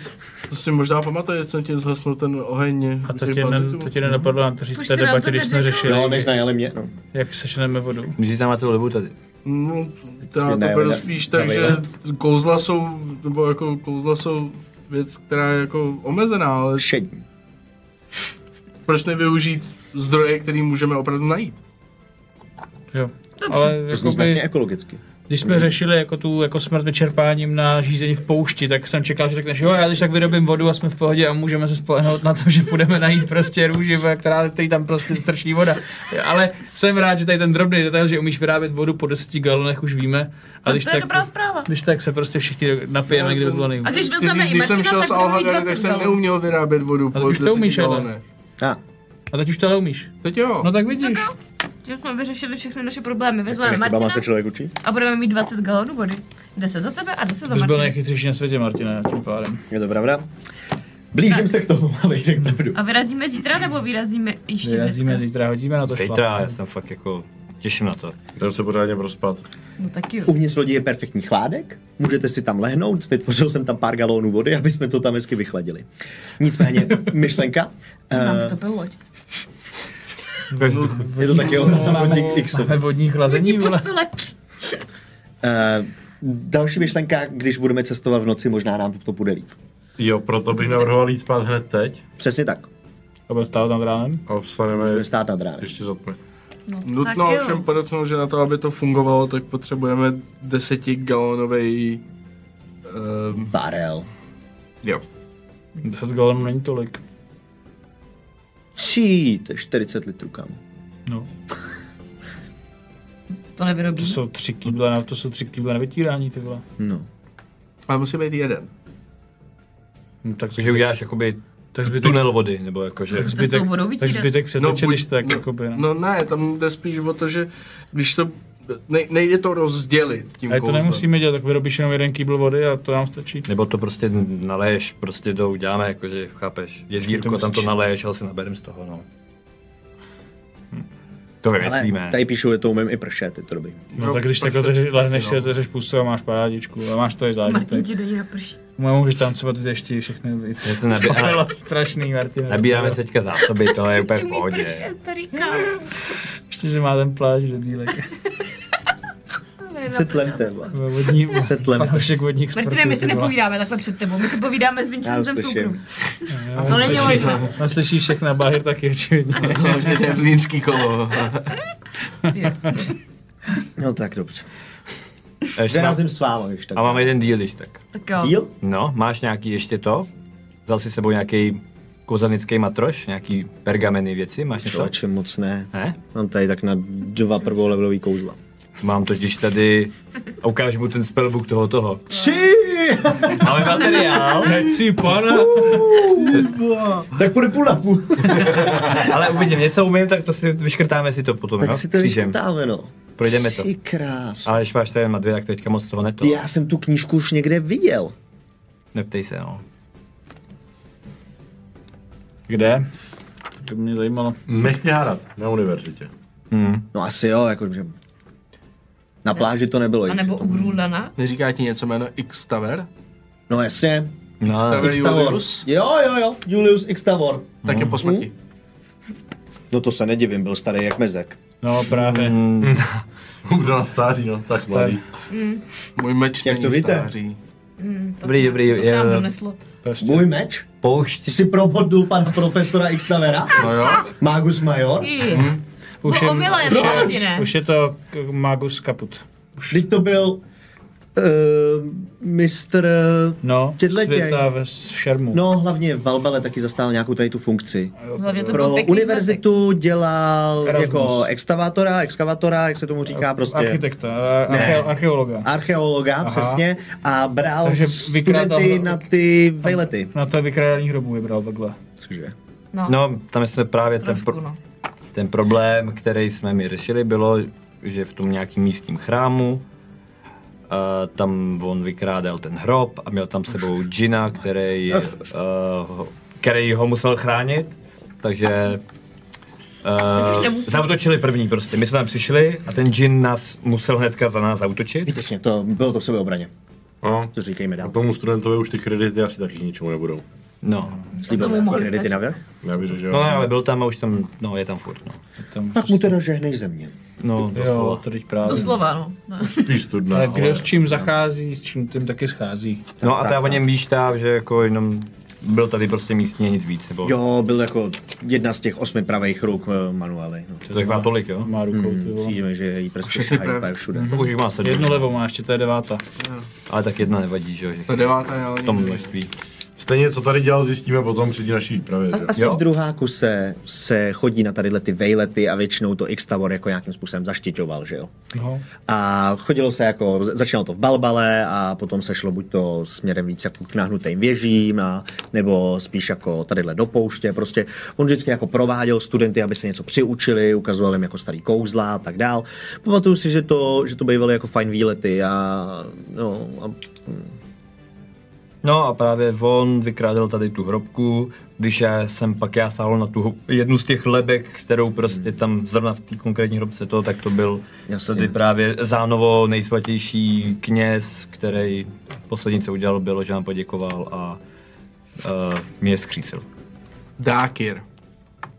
to si možná pamatuje, jak jsem tím zhasnul ten oheň.
A to
těch
tě, ne,
banditů.
to tě nenapadlo na to říct
Už
v té
se nám to
debatě, když jsme
neřeklo.
řešili,
Jo, než najeli mě. No.
jak seženeme vodu.
Můžeš tam mít celou dobu tady.
No, to já to
Ne,
beru
ne,
spíš
na
tak, že
výlet.
kouzla jsou, nebo jako kouzla jsou věc, která je jako omezená, ale
Šední.
proč nevyužít zdroje, který můžeme opravdu najít?
Jo. Ale
To zní značně
jakoby,
ekologicky.
když jsme řešili jako tu jako smrt vyčerpáním na řízení v poušti, tak jsem čekal, že řekneš, jo, já když tak vyrobím vodu a jsme v pohodě a můžeme se spolehnout na to, že budeme najít prostě růži, která který tam prostě strší voda. Ale jsem rád, že tady ten drobný detail, že umíš vyrábět vodu po 10 galonech, už víme. A když
To je
tak,
dobrá zpráva. No,
když tak se prostě všichni napijeme, kdyby bylo
A
nejvíc.
když
Ty
vezmeme
říš,
i
když jsem
Martina,
šel
tak
z
budeme mít
Alhagary, tak
20
jsem
galonů.
neuměl vyrábět vodu.
tak
po
už to
10
umíš, ale.
galonech.
A,
A teď už to ale umíš.
Teď jo.
No tak vidíš.
Tak jo. Že jsme vyřešili všechny naše problémy. Vezmeme
nechybama
Martina
se člověk učí.
a budeme mít 20 galonů vody. 10 za tebe a 10 za
Bys
Martina.
byl nejchytřejší na světě, Martina, tím pádem.
Je to pravda? Blížím se k tomu, <laughs> ale jinak nebudu.
A vyrazíme zítra nebo vyrazíme ještě
Vyrazíme
dneska?
zítra, hodíme na to
Zítra, já
šlap.
jsem fakt jako, těším na to.
Jdem se pořádně prospat.
No tak jo.
Uvnitř lodi je perfektní chládek, můžete si tam lehnout, vytvořil jsem tam pár galónů vody, aby jsme to tam hezky vychladili. Nicméně, myšlenka,
Mám
eh,
to byl loď.
je to taky hodně x.
Máme vodní chlazení, vole.
prostě
Eh, Další myšlenka, když budeme cestovat v noci, možná nám to bude líp.
Jo, proto bych navrhoval jít spát hned teď
Přesně tak,
A byl stál tam ránem?
a vstaneme
budeme stát nad ránem.
ještě za tmy.
Nutno
no. Tak jo.
ovšem podotknout, že na to, aby to fungovalo, tak potřebujeme 10 galonovej... Um,
Barel.
jo.
10 galonů není tolik.
Čí, to je 40 litrů, kámo.
No.
To nevyrobí.
To jsou tři kýble, na, to jsou tři kýble na vytírání, ty vole.
No.
Ale musí být jeden.
No, tak,
Takže uděláš jakoby
tak zbytek,
tunel vody, nebo jako, jakože...
To s tou vodou
tak
vytírat.
zbytek přetočiliš tak,
no,
jakoby, no.
no ne, tam jde spíš o to, že když to... Nej, nejde to rozdělit tím
A to
kouzlem.
nemusíme dělat, tak vyrobíš jenom jeden kýbl vody a to nám stačí.
Nebo to prostě naléješ, prostě to uděláme, jakože, chápeš, jezírko, tam to naléješ, ale si naberem z toho, no. Hm. To vymyslíme.
Ale tady píšou, že to umím i pršet, je to dobrý.
No,
Jo,
tak když
prostě-
takhle drží- lehneš si
No.
jo.
a držeš pusu a máš parádičku a máš to i zážitek.
Martin ti do ní naprší.
Můžeš tancovat v dešti všechny věci.
Já se nabí-
To
ale-
bylo strašný, Martin.
Nabíráme se teďka zásoby, to je úplně
Ti
v
mi
pohodě.
pršet, to říkám.
Ještě, že má ten pláž do bílek.
Se tlemte, vole.
Vodní,
Se tlemte.
fanoušek vodních sportů.
Martine, my si
ty vole.
nepovídáme takhle před tebou, my si povídáme s
Já
Vinčem v
uslyším.
soukromí.
Jo, no,
To není možné.
On slyší všechno, Bahir taky očividně.
Hlavně Mlínský kolo. <laughs>
No tak dobře.
A ještě mám-
Vyrazím s váma, když tak.
Eh, A máme jeden díl, když tak.
Tak jo.
Díl?
No, máš nějaký ještě to? Vzal si s sebou nějaký kouzelnický matroš, nějaký pergameny věci, máš něco?
Člověče, moc ne.
Ne?
Mám tady tak na dva prvolevelový kouzla.
Mám totiž tady, a ukážu mu ten spellbook toho toho.
Tři!
Máme materiál,
Heci, pana!
<laughs> tak půjde půl na půl.
ale uvidím, něco umím, tak to si vyškrtáme si to potom, jo?
Tak si to
Křížem.
vyškrtáme, no.
Projdeme to.
Jsi krás.
Ale když máš tady má dvě, tak teďka moc toho neto.
Ty, já jsem tu knížku už někde viděl.
Neptej se, no.
Kde? To by mě zajímalo.
Nech mě hádat na univerzitě. <laughs>
Hmm.
No asi jo, jakože... Na pláži to nebylo.
A
jich,
nebo
že
u
to-
Grulana.
Neříká ti něco jméno Xtaver?
No jasně.
No,
Stavili-
Xtavor.
Julius?
Jo, jo, jo. Julius Xtavor.
Tak je po smrti.
No to se nedivím, byl starý jak mezek.
No právě.
Mm,
Už na stáří, no, tak mladý.
Můj meč
Jak
není
to víte?
stáří.
Hm, to
Dobrý,
ne,
dobrý,
se To k nám
je-
doneslo.
Prostě.
Můj meč?
poušť.
Ty jsi probodnul pana profesora Xtavera?
No jo,
Magus Major?
Už
No, omylem,
už,
proč?
je, už je to k- Magus Kaput.
Vždyť to byl... Uh, mistr...
No,
Těhle
světa
děj.
ve šermu.
No, hlavně v Balbale taky zastál nějakou tady tu funkci.
Hlavně to
Pro
byl pěkný
univerzitu dělal
Erasmus.
jako exkavátora, exkavátora, jak se tomu říká prostě.
Architekta, a-
Ne.
arche, archeologa.
Archeologa,
Aha.
přesně, a bral
Takže vykrádal-
studenty na ty vejlety.
Na to vykrádání hrobu vybral takhle.
Cože?
No, no,
No, tam jsme právě ten,
trošku,
pro,
no.
ten problém, který jsme mi řešili, bylo, že v tom nějakým místním chrámu Uh, tam on vykrádal ten hrob a měl tam s sebou džina, který, uh, ho- který ho musel chránit, takže
Tak už
uh,
nemusel.
zautočili první prostě. My jsme tam přišli a ten džin nás musel hnedka za nás zautočit.
Výtečně, to bylo to v sebeobraně.
No.
To říkejme
A
dál.
tomu studentovi už ty kredity asi taky k ničemu nebudou.
No,
Slíbil
tomu
nějaký
mohli
kredity
stačit.
navrh?
Já bych řekl, že
no
jo.
ale byl tam a už tam, no je tam furt, no.
Tam
Tak mu teda žehnej země.
No,
Jo, to teď právě.
Doslova, no. no.
Spíš studna,
Ale kdo
ale
s čím zachází, s čím tím taky schází.
No a
Tak,
to já o
tak.
něm víš tak, že jako jenom byl tady prostě místně nic víc, nebo
Jo, byl jako jedna z těch osmi pravých ruk eh, manuály. No.
to tak má tolik, jo?
Má rukou,
Hmm.
ty vole.
Přijíme, že jí prostě
všechny
šahají
prav-
úplně všude.
To už jich má sedm,
Jedno levo má ještě, to je devátá.
ale tak jedna nevadí, že jo, že
to
v
devátá je ale
tom
nikdy.
množství.
Stejně, co tady dělal, zjistíme potom při té naší výpravě. že?
A, asi
Jo.
v druháku se, se chodí na tadyhle ty vejlety a většinou to X-Tavor jako nějakým způsobem zaštiťoval, že jo?
No.
A chodilo se jako, za- začínalo to v Balbale a potom se šlo buď to směrem víc jako k nahnutým věžím, a, nebo spíš jako tadyhle do pouště. Prostě on vždycky jako prováděl studenty, aby se něco přiučili, ukazoval jim jako starý kouzla a tak dál. Pamatuju si, že to, že to bývaly jako fajn výlety a, no, a
No a právě on vykrádal tady tu hrobku, když já jsem pak já sáhl na tu ho- jednu z těch lebek, kterou prostě tam zrovna v té konkrétní hrobce to, tak to byl
Jasně.
tady právě zánovo nejsvatější kněz, který poslední, co udělal, bylo, že nám poděkoval a uh, mě skřísil.
Dákir.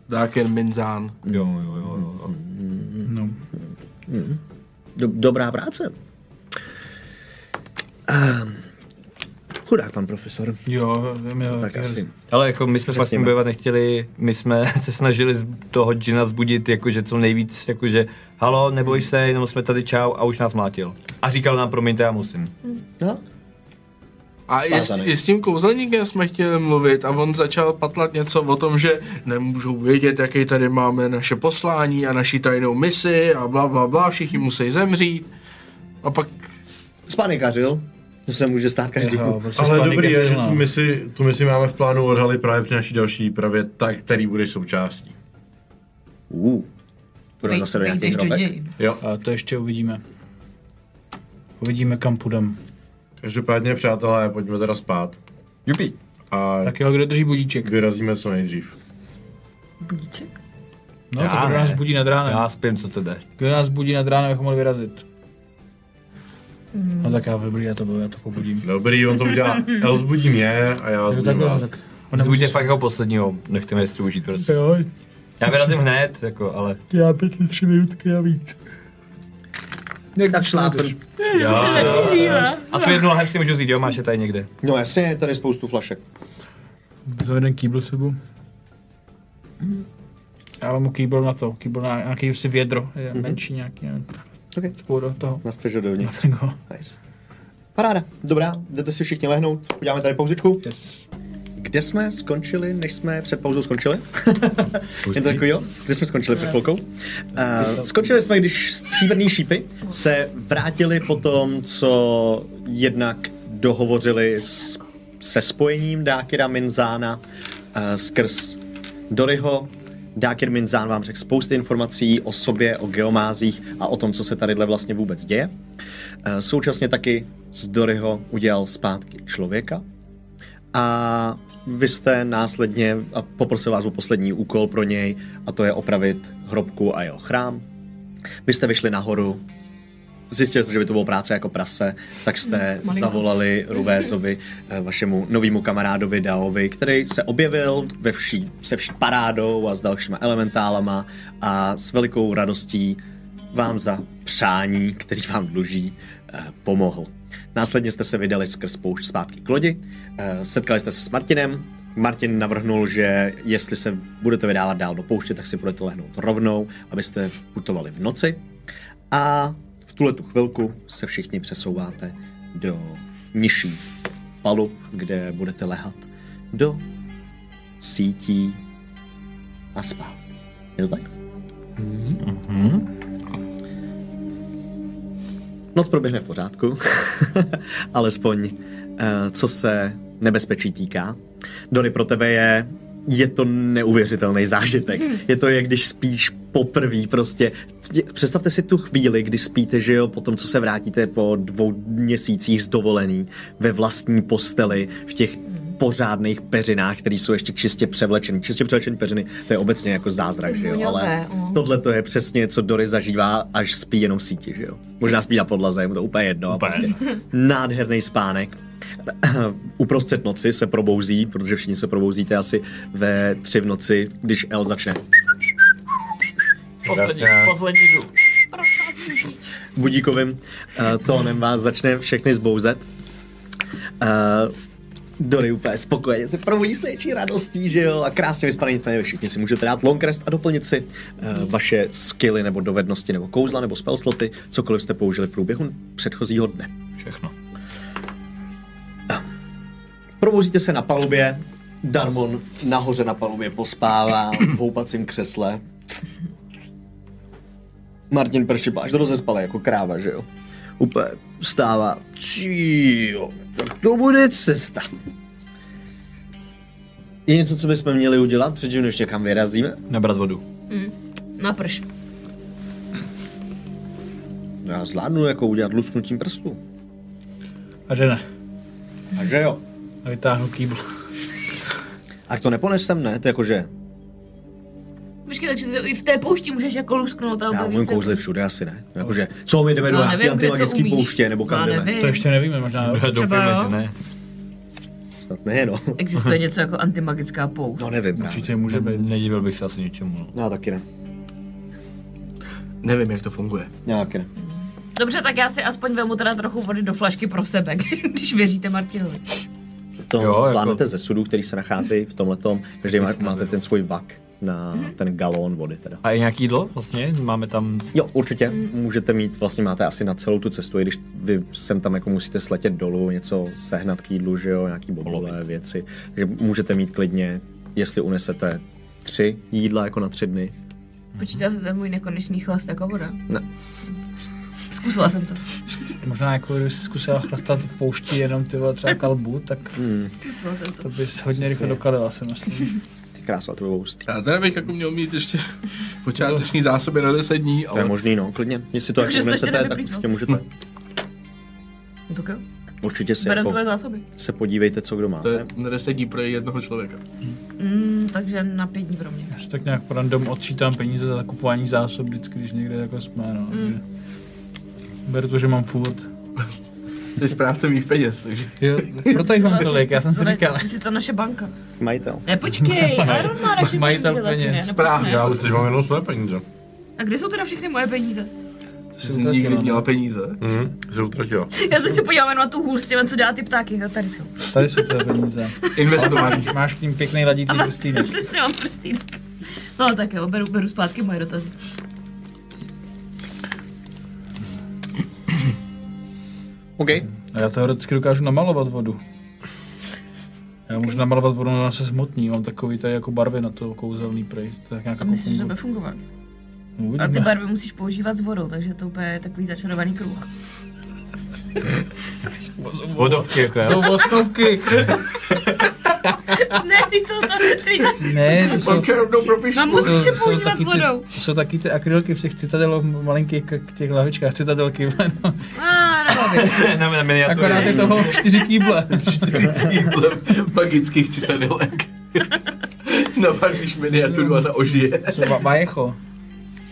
Dákir Minzán.
Jo, jo, jo. jo.
do, dobrá práce. A, chudák pan profesor.
Jo, vím, jo.
Tak asi.
Ale jako my jsme fakt s ním
Řekněme.
bojovat nechtěli, my jsme <laughs> se snažili z toho džina zbudit jakože co nejvíc, jakože halo, neboj se, jenom jsme tady čau a už nás mlátil. A říkal nám, promiňte, já musím.
No,
A i s,
Svázaný.
i s tím kouzelníkem jsme chtěli mluvit a on začal patlat něco o tom, že nemůžou vědět, jaký tady máme naše poslání a naši tajnou misi a bla, bla, bla, všichni musí zemřít. A pak
spanikařil. To se může stát každému.
Ale dobrý je, že tu misi, tu misi máme v plánu odhalit právě při naší další výpravě, tak který budeš součástí.
Uh, bude
Vej-
zase do
vejdeš
nějakých
do
hrobek.
dějin.
Jo.
A to ještě uvidíme. Uvidíme, kam půjdem.
Každopádně, přátelé, pojďme teda spát.
Jupi.
A
Tak jo, kdo drží budíček?
vyrazíme co nejdřív.
Budíček?
No,
Já
tak kdo nás
ne.
budí nad ránem?
Já spím, co to jde.
Kdo nás budí nad ránem, abychom mohli vyrazit? No tak já dobrý, já to budu, já to pobudím.
Dobrý, on to udělá.
<laughs>
El zbudí mě a já
Jo,
zbudím
tak, jo,
vás.
tak. On
Zbuďte
nemůže
fakt jako posledního, nechte mě si užít. Prostě.
Jo,
Já vyrazím hned, jako, ale...
já pětli tři minutky a víc. Jak
Tak šláp.
Jo, jo. A tu jednu lahem si můžu vzít, jo, máš je tady někde.
No jasně, tady je spoustu flašek.
Za jeden kýbl sebou. Já mám mu kýbl na to, kýbl na nějaký prostě vědro, je menší nějaký, nevím,
OK,
spolu do toho.
naspěš do dovnitř.
Tego.
Nice. Paráda, dobrá, jdete si všichni lehnout, uděláme tady pauzičku.
Yes.
Kde jsme skončili, než jsme před pauzou skončili?
Pustí.
Je to takový, jo? Kde jsme skončili před chvilkou? Uh, skončili jsme, když stříbrný šípy se vrátili po tom, co jednak dohovořili s, se spojením Dákira Minzána uh, skrz Doryho. Dákir Minzán vám řekl spousty informací o sobě, o geomázích a o tom, co se tadyhle vlastně vůbec děje. Eh, Současně taky z Doryho udělal zpátky člověka, a vy jste následně, a poprosil vás o poslední úkol pro něj, a to je opravit hrobku a jeho chrám. Vy jste vyšli nahoru, zjistili jste, že by to bylo práce jako prase, tak jste
malinko.
zavolali Ruvézovi, eh, vašemu novému kamarádovi Daovi, který se objevil ve vší, se vší parádou a s dalšíma elementálama a s velikou radostí vám za přání, který vám dluží, eh, pomohl. Následně jste se vydali skrz poušť zpátky k lodi, eh, setkali jste se s Martinem, Martin navrhnul, že jestli se budete vydávat dál do pouště, tak si budete lehnout rovnou, abyste putovali v noci. A v tuhle tu chvilku se všichni přesouváte do nižší palub, kde budete lehat do sítí a spát. Je to tak? Noc proběhne v pořádku, <laughs> alespoň eh, co se nebezpečí týká. Dory, pro tebe je, je to neuvěřitelný zážitek. Je to, jak když spíš poprvé prostě. Představte si tu chvíli, kdy spíte, že jo, po tom, co se vrátíte po dvou měsících z dovolený ve vlastní posteli v těch pořádných peřinách, které jsou ještě čistě převlečený. Čistě převlečený peřiny, to je obecně jako zázrak, že jo? Ale
Vůňové, no.
tohle to je přesně, co Dory zažívá, až spí jenom v síti, že jo? Možná spí na podlaze, je mu to úplně jedno.
Úplně
Úplně. Prostě nádherný spánek. <clears throat> Uprostřed noci se probouzí, protože všichni se probouzíte asi ve tři v noci, když El začne.
Poslední, poslední jdu.
budíkovým eh, tónem vás začne všechny zbouzet. Uh, Dory úplně spokojeně se probudí s největší radostí, že jo, a krásně vyspadají, nicméně vy všichni si můžete dát long rest a doplnit si uh, vaše skilly nebo dovednosti nebo kouzla nebo spell sloty, cokoliv jste použili v průběhu předchozího dne.
Všechno.
Probouzíte se na palubě, Darmon nahoře na palubě pospává v houpacím křesle. Martin pršipá, až to rozespalé jako kráva, že jo? Úplně vstává. Cíjo, tak to bude cesta. Je něco, co bychom měli udělat, předtím než někam vyrazíme?
Nabrat vodu.
Na prš.
No já zvládnu jako udělat lusknutím prstu.
A že ne.
Takže jo.
A vytáhnu kýbl.
A to neponesem, ne? To jako, jakože,
Počkej, takže ty i v té poušti můžeš jako lusknout a
já
objeví
umím
se-
kouzlit všude asi, ne? Jakože, co my jdeme do
No,
nějaký
nevím, kde to
antimagický
umíš.
pouště, nebo kam
Já
jdeme?
nevím.
To ještě nevíme, možná.
Doufejme,
jo.
že ne.
Snad ne, no.
Existuje
Mhm.
něco jako antimagická poušť.
No nevím právě.
Určitě může být.
Nedivil bych se asi ničemu. no.
No já taky ne.
Nevím, jak to funguje.
Já taky ne.
Dobře, tak já si aspoň vemu teda trochu vody do flašky pro sebe, <laughs> když věříte Martinovi.
To
Jo,
jo,
jako-
zvládnete jako... ze sudů, který se nachází v tomhletom. Každý má, máte ten svůj vak na
Mhm.
ten galón vody teda.
A i nějaký jídlo vlastně? Máme tam...
Jo, určitě.
Mhm.
Můžete mít, vlastně máte asi na celou tu cestu, i když vy sem tam jako musíte sletět dolů, něco sehnat k jídlu, že jo, nějaký bobule, věci. Takže můžete mít klidně, jestli unesete tři jídla jako na tři dny.
Počítá se ten můj nekonečný chlast jako voda?
Ne.
Zkusila jsem to.
Možná jako kdyby si zkusila chlastat v poušti jenom ty vole třeba kalbu, tak
Zkusila jsem to.
to bys hodně rychle dokalila, si myslím.
Ty krásla, to bylo hustý.
Já teda bych jako měl mít ještě <laughs> počáteční zásoby na 10 dní,
To je
ale
možný, no, klidně. Jestli to
Takže
jako
jste
unesete,
chtěli
tak
dobrý, no.
určitě
<laughs>
můžete.
No tak jo.
Určitě si
Berem
jako,
tvoje zásoby.
se podívejte, co kdo
to
máte.
je na 10 dní pro jednoho člověka.
Mm, takže na pět dní pro mě.
Já si tak nějak po random odčítám peníze za kupování zásob vždycky, když někde jako jsme, no. takže Beru to, že mám furt.
Jsi správce mých peněz, takže...
Jo, proto jich mám tolik, já jsem si
To je-
říkal.
Ty jsi to naše banka.
Majitel.
Ne,
<laughs>
počkej, Aaron má naše
Majitel
peníze. taky ne,
peněz.
nebo
Právě.
ne?
Já už teď mám jenom své peníze.
A kde jsou teda všechny moje peníze?
Jsi
no.
nikdy měla peníze.
Mhm, že utratila.
Já jsem se podívala jenom na tu hůl s těma, co dělá ty ptáky. A tady jsou.
Tady jsou tvé peníze.
Investování.
Máš, máš k ním pěkný ladící
<laughs>
prstýnek.
Přesně mám prstýnek. No tak jo, beru, beru zpátky moje dotazy.
OK.
A já to vždycky dokážu namalovat vodu. Já můžu namalovat vodu na se smutný, mám takový tady jako barvy na to kouzelný prej. To je nějaká
A myslím, že to
kouzlo.
bude fungovat. A ty
Uvidíme.
barvy musíš používat s vodou, takže to bude takový začarovaný kruh.
<laughs>
Vodovky jako jo.
Jsou voskovky!
ne, ty jsou to
Ne, to <laughs> jsou,
čarovnou propišku.
No musíš je
jsou, jsou,
používat s
taky ty,
vodou.
to jsou taky ty akrylky v těch citadelách, malinkých k- k těch lahvičkách citadelky. <laughs> vole, no.
A, nebo
na, na miniatuře.
Akorát je toho čtyři kýble.
Týblem magických citadelek. <laughs> Napadíš miniaturu a ta ožije.
Třeba vajecho.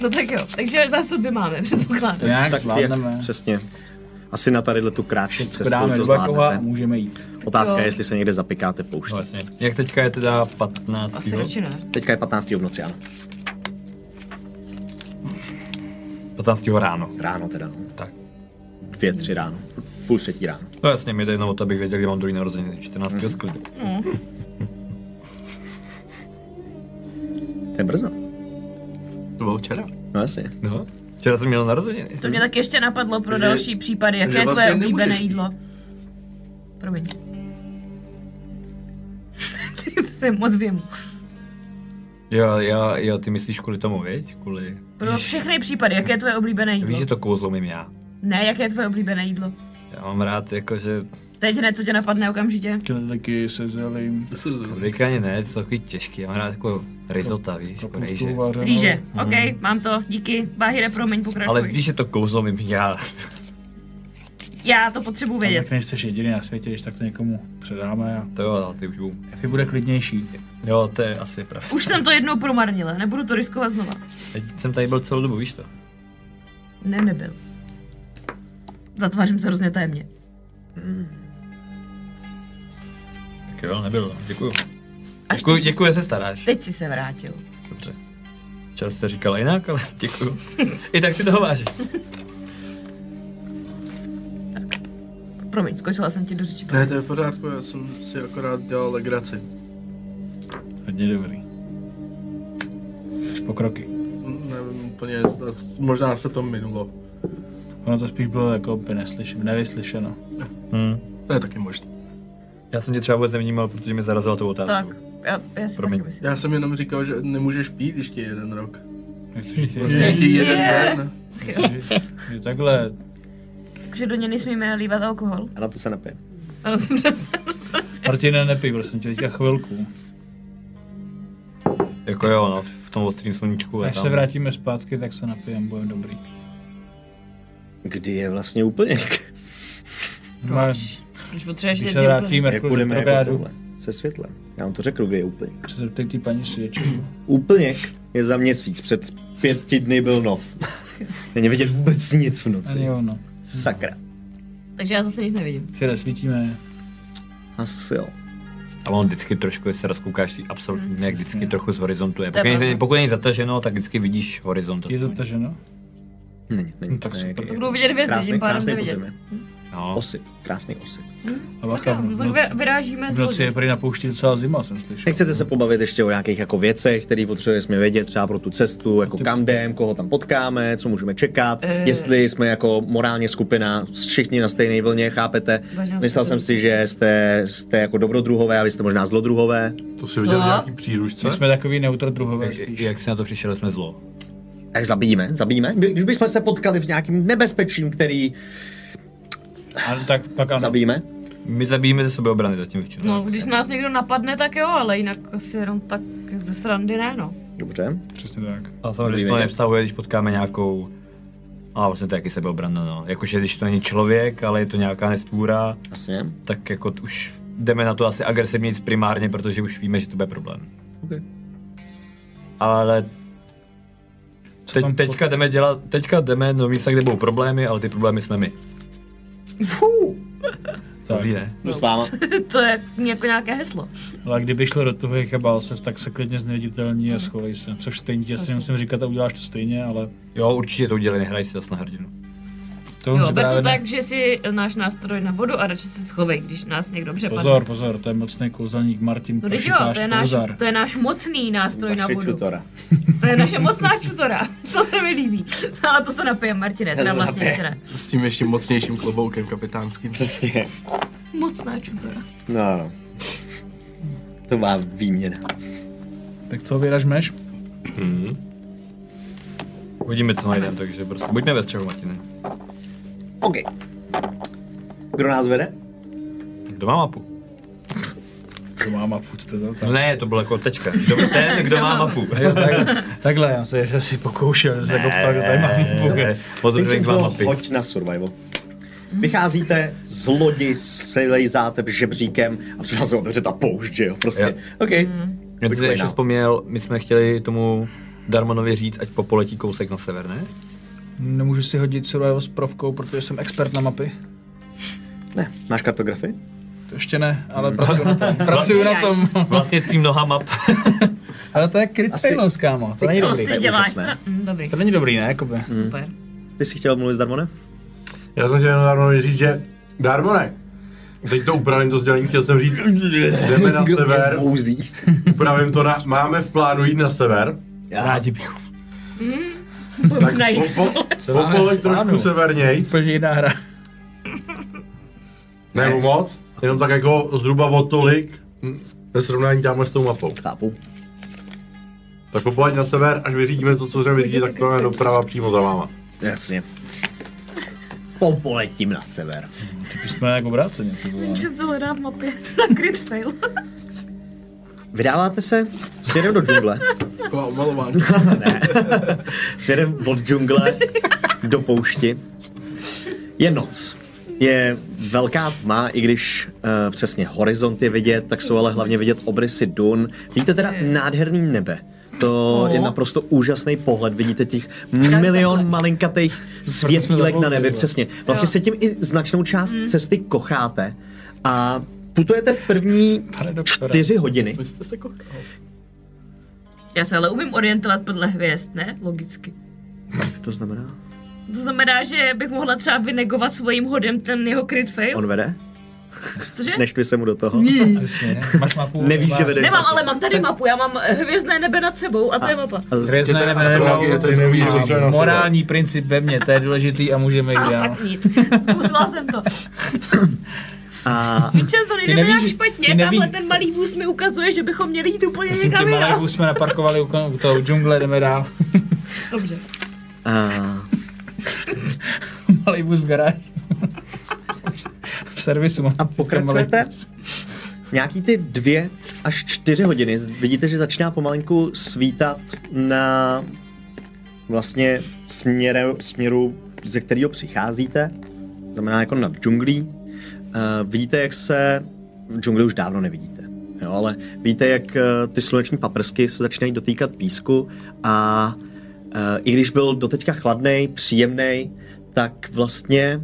No tak jo, takže zásoby máme, <laughs>
To
předpokládám.
nějak
Tak
zvládneme.
jak, přesně. Asi na tady tu kratší cestu
Dáme
to
do Bakova a
zvládnete.
můžeme jít.
Otázka
Jo.
je, jestli se někde zapikáte v poušti.
Vlastně. Jak teďka je teda 15.
Asi
jo?
radši ne.
Teďka je 15. v noci, ano.
15. ráno.
Ráno teda. no.
Tak.
Dvě, tři ráno. Půl třetí ráno.
No jasně, mi jde jenom o to, abych věděl, kdy mám druhý narozeniny. 14. Mm. sklidu.
To je brzo.
To bylo včera.
No jasně.
No. Včera jsem měl narozeniny.
To mě tak ještě napadlo pro
Že-
další případy. Jaké
že
je
vlastně
tvoje
nemůžeš
oblíbené
pít.
jídlo? Promiň.
<laughs>
Ty moc vím.
Jo, já, já, ty myslíš kvůli tomu, viď? Kvůli...
Pro všechny případy, jaké je tvoje oblíbené
Víš,
jídlo?
že to kouzlo mím já.
Ne, jaké je tvoje oblíbené jídlo?
Já mám rád, jako, jakože...
Teď hned, co tě napadne okamžitě.
Kyliky se zelím.
Kolik ani ne, to je takový těžký. Já mám rád jako risota, víš, jako rejže.
Kapustu vařenou.
Rýže. OK, mám to, díky. Bahire, promiň, pokračuj.
Ale víš, že to kouzlo mím já. <laughs>
Já to potřebuji
A
vědět.
Tak nejsi jediný na světě, když tak to někomu předáme a
To jo, no, ty už bu.
Efi bude klidnější.
Jo, to je asi pravda.
Už jsem to jednou promarnila, nebudu to riskovat znova.
Teď jsem tady byl celou dobu, víš to?
Ne, nebyl. Zatvářím se hrozně tajemně.
Tak jo, nebyl. no. Děkuju.
Až
Děkuju,
teď si-
děkuju, že se staráš.
Teď si se vrátil.
Dobře. Čas jste říkala jinak, ale <laughs> děkuju. I tak si toho vážím.
Promiň, skočila jsem ti do řeči.
Ne, to je v pořádku, já jsem si akorát dělal legraci.
Hodně dobrý. Až po kroky.
Mm, Nevím úplně, zda- možná se to minulo.
Ono to spíš bylo jako by neslyšeno, nevyslyšeno.
Hm.
To je taky možné.
Já jsem tě třeba vůbec nevnímal, protože mi zarazila tu
Tak,
otázku.
já, já si
Promiň.
taky myslím.
Já jsem jenom říkal, že nemůžeš pít ještě jeden rok.
Jak to ještě
Vlastně
<laughs>
ještě jeden den.
je takhle,
Takže do něj nesmíme nalívat alkohol.
A na to se napije.
Ano, jsem přesně.
Martine, nepij, prosím tě, teďka chvilku.
Jako jo, no, v tom ostrém sluníčku. je
Až
tam-
se vrátíme zpátky, tak se napijem, budeme dobrý.
Kdy je vlastně úplně?
<laughs> Máme-
Proč potřebuješ dělat
Když se
úplně?
vrátí Merkur z
půjdeme jako
retrográdu,
tohle? Se světlem. Já vám to řeknu, kde je úplněk.
se zeptej té paní svědčí.
Úplněk je za měsíc. Před pěti dny byl nov.
<laughs>
Není vidět vůbec nic v
Ani
noci.
ono.
Sakra.
Takže já zase nic nevidím.
Si nesvítíme.
Asi jo.
A on vždycky trošku, jestli se rozkoukáš, si absolutně, ne, vždycky trochu z horizontu je.
Hmm, To je
Pokud, není,
pravda.
pokud není zataženo, tak vždycky vidíš horizont.
Je
aspoň.
zataženo?
Není, není.
No tak
to je
super.
nějaký-
To
Budu vidět hvězdy,
Krásný,
tím pádem
krásný
to vidět.
podzim.
No,
Osyp, krásný osyp.
A
Tak jo,
bacha, v
no tak
noci-
vy- vyrážíme
v
z
noci
lodi.
je prý na poušti docela zima, jsem slyšel.
Nechcete se pobavit ještě o nějakých jako věcech, které potřebujeme jsme vědět třeba pro tu cestu, jako kam jdem, koho tam potkáme, co můžeme čekat,
Eh.
jestli jsme jako morálně skupina, všichni na stejné vlně, chápete?
Vážená
Myslel
skupina.
jsem si, že jste, jste jako dobrodruhové a vy jste možná zlodruhové.
To si viděl
Co?
v nějaký příručce?
My jsme takový neutrodruhové
jak,
spíš.
jak jsi na to přišel, jsme zlo.
Tak zabijíme, zabijíme. Kdy- Když bychom se potkali v nějakým nebezpečím, který
A tak pak ano.
zabijíme,
My zabijeme ze sebe obrany zatím většinou.
No, když nás někdo napadne, tak jo, ale jinak asi jenom tak ze srandy ne, no.
dobře.
Přesně tak.
A samozřejmě se to
Dobrý den.
nevztahuje, když potkáme nějakou... A vlastně to je taky sebeobrana, no. Jakože když to není člověk, ale je to nějaká nestvůra,
Jasně.
tak jako t- už jdeme na to asi agresivnějc primárně, protože už víme, že to bude problém.
Okay.
Ale teď,
tam po-
teďka jdeme dělat, teďka jdeme do místa, kde budou problémy, ale ty problémy jsme my.
Tak.
Dobrý, ne?
No,
Jdu s váma.
<laughs>
To je jako nějaké heslo.
Ale kdyby šlo do toho a bál se, tak se klidně zneviditelní
No.
a schovej se. Což stejně ti asi nemusím říkat a uděláš to stejně, ale
Jo, určitě to udělej, nehraj si zas na hrdinu.
to
Jo,
musí
ber to
právě...
tak, že si náš nástroj na vodu a radši se schovej, když nás někdo přepadne.
Pozor, pozor, to je mocný kouzelník Martin,
No
to
teď jo,
šitáš
to je, náš,
kouzar.
to je náš mocný nástroj na
Vaše
vodu.
čutora.
To je naše mocná čutora. <laughs> To se mi líbí. No, Ale to se napije, Martine, teda vlastně včera.
S tím ještě mocnějším kloboukem kapitánským.
Přesně.
Mocná čutora.
No, no. To má výměna.
Tak co, vyražmeš?
Uvidíme, co najdeme, takže prostě buďme ve střehu, Martine.
OK. Kdo nás vede?
Kdo má mapu?
To má mapu, jste to tam.
Ne, to bylo jako tečka. Kdo, ten, kdo má mapu.
Jo, tak, takhle, já se že si pokoušel, že se jako ptal, kdo tady má mapu.
Pozor, dva
Vincenzo,
mapy.
hoď na survival. Vycházíte z lodi, slejzáte žebříkem a před vás se otevře ta poušť, že jo, prostě.
Jo.
OK.
Hmm.
Já jsem
Pojďme
si ještě
dál.
vzpomněl, my jsme chtěli tomu Darmanovi říct, ať popoletí kousek na sever, <laughs> ne?
Nemůžu si hodit survival s provkou, protože jsem expert na mapy.
Ne, máš kartografii?
To ještě ne, ale pracuju na tom. Pracuju na tom.
Vlastnickým noha map.
Ale to je crit
Asi-
failness, kámo. To není
To
dobrý.
je
Prostě děláš.
úžasné.
stra- Mm, Dobrý,
To není dobrý, ne, Jakoby.
super.
Ty jsi chtěl mluvit s
<laughs>
Darmonem?
Já jsem chtěl jenom Darmonovi říct, že... Darmone! Teď to upravím, to sdělení, chtěl jsem říct, jdeme na sever,
Bouzí.
upravím to na... Máme v plánu jít na sever,
Rádi bych.
<laughs>
tak
Na jich.
po, po, popoleď trošku
plánu.
severnějc,
Úplně jiná hra.
nebo moc, jenom tak jako zhruba o tolik, hm, ve srovnání tamhle s tou mapou.
Chápu.
Tak popoleď na sever, až vyřídíme to, co jsme vyřídili, tak to je doprava přímo za váma.
Jasně. Popoletím na sever.
My jsme jako obráceně. to bylo.
Že to hledá v mapě <laughs> na crit fail.
Vydáváte se směrem do džungle.
Taková malování.
Směrem od <laughs> džungle do poušti. Je noc. Je velká tma, i když uh, přesně horizont je vidět, tak jsou ale hlavně vidět obrysy dun. Vidíte teda nádherný nebe. To je naprosto úžasný pohled. Vidíte těch milion malinkatých světílek na Hmm. nebi, přesně. Vlastně se tím i značnou část cesty kocháte a putujete první
Pane doktore.
čtyři hodiny.
Vy jste se kochal.
Já se ale umím orientovat podle hvězd, ne? Logicky.
Co to znamená?
To znamená, že bych mohla třeba vynegovat svým hodem ten jeho crit fail,
On vede?
cože?
Neštvi se mu do toho.
Jasně. Máš mapu?
Nevíš, že vede.
Nemám, ale mám tady mapu, já mám eh, hvězdné nebe nad sebou a to je mapa.
Hvězdné
Je to
nebe,
astrologie,
no,
to je nejvíc,
mám
co je na sebe.
Morální princip ve mně, to je důležitý a můžeme jít
A <laughs>
dál.
tak nic, zkusila jsem to.
A
Vincenzo, nejdeme
nevíš,
nějak
že- ty
špatně,
neví-
tamhle ten malý vůz mi ukazuje, že bychom měli jít úplně
Myslím tě,
někam jinam.
malé jsme naparkovali u, kon- u toho džungle, jdeme dál. <laughs>
Dobře.
A
malý bus v garáži. v servisu mám.
A pokračujete? <laughs> nějaký ty dvě až čtyři hodiny vidíte, že začíná pomalinku svítat na vlastně směru, směru ze kterého přicházíte, znamená jako nad džunglí. Uh, vidíte, jak se v džungli už dávno nevidíte. Jo, ale víte, jak eh, ty sluneční paprsky se začínají dotýkat písku a eh, i když byl doteďka chladný, příjemný, tak vlastně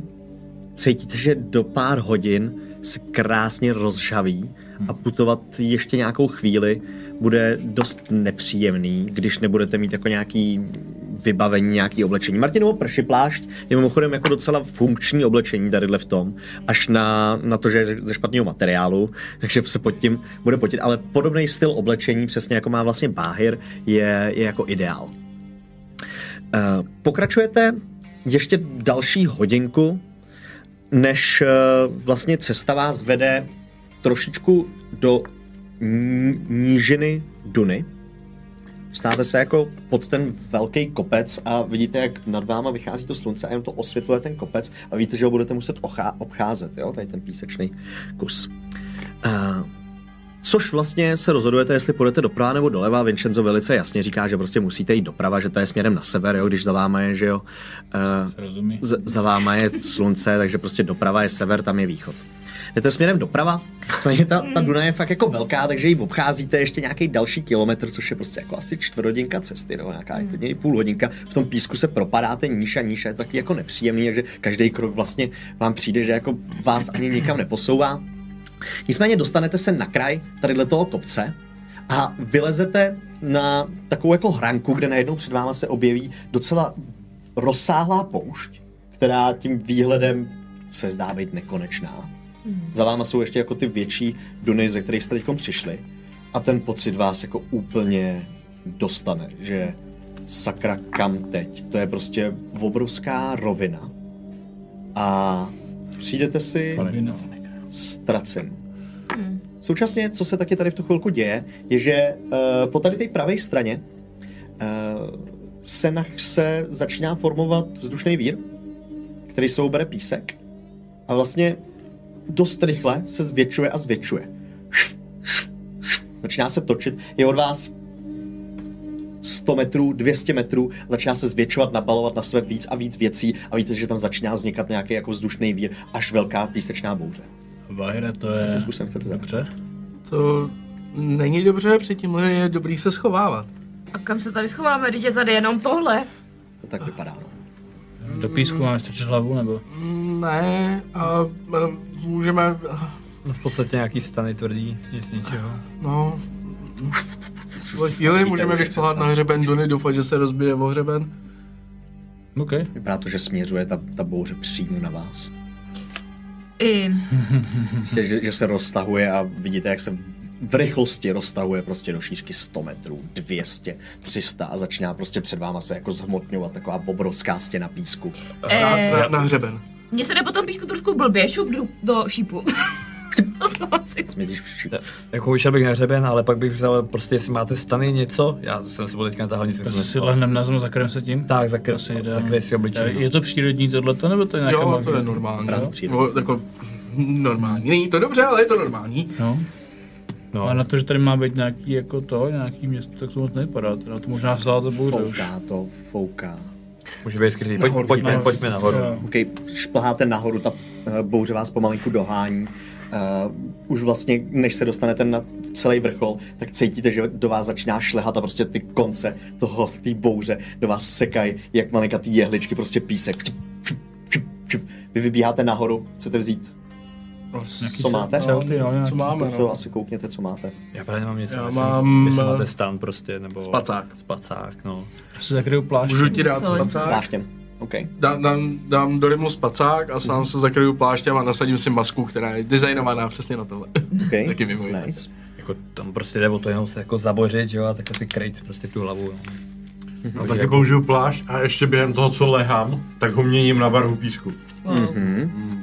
cítíte, že do pár hodin se krásně rozžaví a putovat ještě nějakou chvíli bude dost nepříjemný, když nebudete mít jako nějaký vybavení, nějaký oblečení. Martinovo prši plášť je mimochodem jako docela funkční oblečení tadyhle v tom, až na, na to, že je ze špatného materiálu, takže se pod tím bude potit, ale podobný styl oblečení, přesně jako má vlastně Báhir, je, je jako ideál. Eh, Pokračujete ještě další hodinku, než eh, vlastně cesta vás vede trošičku do ní- nížiny Duny. Státe se jako pod ten velký kopec a vidíte, jak nad váma vychází to slunce a jen to osvětluje ten kopec a víte, že ho budete muset ochá- obcházet, jo, tady ten písečný kus. Uh, což vlastně se rozhodujete, jestli půjdete doprava nebo doleva. Vincenzo velice jasně říká, že prostě musíte jít doprava, že to je směrem na sever, jo, když za váma je, že jo, eh,
Rozumí.
z- za váma je slunce, takže prostě doprava je sever, tam je východ. Jdete směrem doprava, nicméně ta, ta Duna je fakt jako velká, takže ji obcházíte ještě nějaký další kilometr, což je prostě jako asi čtvrthodinka cesty, no, nějaká mm. i půl hodinka. V tom písku se propadáte níž a níž a je taky jako nepříjemný, takže každý krok vlastně vám přijde, že jako vás ani nikam neposouvá. Nicméně dostanete se na kraj tadyhle toho kopce a vylezete na takovou jako hranku, kde najednou před váma se objeví docela rozsáhlá poušť, která tím výhledem se zdá být nekonečná. Za váma jsou ještě jako ty větší duny, ze kterých jste teď přišli. A ten pocit vás jako úplně dostane, že sakra kam teď. To je prostě obrovská rovina. A přijdete si ztracen. Současně, co se taky tady v tu chvilku děje, je, že uh, po tady té pravé straně uh, se, na, se začíná formovat vzdušný vír, který soubere písek a vlastně dost rychle se zvětšuje a zvětšuje. Začíná se točit, je od vás 100 metrů, 200 metrů, začíná se zvětšovat, nabalovat na své víc a víc věcí a víte, že tam začíná vznikat nějaký jako vzdušný vír, až velká písečná bouře.
Vajra, to je...
Jakým způsobem chcete zabrat?
Dobře.
To není dobře, předtím je dobrý se schovávat.
A kam se tady schováme, když je tady jenom tohle?
To tak vypadá. No.
Do písku máme strčit hlavu, nebo?
Mm, Ne, a, a můžeme,
No v podstatě nějaký stany tvrdý, nic ničeho.
no, v chvíli můžeme
že
vyšplhat
chcete.
na hřeben Duny, doufat, že se rozbije o hřeben.
OK.
Vypadá to, že směřuje ta, ta bouře přímo na vás.
I
Že, že, že se roztahuje a vidíte, jak se v rychlosti roztahuje prostě do šířky 100 metrů, 200, 300 a začíná prostě před váma se jako zhmotňovat taková obrovská stěna písku.
Na,
Eh.
na, na hřeben.
mně se jde potom písku trošku blbě, šup do, do šípu. <laughs> Znova si-
Zmizíš všichni.
Jako vyšel bych na hřeben, ale pak bych vzal prostě, jestli máte stany něco. Já jsem se teďka natáhl nic, tak
Takže
jsem
si
nespal.
lehneme na zem, zakryjeme se tím.
Tak, zakry,
Asi
tak,
jdem.
zakry si obličej.
Je to přírodní tohleto, nebo to je nějaká
Jo, to
magie?
je normální.
Rád
jo.
přijde.
No, jako normální. Není to dobře, ale je to normální.
No.
No,
A na to, že tady má být nějaký jako to, nějaký město, tak to moc nevypadá. Teda to možná vzala to bouře už.
Fouká to, fouká.
může být skrytý. Pojď,
Nahoru,
pojďme,
nahoru.
pojďme nahoru.
Jo.
OK, šplháte nahoru, ta eh, bouře vás pomalinku dohání. Uh, už vlastně, než se dostanete na celý vrchol, tak cítíte, že do vás začíná šlehat a prostě ty konce toho, té bouře do vás sekají, jak malinkatý jehličky, prostě písek. Čup, čup, čup, čup. Vy vybíháte nahoru, chcete vzít,
No,
co máte?
Co, ty, jo,
co
nějaký.
máme,
Co
no.
asi koukněte, co máte.
Já právě nemám něco.
Já
tak
mám,
Jestli
eh,
máte stan prostě, nebo...
Spacák.
Spacák, no.
Já Si zakryju plášť.
Můžu ti dát
Sorry.
spacák?
Váštěm. OK.
<laughs> Dám, dám, dám do Rimu spacák a sám se zakryju pláštěm a nasadím si masku, která je designovaná přesně na tohle.
okay.
Taky mimo jiné.
Nice.
Jako tam prostě jde o to jenom se jako zabořit, že jo, a tak si krejt prostě tu hlavu, no.
A
jako-
taky použiju plášť a ještě během toho, co lehám, tak ho měním na barvu písku.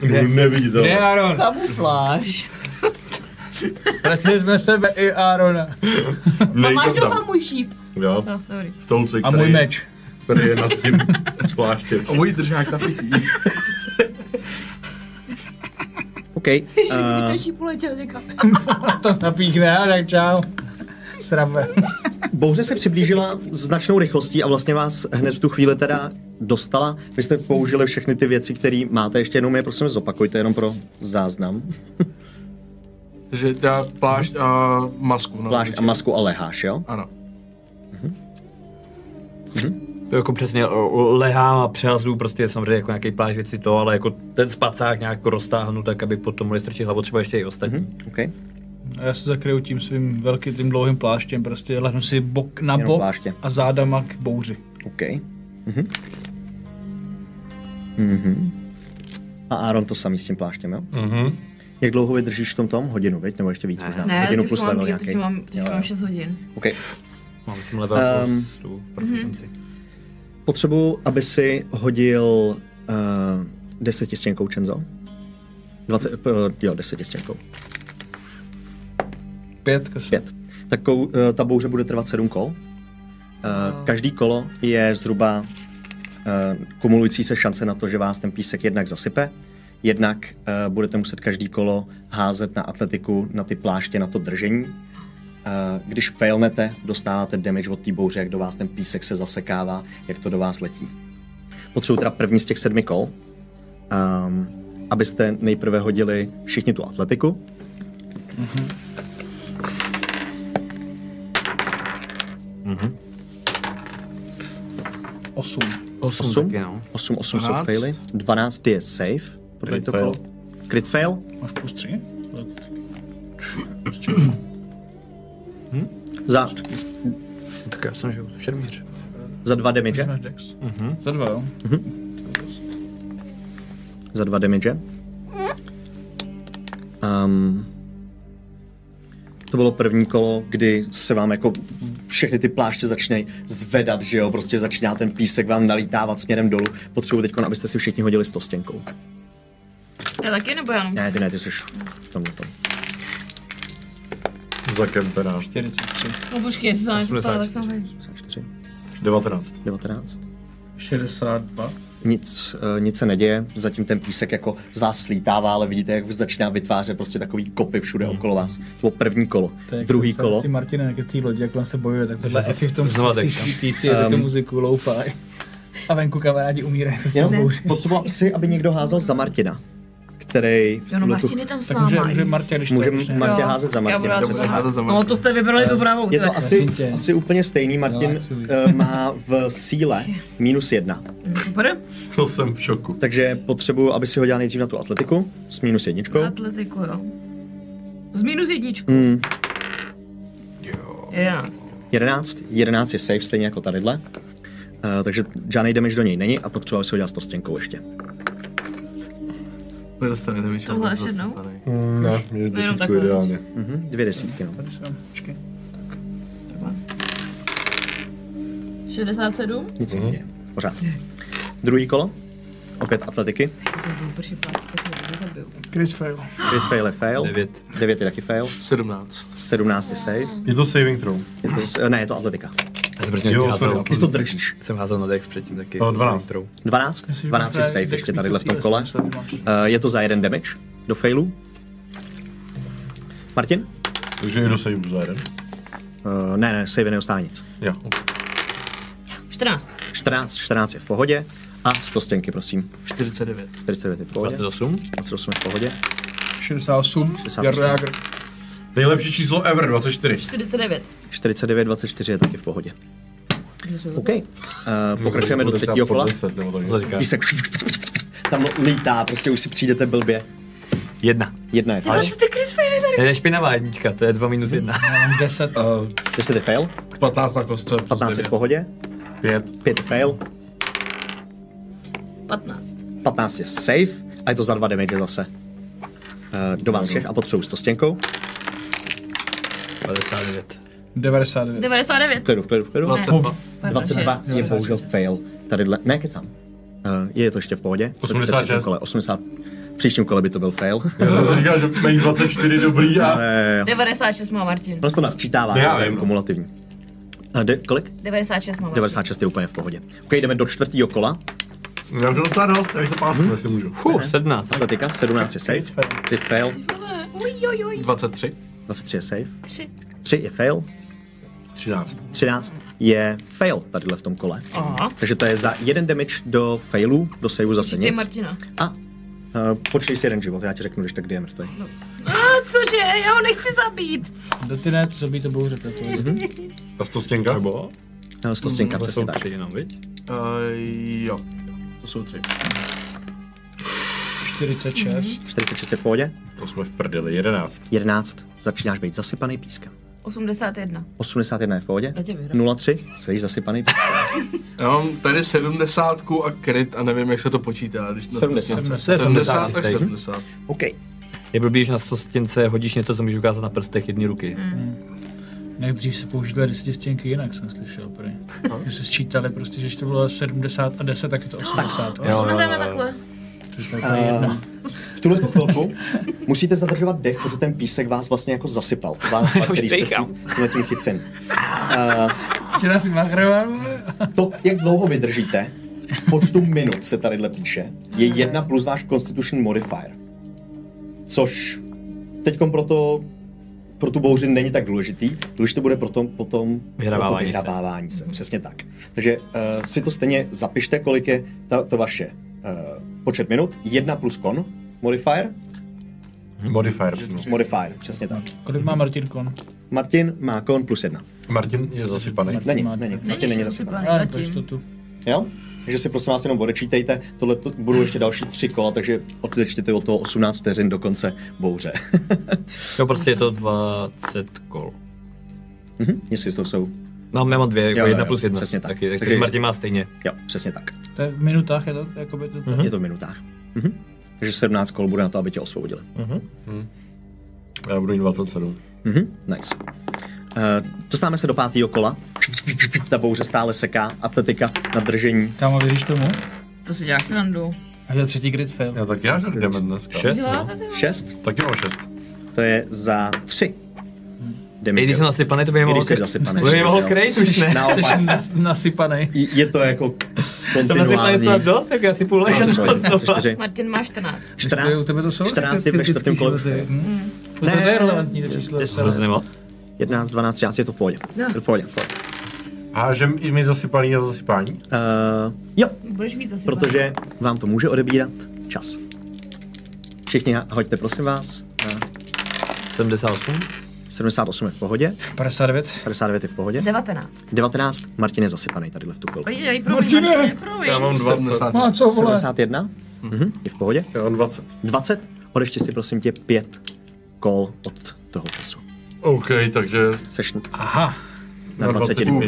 Kde? Neviditelný.
Mhm. Ne, Aaron,
Kamufláž.
ztratili jsme sebe i Arona.
A máš
Nejsem
doufám
tam.
můj šíp.
Jo,
No, dobrý.
v touci,
A můj
který,
meč.
který je nad tím <laughs> pláštěm.
A můj držák taky.
OK.
Uh...
Uh,
Ten šíp uletěl někam.
To napíchne, a tak čau. Srabe.
Bouře se přiblížila značnou rychlostí a vlastně vás hned v tu chvíli teda dostala. Vy jste použili všechny ty věci, které máte. Ještě jednou mi je prosím zopakujte, jenom pro záznam.
Že dá plášť a masku. No,
Plášť a masku a leháš, jo?
Ano.
To jako přesně o- o- lehám a přehazuju prostě samozřejmě jako nějaký pláž věci to, ale jako ten spacák nějak jako roztáhnu tak, aby potom mohli strčit hlavu třeba ještě i ostatní. Mm-hmm.
OK.
A já se zakryju tím svým velkým, tím dlouhým pláštěm, prostě lehnu si bok na
Jenom
bok
pláště.
a zádama k bouři.
OK. Mhm. Mhm. A Aaron to samý s tím pláštěm, jo?
Mhm.
Jak dlouho vydržíš v tom tom? Hodinu, viď? Nebo ještě víc možná?
Ne,
Hodinu
teď už
plus
mám,
level
teď
nějaký.
už mám, teď
Jo,
už
jo.
mám 6 hodin.
OK.
Mám jsem level
Ehm.
um, tu proficiency.
Potřebuju, aby si hodil uh, desetistěnkou Chenzo. 20, uh, jo, desetistěnkou.
Pět,
Pět. Tak kou, uh, ta bouře bude trvat sedm kol. Uh, každý kolo je zhruba uh, kumulující se šance na to, že vás ten písek jednak zasype, jednak uh, budete muset každý kolo házet na atletiku, na ty pláště, na to držení. Uh, když failnete, dostáváte damage od té bouře, jak do vás ten písek se zasekává, jak to do vás letí. Potřebuji teda první z těch sedmi kol, um, abyste nejprve hodili všichni tu atletiku,
osm.
8, 8?
8,
Taky, no.
8, 8 jsou
12.
faily, 12 je safe, protože
Crit
to
fail.
bylo. Crit fail,
Máš plus tři?
za,
Tak já jsem, že šermíř.
za dva damage,
Takže máš dex. Uh-huh. Za dva, jo.
za dva damage. Um, to bylo první kolo, kdy se vám jako všechny ty pláště začínají zvedat, že jo, prostě začíná ten písek vám nalítávat směrem dolů. Potřebuji teď, abyste si všichni hodili s to stěnkou.
Já taky, nebo já jenom?
Ne, ty ne, ty jsi v tomhle tom.
za kempenář.
43.
No počkej, jestli jsem něco stala, tak jsem
84,
19.
19.
62.
Nic, eh, nic se neděje, zatím ten písek jako z vás slítává, ale vidíte, jak začíná vytvářet prostě takový kopy všude
Hmm.
okolo vás. To bylo první kolo, druhý kolo.
S tím Martinem, jak je v té lodi, jak on se bojuje, tak tohle Efi v tom
Znova no.
v té
teďka.
CTC je um,
Um,
muziku loupaj. A venku kamarádi umírají.
Jenom
Ne.
potřeboval si, aby někdo házel za Martina, který v
Jo, no
tuhle tu-
Martin je tam s
Tak může,
náma.
může Martě, když
může
to už ne-
Martě
Jo.
házet za
Já budu
Martina.
házet
přesně
za
tak.
Házet za
No to jste vybrali tu pravou
Je
teda.
to asi,
Prosím tě.
asi úplně stejný. Martin
Relaxuj.
eh, má v síle minus jedna.
Super.
To jsem v šoku.
Takže potřebuju, aby si ho dělal nejdřív na tu atletiku s minus jedničkou.
Atletiku, jo. Z minus jedničku.
Hmm.
Mm,
Jedenáct.
11. 11 je safe, stejně jako tadyhle. Uh, takže žádný damage do něj není a potřebuji, aby si ho dělal s to stěnkou ještě.
Nedostanete většinou.
Tohle až
zase
jednou?
tady.
Mm, ne, mě je
Jenom
desítku
takovou.
ideálně.
Mhm, dvě desítky, no.
Tady jsem, počkej.
67.
Nic mm. neděje. Pořád. Druhý kolo. Opět atletiky.
Chci se byl připat, tak mě lidi zabiju.
Chris fail.
9 fail je fail.
Devět.
9 je taky fail.
17.
17 je safe.
Je to saving throw.
Je to, z- ne, je to atletika.
Já jsem proti němu
Jo,
házel.
sorry.
Ty si to držíš.
Jsem házel na Dex předtím taky.
No, 12.
12? 12 je safe ještě tadyhle v tom
prostě
kole. Eh, je to za jeden damage do failu. Martin?
Takže i do saveu za jeden.
Uh, ne, ne, save neustává nic.
Jo, okay.
14.
14, 14 je v pohodě. A 100 stěnky, prosím.
49.
49 je v pohodě.
28?
28 je v pohodě.
68.
68.
Jardo Jágr.
Nejlepší číslo ever, 24.
49.
49, 24 je taky v pohodě. OK. Uh, pokračujeme do
Bude třeba
třetího
pod
kola.
10 nebo tak.
To říká.
Písek tam lítá, prostě už si přijdete blbě.
Jedna.
Jedna je fail.
Co ty kryt fejny tady?
To je špinavá jednička, to je 2 minus 1.
Mám eh, 10.
Uh,
10 je fail,
15 na kostce.
15 je v pohodě,
5.
5 je fail,
15.
15 je safe a je to za dva damage zase. Uh, do vás všech a potřebuji 100 stěnkou.
59.
99.
99.
V klidu, v klidu, v klidu.
22.
22
prostě-
je bohužel fail. Tadyhle, ne, kecám. Uh, je to ještě v pohodě.
86.
V příštím kole, 80. V příštím kole by to byl fail.
Já jsem říkal, že mají 24 dobrý a...
Eh, jo.
96 má Martin.
Ono se Prostě to nasčítává,
Já
jo, to je
vím, no.
kumulativní. A de, kolik?
96 má Martin.
96 je úplně v pohodě. OK, jdeme do čtvrtého kola.
Já už jsem docela dost, já bych to pásnu, jestli můžu.
Fuh, 17.
Atletika, 17 je safe, 5 fail,
Vole, Uj, uj, uj.
23.
23 je safe,
Tři.
3 je fail,
13.
13 je fail tadyhle v tom kole.
Aha.
Takže to je za jeden damage do failu, do saveu zase
Ty
nic.
Martina.
A uh, počkej si jeden život, já ti řeknu, když tak kdy je mrtvý.
A cože, já ho nechci zabít.
Do ty ne, co by to bylo řekl.
Mhm.
A to stěnka? Nebo?
Uh, Stostinka,
To
přesně
jsou
tak.
3 jenom, viď?
Uh, jo. To jsou tři.
46.
46 je v pohodě,
To jsme v prdeli, 11.
11 začínáš být zasypaný pískem.
81.
81 je v pohodě,
Já tě vyhrám.
03 jsi zasypaný pískem.
Já mám tady 70 a kryt a nevím, jak se to počítá. Když na
70.
70, 70 až
stejný.
70.
OK,
Je blbý, že na sostěnce hodíš něco, co můžeš ukázat na prstech jedné ruky. Mhm.
Nejdřív se použili desetistěnky jinak, jsem slyšel. Prý.
No.
Že se sčítali prostě, že když to bylo 70 a 10, tak je to 80.
Jo,
Co
jo,
nahráme
jo, jo.
takhle?
Eh, v tuhle tu chvilku musíte zadržovat dech, protože ten písek vás vlastně jako zasypal.
<laughs>
Vás, dva, který jste
dýchám.
tímhle tím chycen.
<laughs> Včera si nahráváme.
To, jak dlouho vydržíte, v počtu minut se tadyhle píše, je jedna plus váš Constitution Modifier. Což teďkom proto pro tu bouři není tak důležitý, důležité bude potom, potom
Vyhrabávání
pro to
se.
vyhrabávání se. Přesně tak. Takže uh, si to stejně zapište, kolik je ta, to vaše uh, počet minut. Jedna plus kon, modifier,
Modifier přímo.
modifier, přesně tak.
Kolik
Mhm.
má Martin Kon?
Martin má kon plus jedna.
Martin je zasypaný.
Není,
má-
není,
Není
Martin není zase
zasypaný,
Já
zatím.
to tu.
Jo? Takže si prosím vás jenom odečítejte, tohle to budou ještě další tři kola, takže odečtěte od toho 18 vteřin do konce bouře. <laughs>
No prostě je to 20 kol.
Mhm, Jestli to jsou.
No, já mám dvě, jako
Jo, jo,
jedna
jo,
plus jedna.
přesně tak.
Taky, takže
Takže-
Martin má stejně.
Jo, přesně tak.
To je v minutách, je to jakoby to.
Je to v minutách. Mhm. Takže 17 kol bude na to, aby tě osvobodili.
Já budu mít 27.
Mhm, nice. Uh, dostáváme se do pátého kola. Ta bouře stále seká, atletika na držení.
Kámo, věříš tomu?
To si děláš srandu.
A je třetí grid fail.
Já tak já jdeme dneska.
Šest, no.
Děláte ty vole?
6,
Taky mám 6.
to je za 3. damage.
I když jsem nasypaný, to by mě
I
mohlo
když jsi
krejt.
zasypaný.
To by mě mohlo
jo.
krejt už, ne?
Naopak.
<laughs> Jsi nas, nasypaný.
I- Je to jako
Jsem nasypaný
kontinuální.
docela dost, tak já si půl
Máš
léka.
tři, máš čtyři.
Martin má 14.
14,
U tebe to jsou?
14 je ve čtvrtém kole.
Hmm?
Ne.
Ne. To je relevantní to číslo.
Deset.
Hrozně moc.
11, 12, 13, je to v pohodě.
No.
Je to v pohodě. v pohodě.
A že i my zasypaný a zasypání?
Eh, jo,
Budeš mít asi
protože vám to může odebírat čas. Všichni hoďte prosím vás. na
78.
78 je v pohodě,
59.
59 je v pohodě.
19.
19, Martin je zasypaný tady v tu chvilku.
Ojej,
Martine!
promiň, Martine, promiň.
Já mám 20.
70.
No co vole?
71, mhm, je v pohodě.
Já mám 20.
20, odeště si prosím tě 5 kol od toho času.
OK, takže
Seš
Aha.
na 22.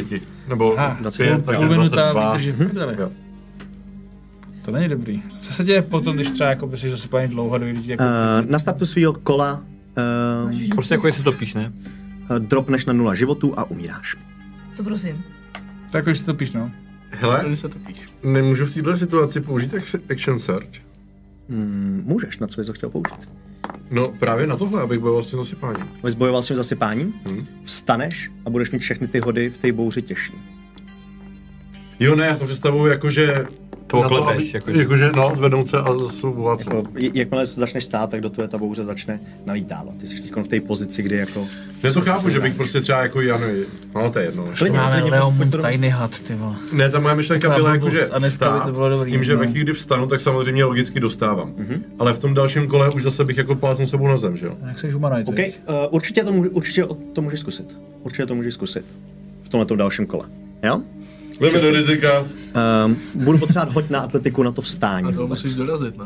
Nebo
Aha,
pět,
půl,
takže
půl minuta
22.
vydrží v prdeli.
Jo.
To není dobrý. Co se děje potom, když třeba jako jsi zasypaný dlouho, dojde ti jako...
Eh, na startu svého kola eh,
Prostě jako jestli to píš, ne?
dropneš na nula životů a umíráš.
Co prosím?
To jako, že si to píš, no.
Hele,
Tady se to píš.
nemůžu v této situaci použít ax- action search.
Mm, můžeš, na co bys ho chtěl použít.
No právě na tohle, abych bojoval s tím zasypáním.
Bys bojoval s tím zasypáním,
Hm.
vstaneš a budeš mít všechny ty hody v té bouři těžší.
Jo, ne, já jsem představuju jakože...
To
na
oklepeš,
aby-
jakože.
jakože. no, zvednout se a zasouvat se.
Jako, j- jakmile se začneš stát, tak do toho ta bouře začne nalítávat. Ty jsi teď v té pozici, kdy jako...
Ne, to chápu, že bych prostě třeba jako Janovi... No, to je jedno.
Klidně,
Máme
klidně,
Leomund,
pojď to
tajný had, ty vole.
Ne, ta moje myšlenka
Taková
byla jako,
blbost.
že
A dneska by
stát,
to bylo
s
dobrý,
tím, že
no.
ve chvíli, kdy vstanu, tak samozřejmě logicky dostávám. Ale v tom dalším kole už zase bych jako plácnul sebou na zem, že jo?
A No, Jak se žumanají,
OK, uh, určitě, to může, určitě to můžeš zkusit. Určitě to můžeš zkusit. V tomhle tom dalším kole. Jo?
Jdeme do rizika.
Um, budu potřebovat hoď na atletiku na to vstání.
A to
vůbec.
musíš dorazit, ne?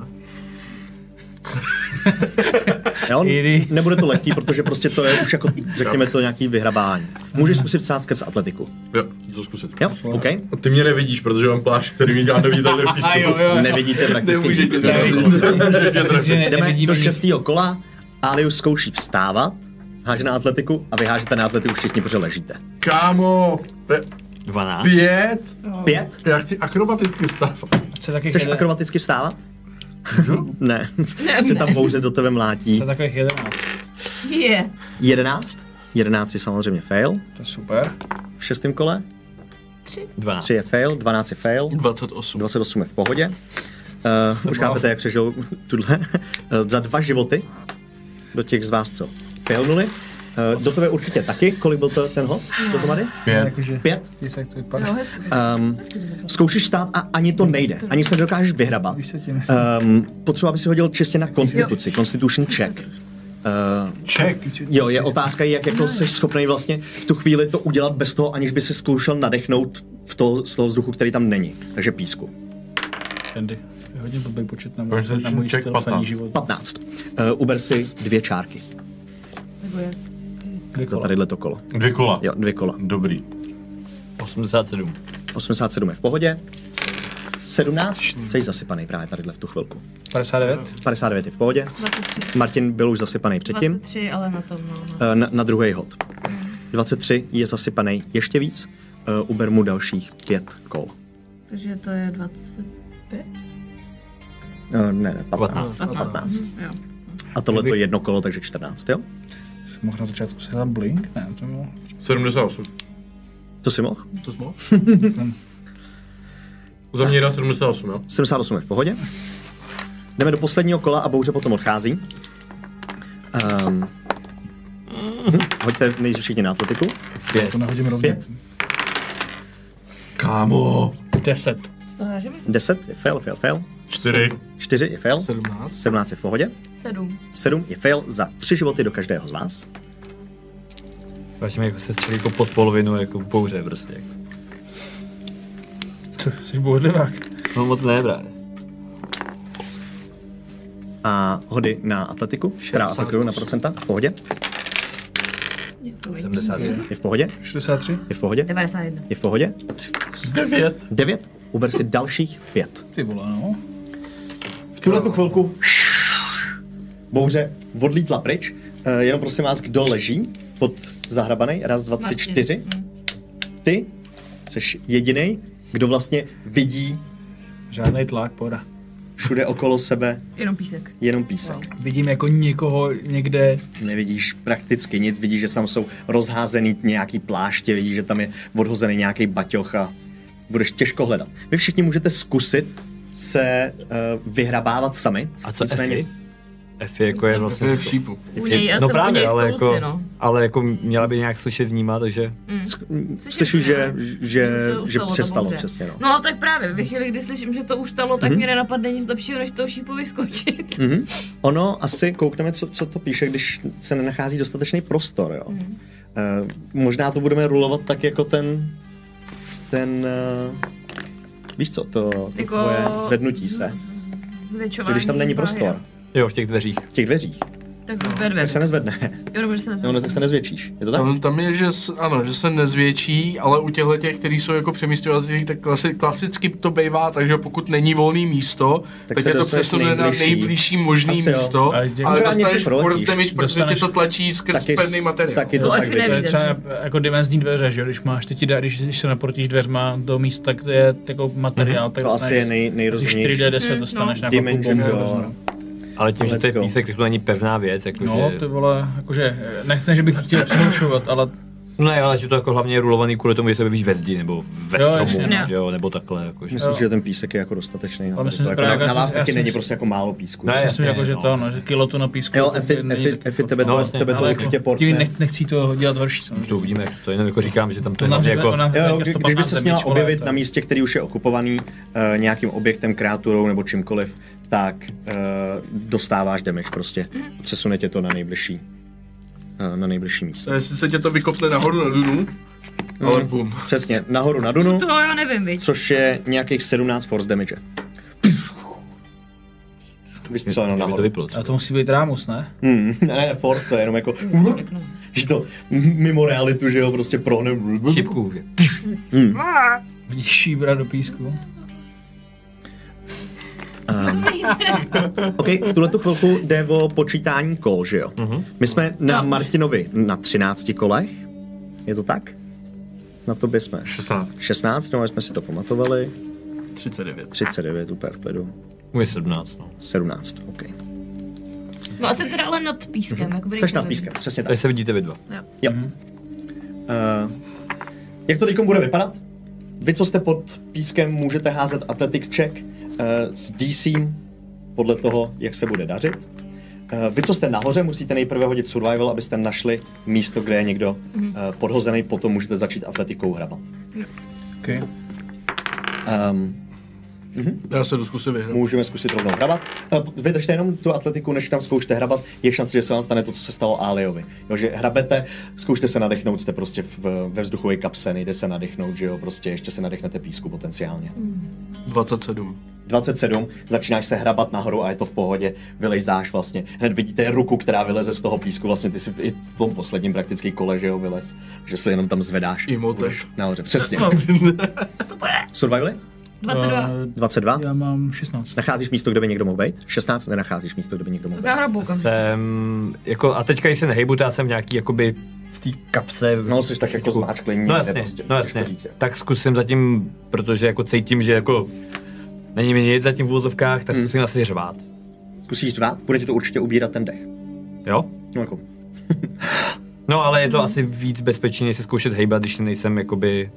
Jo?
Iris.
Nebude to lehký, protože prostě to je už jako, řekněme to, nějaký vyhrabání. Můžeš zkusit vsát skrz atletiku.
Jo, jdu to zkusit.
Jo? OK?
A ty mě nevidíš, protože mám plášť, který mě
<laughs>
dělá neviditelný v písku.
jo, jo.
Nevidíte prakticky.
Nemůžete
nikdo.
nevidět.
Nemůžeš mě
Myslíš, že
zrefit.
<laughs>
ne,
Jdeme
nevidíme
do
nic?
šestého kola. Alius zkouší vstávat, háže na atletiku a vyhážete na atletiku všichni, protože ležíte.
Kámo, to je
12.
pět?
Pět?
Já chci akrobaticky vstávat.
Co je takových
Chceš
jeden-
akrobaticky vstávat? <laughs> Ne. Se tam bouře do tebe mlátí.
co je takových jedenáct?
Je.
Jedenáct. Jedenáct je samozřejmě fail.
To je super.
V šestém kole.
12.
Tři je fail, 12 je fail.
28.
28 je v pohodě. Uh, už chápete, jak přežil tuhle. Uh, za dva životy do těch z vás, co failnuli. Uh, do tebe určitě taky. Kolik byl to ten hod dohromady?
Pět.
Jakože
Pět.
tisek, co vypadá.
No, hezky.
Um, zkoušíš stát a ani to nejde. Ani se nedokážeš vyhrabat.
Víš, co tím
Um, potřeba by si hodil čistě na konstituci. Constitution check. Uh,
Ček.
jo, je otázka, jak jako jsi schopný vlastně v tu chvíli to udělat bez toho, aniž by si zkoušel nadechnout v toho, z toho vzduchu, který tam není. Takže písku.
Andy. Je hodně blbý počet na můj,
Konečně
na můj
ček
styl
15.
psaní život.
15. Uh, uber si dvě čárky
Nebo Jako je.
Dvě
za
kola.
tadyhle to kolo.
Dvě kola.
Jo, dvě kola.
Dobrý.
87.
87 je v pohodě. 17, jsi zasypaný právě tadyhle v tu chvilku.
59.
59 je v pohodě.
23.
Martin byl už zasypaný předtím.
23, ale na tom, no. no.
Eh, Na, na druhý hod. 23 je zasypaný ještě víc. Eh, Uber mu dalších pět kol.
Takže to je 25?
Eh, Ne, ne, 15.
15.
15.
Jo.
A tohle je jedno kolo, takže 14, jo?
Jsem Mohl na začátku se tam blink? Ne, to bylo.
78.
To si mohl?
To jsi mohl?
Za mě dá 78, jo?
78 je v pohodě. Jdeme do posledního kola a bouře potom odchází. Um, Mhm. hoďte nejdřív všichni na atletiku.
To nehodím rovně.
Pět.
Kámo.
10.
Co to dáš?
10 je fail, fail, fail.
Čtyři.
4 je fail.
17.
17 je v pohodě.
7.
7 je fail za 3 životy do každého z vás.
Vlastně mi jako se střelí jako pod polovinu, jako bouře prostě. Jako.
To jsi bohodlivák.
No moc ne, právě.
A hody na atletiku. Která atletiku na procenta. V pohodě.
Děkuji.
71.
Je v pohodě.
63.
Je v pohodě.
91.
Je v pohodě.
Devět.
9. Uber si dalších 5.
Ty vole, no.
V tuhle tu chvilku bouře odlítla pryč. Eh, jenom prosím vás, kdo leží pod zahrabanej? Raz, dva, tři,
Martin.
čtyři. Ty jsi jediný, kdo vlastně vidí
Žádný tlak, pohoda.
všude okolo sebe
Jenom písek.
jenom písek.
Vidím jako někoho někde.
Nevidíš prakticky nic, vidíš, že tam jsou rozházený nějaký pláště, vidíš, že tam je odhozený nějaký baťoch a budeš těžko hledat. Vy všichni můžete zkusit se uh, vyhrabávat sami.
A co
Nicméně,
Effie? Effie jako je vlastně...
je v šípu.
U něj, já jsem u něj v
ale
Toulouse,
jako,
no.
ale jako měla by nějak slyšet vnímat, takže
sk-
Slyším,
slyšu, že,
ne?
že,
Že se
že
ustalo to
přestalo,
bouře.
přesně no.
No tak právě, ve chvíli, kdy slyším, že to už stalo, tak mě nenapadne nic lepšího, než z toho šípu vyskočit.
Mhm. Ono asi, koukneme, co, co to píše, když se nenachází dostatečný prostor, jo. Mm. Uh, možná to budeme rulovat tak jako ten, ten, uh, víš co, to, to
Jako-
tvoje zvednutí se. Že
Zvětšování
když tam není
Prahy,
prostor
jo, v těch dveřích.
v těch dveřích,
Tak to bude dveře.
tak se nezvedne.
Jo, dobře, že
<laughs>
se
No,
nezvedne.
ne- tak se nezvětšíš. Je to tak?
Tam, tam je, že, s- ano, že se nezvětší, ale u těchto těch, kteří jsou jako přemístěvací, tak klasi, klasicky to bývá, takže pokud není volný místo, tak,
se
je to
dostaneš
přesune na
nejbližší.
nejbližší možný
Asi jo.
místo,
A jde-
ale
Akorát
dostaneš
něco proletíš.
force damage, protože tě
Dostaneš-
to tlačí skrz
Taky s-
pevný materiál.
taky
To
to tak
asi
vidí.
To je
nevidím.
třeba jako dimenzní dveře, že jo? Když máš, teď ti dá, když, když se naprotíš dveřma do místa, kde je jako materiál, tak
Mhm. To asi je nej,
asi
nejrozumnější.
4D10
Mm,
dostaneš
no.
na nějakou
Dimension
bombu. Jako,
Door.
Ale tím, že to je
Let's go.
písek, tak to není pevná věc, jako jakože...
No, ty vole, jakože, ne, ne že bych chtěl přerušovat, ale
No ne, ale že to jako hlavně je rulovaný kvůli tomu, že se objevíš ve zdi, nebo ve
Jo,
stromu,
jasně,
no.
že jo, nebo takhle, jakože.
Myslím, si, že ten písek je jako dostatečný. Na,
Ale
tady
myslím,
to,
že
jako
právě
na, na
já
vás
jsem-
taky
já
není
jsem-
prostě jako málo písku.
Ne,
že?
já-
myslím,
Jasně,
jako, že
no.
to, no, že kilo tu na písku.
Jo,
to
Efi,
není
Efi,
taky
Efi,
furt.
tebe
No,
to,
jasně,
tebe to
Ale
určitě
jako,
portne.
tím nech, nechci to dělat horší samozřejmě.
To uvidíme, to jenom jako říkám, že tam to je
Ona
hlavně
vznikne-
jako...
ona vznikne
Jo,
jako
kdy- když
115
by se měla
damage, vole,
objevit
to-
na místě, který už je okupovaný eh, nějakým objektem, kreaturou nebo čímkoliv, tak eh, dostáváš damage prostě. Přesune tě to na nejbližší eh, na nejbližší místo.
Jestli se tě to vykopne nahoru na dunu,
No.
ale bum.
Přesně, nahoru na Dunu,
To já nevím, viď.
což je nějakých 17 force damage. Vystřeleno
Aby
nahoru.
to vyplo.
A to musí být Rámus, ne?
Hmm, ne, ne, force to je jenom jako,
No,
že to mimo realitu, že jo, prostě prohne.
Šipku.
Vidíš šíbra do písku.
OK, v tuhle tu chvilku jde o počítání kol, že jo? My jsme na Martinovi na 13 kolech, je to tak? Na tobě jsme
16.
16, no, jsme si to pamatovali,
39.
39 úplně v klidu,
Můj 17, no.
17, OK.
No a jsem teda ale nad pískem. Jako
Mhm. Seš nad pískem, přesně tak.
Tady se vidíte vy dva.
Jo. Uh, jak to teď bude vypadat? Vy, co jste pod pískem, můžete házet athletics check uh, s DC podle toho, jak se bude dařit. Uh, vy, co jste nahoře, musíte nejprve hodit survival, abyste našli místo, kde je někdo uh, podhozený, potom můžete začít atletikou hrabat.
Okay.
Um,
Já se jdu zkusit vyhrát.
můžeme zkusit rovnou hrabat. Uh, vydržte jenom tu atletiku, než tam zkoušte hrabat. Je šance, že se vám stane to, co se stalo Aliovi. Jo, že hrabete, zkoušte se nadechnout, jste prostě v, ve vzduchové kapse, nejde se nadechnout, že jo, prostě ještě se nadechnete písku potenciálně.
27.
27, začínáš se hrabat nahoru a je to v pohodě, vylejzáš vlastně. Hned vidíte ruku, která vyleze z toho písku, vlastně ty si i v tom posledním praktický kole, že jo, vylez, že se jenom tam zvedáš.
I moteš.
Budeš Nahoře, přesně.
No.
Survivali?
22.
Eh,
22.
Já mám 16.
Nacházíš místo, kde by někdo mohl být? 16, nenacházíš místo, kde by někdo mohl být.
Já hrabu okamžitě.
Jsem, jako, a teďka, když se nehejbu, to já jsem v nějaký, jakoby, v té kapse.
No, jsi tak jako zmáčklý,
No
nikde
jasně,
prostě,
no
těžko
jasně.
říct, jo.
Tak zkusím zatím, protože jako cítím, že jako není mi nic zatím v úvozovkách,
Hmm.
tak zkusím asi řvát.
Zkusíš řvát, bude ti to určitě ubírat ten dech.
Jo?
No jako,
No ale je to asi víc bezpečný, než se zkoušet hejbat, když nejsem jakoby,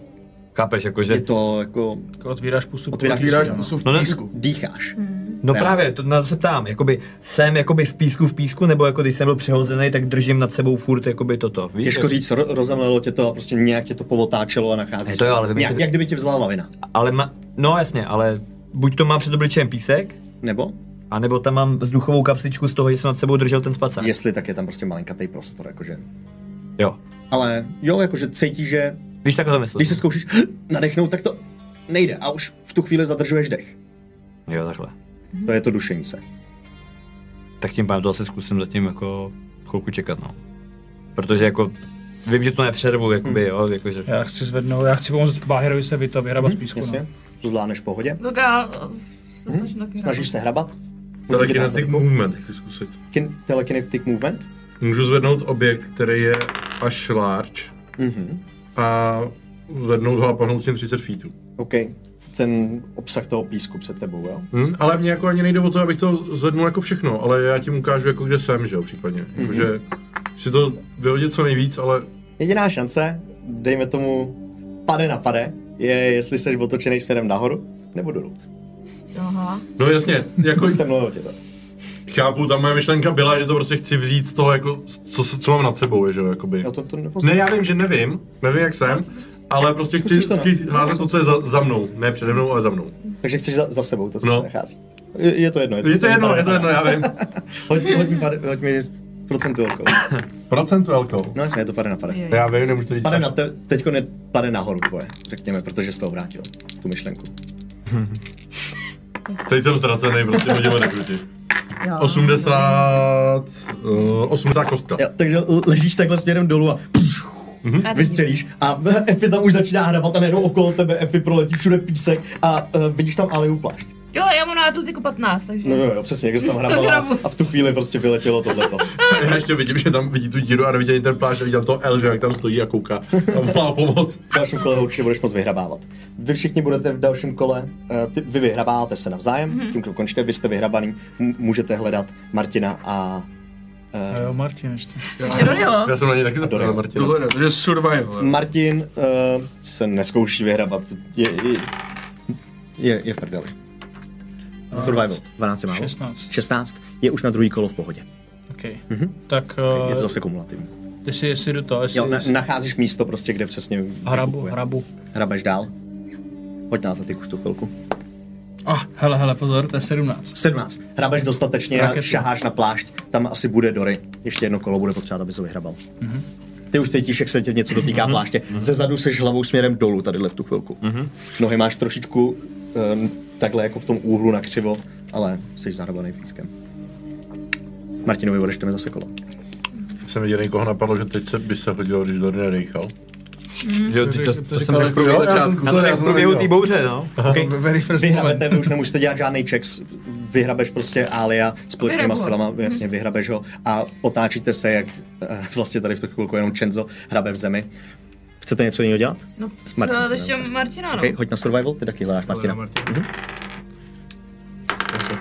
chápeš, jakože...
je to jako,
Otvíráš pusu.
Otvíráš
Vyráš
pusu,
pusu v
No ne-
písku.
dýcháš.
No
Ne.
právě, to, na to se ptám, jakoby jsem jakoby v písku v písku, nebo jako když jsem byl přehozený, tak držím nad sebou furt jakoby toto, víš?
Těžko říct, ro- rozemlelo tě to a prostě nějak tě to povotáčelo a nacházíš
To jo,
se-
ale kdyby
nějak,
tě-
jak kdyby tě vzala lavina.
Ale ma, no jasně, ale buď to mám před obličejem písek,
Nebo?
anebo tam mám vzduchovou kapsličku z toho, že jsem nad sebou držel ten spacák.
Jestli, tak je tam prostě malinkatý prostor, jakože.
Jo.
Ale jo, jakože cítíš, že
Víš, tak to myslím.
když se zkoušíš <gasps> nadechnout, tak to nejde a už v tu chvíli zadržuješ dech.
Jo, takhle.
To je to dušení se.
Tak tím pádem to asi zkusím zatím jako chvilku čekat, no. Protože jako vím, že to nepřervu, jakoby, jo, jakože.
Já chci zvednout, já chci pomoct Báhirovi se vyto, vyhrabat z písku.
Mhm, Jasně?
No.
To zvládneš v pohodě.
Tak No, já eh, se snažím taky
Mhm. Snažíš
hrabat.
se hrabat?
Telekinetic movement chci zkusit.
Kin- telekinetic movement?
Můžu zvednout objekt, který je až large
Mhm.
a zvednout ho a pohnout s ním 30 feetů.
OK. ten obsah toho písku před tebou, jo?
Hm? Ale mě jako ani nejde o to, abych to zvednul jako všechno, ale já ti ukážu jako kde jsem, že jo, případně.
Mhm.
Mm-hmm. Jakože si to vyhodit co nejvíc, ale
Jediná šance, dejme tomu pade na pade, je jestli jsi otočený směrem nahoru nebo dolů.
Aha.
no jasně, jako
Se mnou tě to.
chápu, tam moje myšlenka byla, že to prostě chci vzít z toho, jako, co, se- co mám nad sebou, je, že jo, jakoby.
Já to, to
Ne,
nepoznám.
já vím, že nevím, nevím jak jsem, ale prostě chci
Zkusíš to, ne?
vždycky házet to, co je za, za mnou, ne přede mnou, ale za mnou.
Takže chceš za, za sebou, to se
No.
no. nachází. Je, je to jedno.
Je to
stejně
jedno,
pade
je to
na
jedno,
pade.
já vím.
Hoď, hoď, mi pade- hoď mi procentuálkou.
Procentuálkou.
No jasně, je to pade na pade.
Je.
Já vím, nemůžu to jít.
Pade na te, teďko ne, pade nahoru tvoje, řekněme, protože jsi to obrátil, tu myšlenku.
Teď jsem ztracený, prostě hodíme nekrutí.
Jo.
80... Uh, 80 kostka.
Jo, takže l- ležíš takhle směrem dolů a
Já to
vystřelíš a <laughs> Effie tam už začíná hrabat a najednou okolo tebe Effie proletí všude písek a uh, vidíš tam Aliu plášť.
Jo, já mám na atletiku 15, takže...
No jo, jo, přesně, jak se tam hrabala
hrabu.
a v tu chvíli prostě vyletělo tohleto.
Já ještě vidím, že tam vidí tu díru a nevidí ani ten plášť a vidí tam to L, že jak tam stojí a kouká a volá o pomoc.
V dalším kole ho určitě budeš moc vyhrabávat. Vy všichni budete v dalším kole, eh, ty, vy vyhrabáváte se navzájem, tím kdo končíte, vy jste vyhrabaný, m- můžete hledat Martina a
A jo, Martin ještě.
Ještě dojelo.
Já jsem na něj taky zapomněl, Martina.
No.
Tohle, to je survival.
No. Martin uh, se neskouší vyhrabat. Je, je, je, je v prdeli.
Eh,
Survival. 12 je málo.
16.
16 je už na druhý kolo v pohodě.
OK. Tak
Mhm. Je to
uh,
zase kumulativní.
jestli, jestli jdu to, jestli...
Jo, na,
jestli-
nacházíš místo prostě, kde přesně
Hrabu,
vybuchuje.
hrabu.
Hrabeš dál. Pojď na atletiku v tu chvilku.
Ah, hele, hele, pozor, to je 17.
17. Hrabeš dostatečně a
Raketu.
šaháš na plášť. Tam asi bude Dory. Ještě jedno kolo bude potřeba, aby se vyhrabal. Ty už cítíš, jak se tě něco dotýká pláště. Ze zadu seš hlavou směrem dolů tadyhle v tu chvilku. Nohy máš trošičku um, takhle jako v tom úhlu na křivo, ale jsi zahrabaný pískem. Martinovi budeš to zase kolo.
Jsem viděl někoho napadlo, že teď se by se hodilo, když Dorne rejchal.
Jo, ty, to, to, jsem tak v
Jo,
průběhu
já
začátku.
jsem-
Na to je
já
v
jsem
průběhu
neviděl.
té bouře, no.
Okay.
Very first moment.
Vyhrabete, vy už nemusíte dělat žádný checks, vyhrabeš prostě Alia společnýma
Vyhrabu ho.
silama, jasně, vyhrabeš ho a otáčíte se, jak eh, vlastně tady v tu chvilku jenom Čenzo hrabe v zemi. Chcete něco jiného dělat?
No,
Martin
Martin,
se
ještě
nám-
Martina, no.
Okay, hoď na survival, ty taky hledáš Martina.
Martina.
Mhm,
Deset.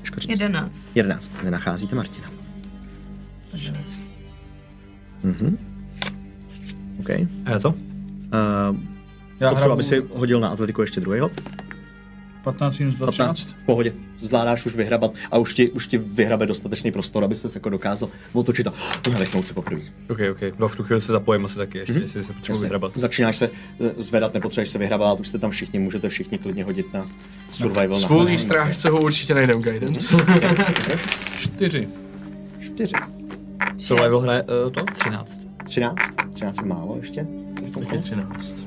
těžko říct.
11.
11. Nenacházíte Martina. Mhm. OK.
A já to?
Uh,
Já
potřeba,
hrabu
aby si hodil na atletiku ještě druhý hod.
15 minus 2,
15.
13.
V pohodě. Zvládáš už vyhrabat a už ti, už ti vyhrabe dostatečný prostor, aby se jako dokázal otočit a nadechnout se poprvé.
OK, OK. No v tu chvíli se zapojím asi taky ještě, jestli se potřebuji
Mhm. Jasně.
vyhrabat.
Začínáš se eh, zvedat, nepotřebuješ se vyhrabovat, už jste tam všichni, můžete všichni klidně hodit na survival. na-
Spolní
na-
strážce ho určitě najdem guidance.
4.
Čtyři.
Survival hraje eh, to? 13.
Třináct. Třináct je málo ještě. v tom kole.
13.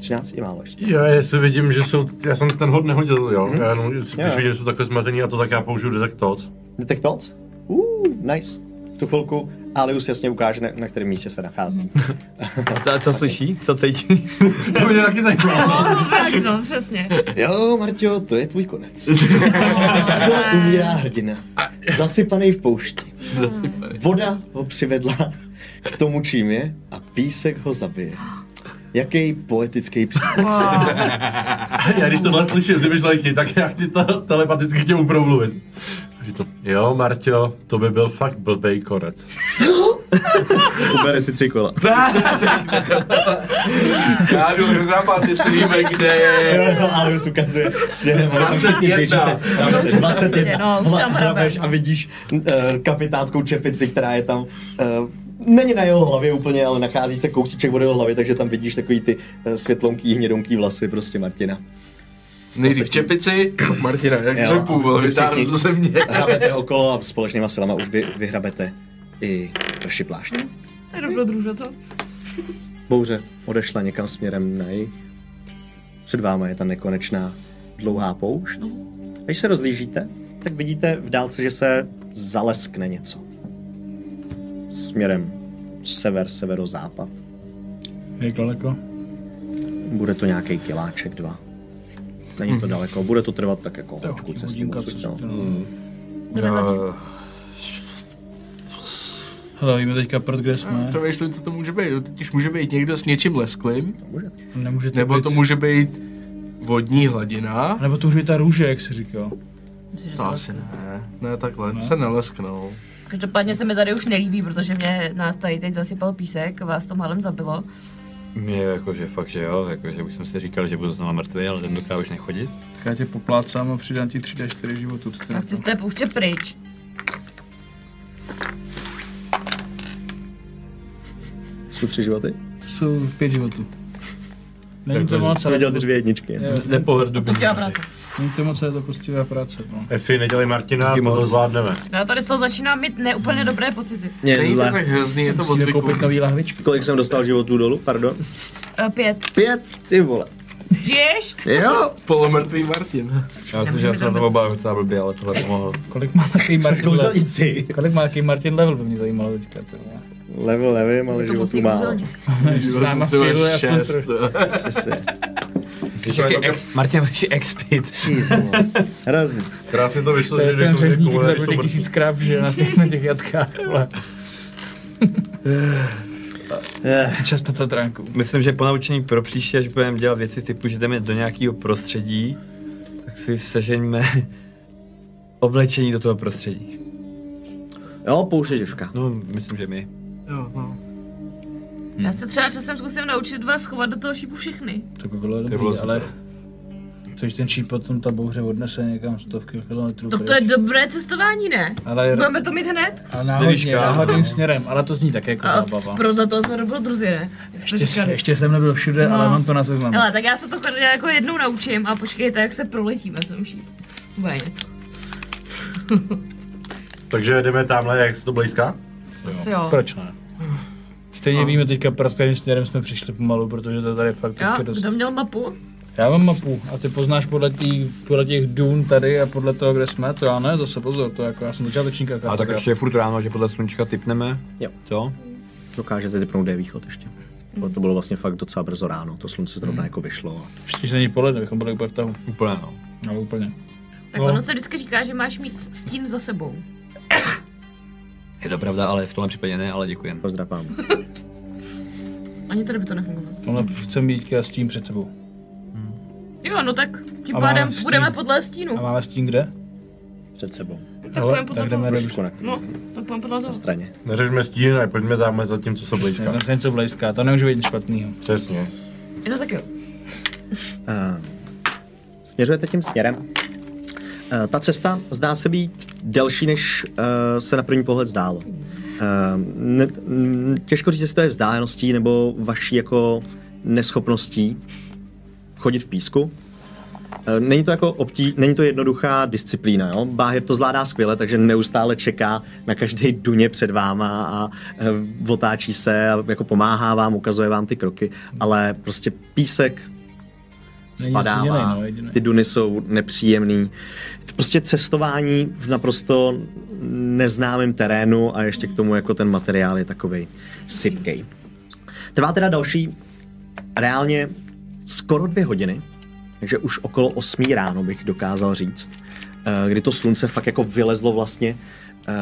Třináct je málo ještě.
Já jestli vidím, že jsou, já jsem ten hod nehodil, Mhm. jo. Já jenom, jestli-
Jo,
když
jo.
vidím, že jsou takhle zmatený a to tak já použiju detect thoughts.
Detect thoughts? Uh, nice. V tu chvilku Alius jasně ukáže, na, na kterém místě se nachází.
A ta- co slyší? Co cítí? <laughs>
To mě taky zajímalo.
No, to bylo, no, přesně.
Jo, Marťo, to je tvůj konec. Takhle umírá hrdina. Zasypaný v poušti. Zasypaný. Voda ho přivedla k tomu, čím je a písek ho zabije. Jaký poetický příběh.
<laughs> Já když tohle slyším, ty myšlenky, tak já chci to telepaticky k těmu promluvit. Říct to, Jo, Marťo, to by byl fakt blbej konec.
Ubere si tři kola.
Já jdu hrabat, jestli víme, kde
Jo,
je.
jo, ale už ukazuje směrem, ale tam všichni
21.
běžíte. Tam je 21.
No, už
Hla-
tam
hrabeš
hrabem.
a vidíš eh, kapitánskou čepici, která je tam eh, Není na jeho hlavě úplně, ale nachází se kousíček od jeho hlavy, takže tam vidíš takový ty eh, světlonký, hnědonký vlasy prostě Martina.
Nejdřív čepici, pak Martina,
Jo.
jak řepu byl vytáhnout
Všichni.
ze země.
Hrabete okolo a společnýma silama už vy, vyhrabete i vaši plášť.
To je dobrodružo, co?
Bouře odešla někam směrem na jih. Před váma je ta nekonečná dlouhá poušť. Když se rozlížíte, tak vidíte v dálce, že se zaleskne něco. Směrem sever, severozápad.
Jak daleko?
Bude to nějaký kiláček dva. Není to daleko, bude to trvat tak jako hočku cesty.
Hmm. Hodinka,
odsud, no.
co no.
Jdeme za tím.
Hele, víme teďka, proč kde jsme.
Přemýšlím, co No, to může být. To Totiž může být někdo s něčím lesklým,
Může.
Nemůže to
nebo
být.
to může být vodní hladina.
Nebo to už je ta růže, jak jsi říkal.
Myslím, že
To
to-
asi ne, ne takhle, ne? se nelesknou.
Každopádně se mi tady už nelíbí, protože mě nás tady teď zasypal písek, vás to málem zabilo.
Mě jakože fakt, že jo, jakože už jsem si říkal, že budu znovu mrtvý, ale tentokrát už nechodit.
Tak já tě poplácám a přidám ti 3D4 životu. Co ty
A
na to?
chci z té pouště pryč.
Jsou tři životy?
Jsou pět životů. Není to
Takže
moc,
Jsem
ale
viděl
to
ty dvě jedničky.
je-
Nepohrdu bych.
Pustila práce.
není to moc, ale je to poctivá práce. No.
Efi, nedělej Martina,
Díky
to
moc.
zvládneme.
No, Já tady z toho začínám mít
Hmm.
neúplně dobré pocity.
Mě je
Není to tak
zle.
hrozný, je to o
Musíme
zvyku.
koupit nový lahvičky.
Kolik jsem dostal životů dolů, pardon?
E, pět.
Pět, ty vole.
Žiješ?
Jo,
Polomrtvý Martin.
Já myslím, že já jsem na to oba docela blbě, ale tohle pomohlo.
Kolik má takový Martin level?
kouzelnici.
Kolik má takový Martin level, by mě zajímalo teďka. ty vole.
Level nevím, ale
To
životů
mocný
málo.
kouzelník.
Jestli s náma skvěluje aspoň
Šest.
trochu.
Přesně.
Když je ex, Martin, když je expit.
Ty vole. Hrozný.
Krásně to vyšlo,
To
že
je
když
ten
jsem řekl,
řezník, jak
koule, když jsou
zabudí
mrtví.
tisíckrát, že na těch, na těch jatkách. vole.
Eh,
Často to tránku.
Myslím, že ponaučení pro příště, až budeme dělat věci typu, že jdeme do nějakého prostředí, tak si sežeňme <laughs> oblečení do toho prostředí.
Jo, pouště těžká.
No, myslím, že my.
Jo, no.
Já se třeba časem zkusím naučit vás chovat do toho šípu všechny.
To by bylo dobrý,
bylo
ale... Což ten šíp potom ta bouře odnese někam stovky kilometrů.
Tak to je
pryč.
dobré cestování, ne?
Ale,
Budeme to mít hned?
ale náhodně,
kam.
náhodným směrem, ale to zní také jako
A
zábava.
proto toho jsme dobrou druzi, ne? Jak jste
Ještě, jsem-
říkali.
ještě jsem nebyl všude, ale
No.
mám to na seznamu.
Hele, tak já se to tady jako jednou naučím a počkejte, jak se proletíme v tom šípu. Bude něco.
Takže jdeme tamhle, jak se to blízká?
Asi jo.
Proč ne? Stejně
No.
víme teďka, pro kterým směrem jsme přišli pomalu, protože to tady fakt
Jo,
teďka dost.
kdo měl mapu?
Já mám mapu a ty poznáš podle, tý, podle těch dun tady a podle toho, kde jsme, to já ne, zase pozor, to jako já jsem začátečník
A
a
tak
kartograf.
ještě je furt ráno, že podle slunčka typneme.
Jo.
To?
Dokážete typnout, kde je východ ještě. Ono To bylo vlastně fakt docela brzo ráno, to slunce zrovna jako vyšlo. a-
Ještě, že není poledne, bychom byli úplně v tahu.
Úplně no.
No úplně.
Tak
No.
ono se vždycky říká, že máš mít stín za sebou.
Je to pravda, ale v tomhle případě ne, ale děkujem.
Pozdrav vám.
Ani tady by to nefungovalo.
Ale chceme být teďka s tím před sebou.
Jo, no tak tím
A
pádem
máme stín.
budeme podle stínu.
A máme s tím kde?
Před sebou.
Tak
Hele,
budeme podle
tak
toho.
jdeme do-
Trošku na
No, tak budeme podle toho.
straně.
Neřešme stín a pojďme tamhle za tím, co se
Přesně,
blízká.
tam se něco blízká, to nemůže být nic špatného.
Přesně.
No tak jo.
A směřujete tím směrem. Eh, Ta cesta zdá se být delší, než eh, se na první pohled zdálo. Eh, Ne, n- těžko říct, jestli to je vzdáleností nebo vaší jako neschopností chodit v písku. Eh, Není to, jako obtí, není to jednoduchá disciplína. Jo? Báhir to zvládá skvěle, takže neustále čeká na každý duně před váma a eh, otáčí se a jako pomáhá vám, ukazuje vám ty kroky. Ale prostě písek
Není
spadává,
stíněnej, no, jedinej.
ty duny jsou nepříjemný. Je To prostě cestování v naprosto neznámém terénu a ještě k tomu jako ten materiál je takovej sypkej. Trvá teda další reálně skoro dvě hodiny, takže už okolo 8 ráno bych dokázal říct, eh, kdy to slunce fakt jako vylezlo vlastně eh,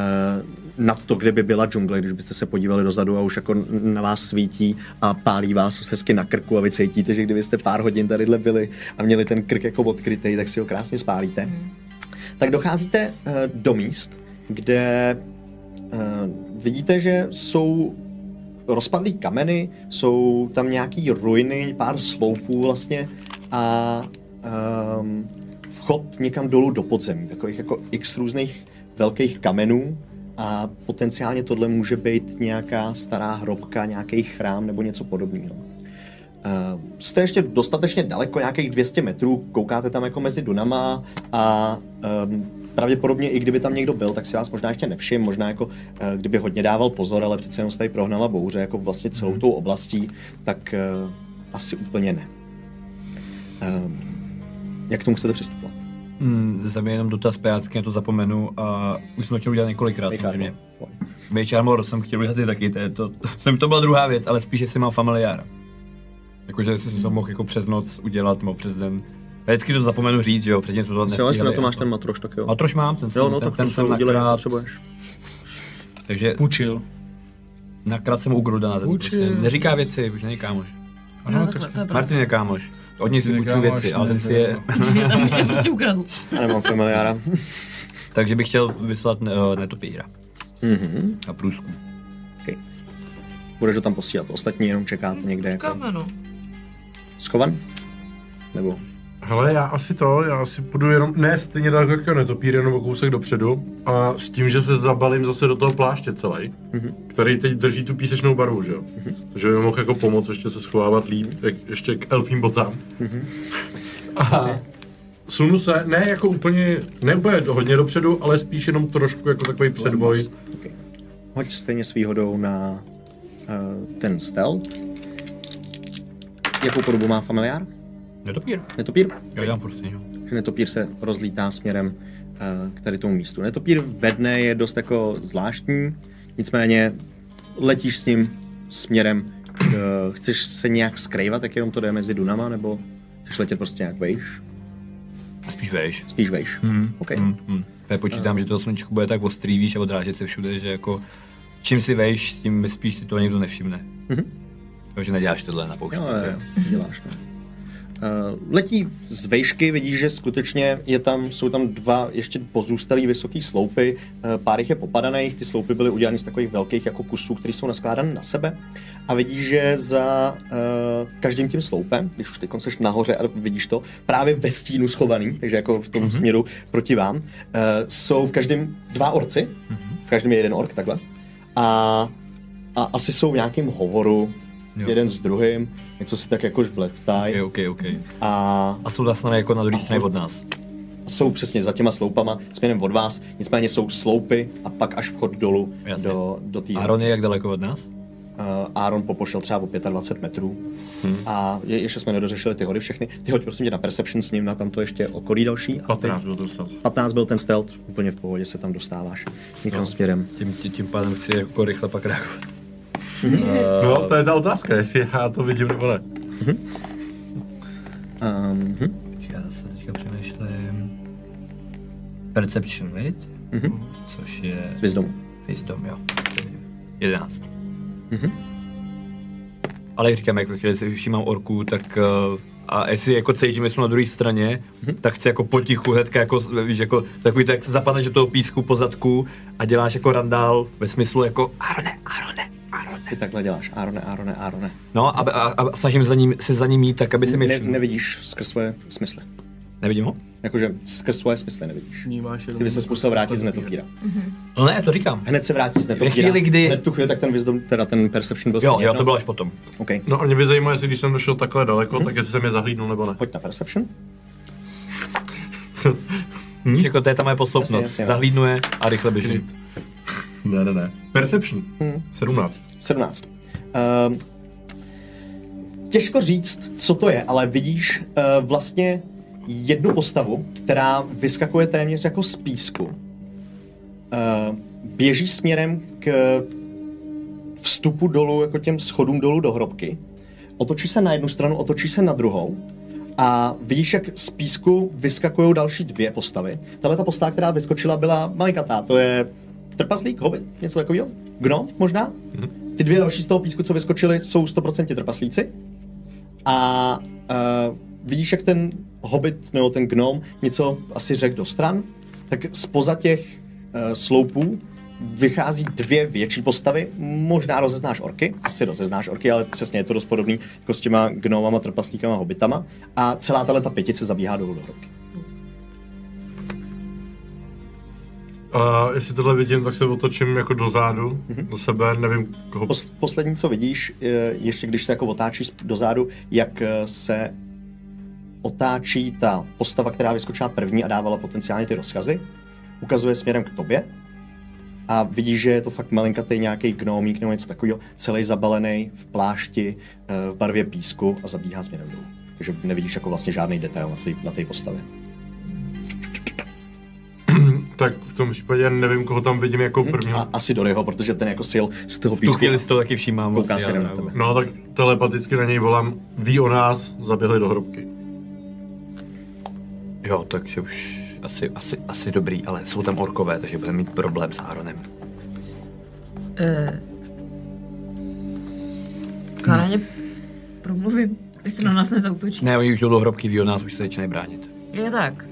nad to, kde by byla džungle, když byste se podívali dozadu a už jako n- na vás svítí a pálí vás hezky na krku a vy cítíte, že kdybyste pár hodin tadyhle byli a měli ten krk jako odkrytej, tak si ho krásně spálíte. Tak docházíte eh, do míst, kde eh, vidíte, že jsou rozpadlý kameny, jsou tam nějaký ruiny, pár sloupů vlastně a um, vchod někam dolů do podzemí, takových jako x různých velkých kamenů a potenciálně tohle může být nějaká stará hrobka, nějaký chrám nebo něco podobného. Uh, jste ještě dostatečně daleko, nějakých 200 metrů, koukáte tam jako mezi dunama a um, pravděpodobně i kdyby tam někdo byl, tak si vás možná ještě nevšim, možná jako uh, kdyby hodně dával pozor, ale přece jenom se tady prohnala bouře jako vlastně
Mhm.
celou tou oblastí, tak uh, asi úplně ne. Um, jak k tomu chcete přistupovat?
Hmm, za mě jenom dotaz pejácky, na to zapomenu a už jsme to chtěli udělat několikrát.
no,
samozřejmě. Mage Armor jsem chtěl udělat i taky, to, je to, <laughs> jsem, to byla druhá věc, ale spíš jestli mám familiára. Jakože jestli jsem to mohl jako přes noc udělat, nebo přes den. Já vždycky to zapomenu říct, že jo, předtím jsme to
Jo,
nestíhali.
jestli na to máš
a
ten matroš, tak jo.
Matroš mám, ten jako. jsem,
Jo, no
ten,
tak
ten
to se
jsem
udělej, jak
nakrát,
potřebuješ.
takže
Půjčil.
nakrát jsem u Grudana, ten
Uči.
prostě neříká věci, už není kámoš.
No, takhle, to je pravda.
Martin je kámoš. Od něj si
Jinak já
půjčuju
mám
věci,
ještě
ale ten
něco,
si je...
jako.
Že tam už se prostě ukradl.
Já nemám familiára.
<laughs> Takže bych chtěl vyslat uh, netopíra
Mhm.
a průzkum.
Budeš ho tam posílat. Ostatní jenom čekáte někde. Jako...
Počkáme, no.
Schovan? Nebo
Hele, já asi to, já asi půjdu jenom, ne stejně daleko jako netopír, jenom o kousek dopředu a s tím, že se zabalím zase do toho pláště celý,
Mhm.
který teď drží tu písečnou barvu, že jo? Takže by mi mohl jako pomoct ještě se schovávat líp, jak, ještě k elfím botám. A sunu se, ne jako úplně, ne úplně do- hodně dopředu, ale spíš jenom trošku jako takový předboj.
hoď stejně s výhodou na uh, ten stealth. Jakou podobu má familiár?
Netopír?
Netopír?
Já dělám prostě, jo.
že netopír se rozlítá směrem eh, k tady tomu místu. Netopír ve dne je dost jako zvláštní, nicméně letíš s ním směrem, eh, chceš se nějak skrývat, jak jenom to jde mezi dunama, nebo chceš letět prostě nějak vejš?
Spíš vejš.
Spíš vejš.
Hmm.
OK.
Hmm. Hmm. Já počítám, že to sluníčko bude tak ostrý, víš, a odrážet se všude, že jako čím si vejš, tím spíš si to nikdo nevšimne.
Mhm.
Takže neděláš tohle na poušti.
Jo, jo, jo, děláš no. Eh, Letí z vejšky, vidíš, že skutečně je tam, jsou tam dva ještě pozůstalý vysoký sloupy, eh, pár jich je popadaných, ty sloupy byly udělány z takových velkých jako kusů, které jsou naskládané na sebe a vidíš, že za eh, každým tím sloupem, když už teď seš nahoře a vidíš to, právě ve stínu schovaný, takže jako v tom mm-hmm. směru proti vám, eh, jsou v každém dva orci, mm-hmm. v každém je jeden ork takhle a, a asi jsou v nějakém hovoru,
Jo.
jo. jeden s druhým, něco si tak jako jakož bleptají
OK, OK.
a
A jsou zasnané jako na druhé straně od nás.
jsou přesně za těma sloupama, směrem od vás, nicméně jsou sloupy a pak až vchod dolů
Jasně.
do, do té...
Aaron je jak daleko od nás?
Uh, Aaron popošel třeba o 25 metrů hmm. a je, ještě jsme nedořešili ty hody všechny. Ty hoď prosím tě na Perception s ním, na tamto ještě okolí další. A teď
15 byl to stav.
15 byl ten stealth, úplně v pohodě se tam dostáváš nikam no. směrem.
Tím, tím, tím pádem chci jako rychle pak reagovat.
No, to je ta otázka, jestli já to vidím nebo ne.
Um, hm.
Já zase teďka přemýšlím. Perception, viď?
Mhm.
Což je
Z domu.
wisdom, jo. Jedenáct.
Mhm.
Ale jak říkám, jako když si všímám orků, tak eh, a jestli jako cítím, jestli jsou na druhé straně,
Mhm.
tak chci jako potichu hnedka, jako, víš, jako takový to, jak se zapadneš do toho písku po zadku a děláš jako randál ve smyslu jako Arone, Arone, Arone.
Ty takhle děláš. Aarone, Aarone, Aarone.
No a, a, a snažím za ním, se za ním jít tak, aby se mi
Ne,
všiml.
nevidíš skrz svoje smysly.
Nevidím ho?
Jakože skrz svoje smysly nevidíš.
Vnímáš jenom...
Ty by se musel vrátit z netopíra.
No ne, to říkám.
Hned se vrátí z netopíra.
chvíli, kdy-
Hned v tu chvíli, tak ten wisdom, teda ten perception byl
Jo,
stejně
jo,
jedno.
to bylo až potom.
OK.
No a mě by zajímalo, jestli když jsem došel takhle daleko, tak jestli jsem je zahlídnul nebo ne.
Pojď na perception.
Hm? Jako to je ta moje posloupnost.
Mhm. Jasně, jasně, no. jo.
Zahlídnu je a rychle běžím.
Ne, ne, ne. Perception. 17.
17. Ehm, těžko říct, co to je, ale vidíš eh, vlastně jednu postavu, která vyskakuje téměř jako z písku. Ehm, běží směrem k vstupu dolů, jako těm schodům dolů do hrobky. Otočí se na jednu stranu, otočí se na druhou a vidíš, jak z písku vyskakují další dvě postavy. Tahle ta postava, která vyskočila, byla malikatá. To je trpaslík, hobit, něco takového. Gnom možná? Ty dvě další z toho písku, co vyskočily, jsou 100% trpaslíci. A uh, vidíš, jak ten hobbit nebo ten gnom něco asi řekl do stran, tak spoza těch uh, sloupů vychází dvě větší postavy, možná rozeznáš orky, asi rozeznáš orky, ale přesně je to dost podobný jako s těma gnomama, trpaslíkama, hobitama a celá tahle ta pětice zabíhá dolů do hrobky.
A jestli tohle vidím, tak se otočím jako dozadu, do sebe, nevím koho.
Pos- poslední, co vidíš, je- ještě když se jako otáčíš dozadu, jak eh, se otáčí ta postava, která vyskočila první a dávala potenciálně ty rozkazy, ukazuje směrem k tobě a vidíš, že je to fakt malinkatý nějaký gnomík nebo něco takového, celý zabalený v plášti, eh, v barvě písku a zabíhá směrem dolů. Takže nevidíš jako vlastně žádný detail na té- na té postavě.
Tak v tom případě nevím, koho tam vidím jako
A
prvního.
asi Doryho, protože ten jako sil z toho
Tu
písku.
chvíli si to taky všímám.
Kouká
vlastně,
směrem
já-
na tebe.
No tak telepaticky na něj volám, ví o nás, zaběhli do hrobky. <laughs>
Jo, takže už asi, asi, asi dobrý, ale jsou tam orkové, takže budeme mít problém s Aaronem.
Eh, Klára, ně promluvím.
Jestli na nás nezautočí.
Ne, oni už jdou do hrobky, ví od nás, už se začínají bránit.
Je tak.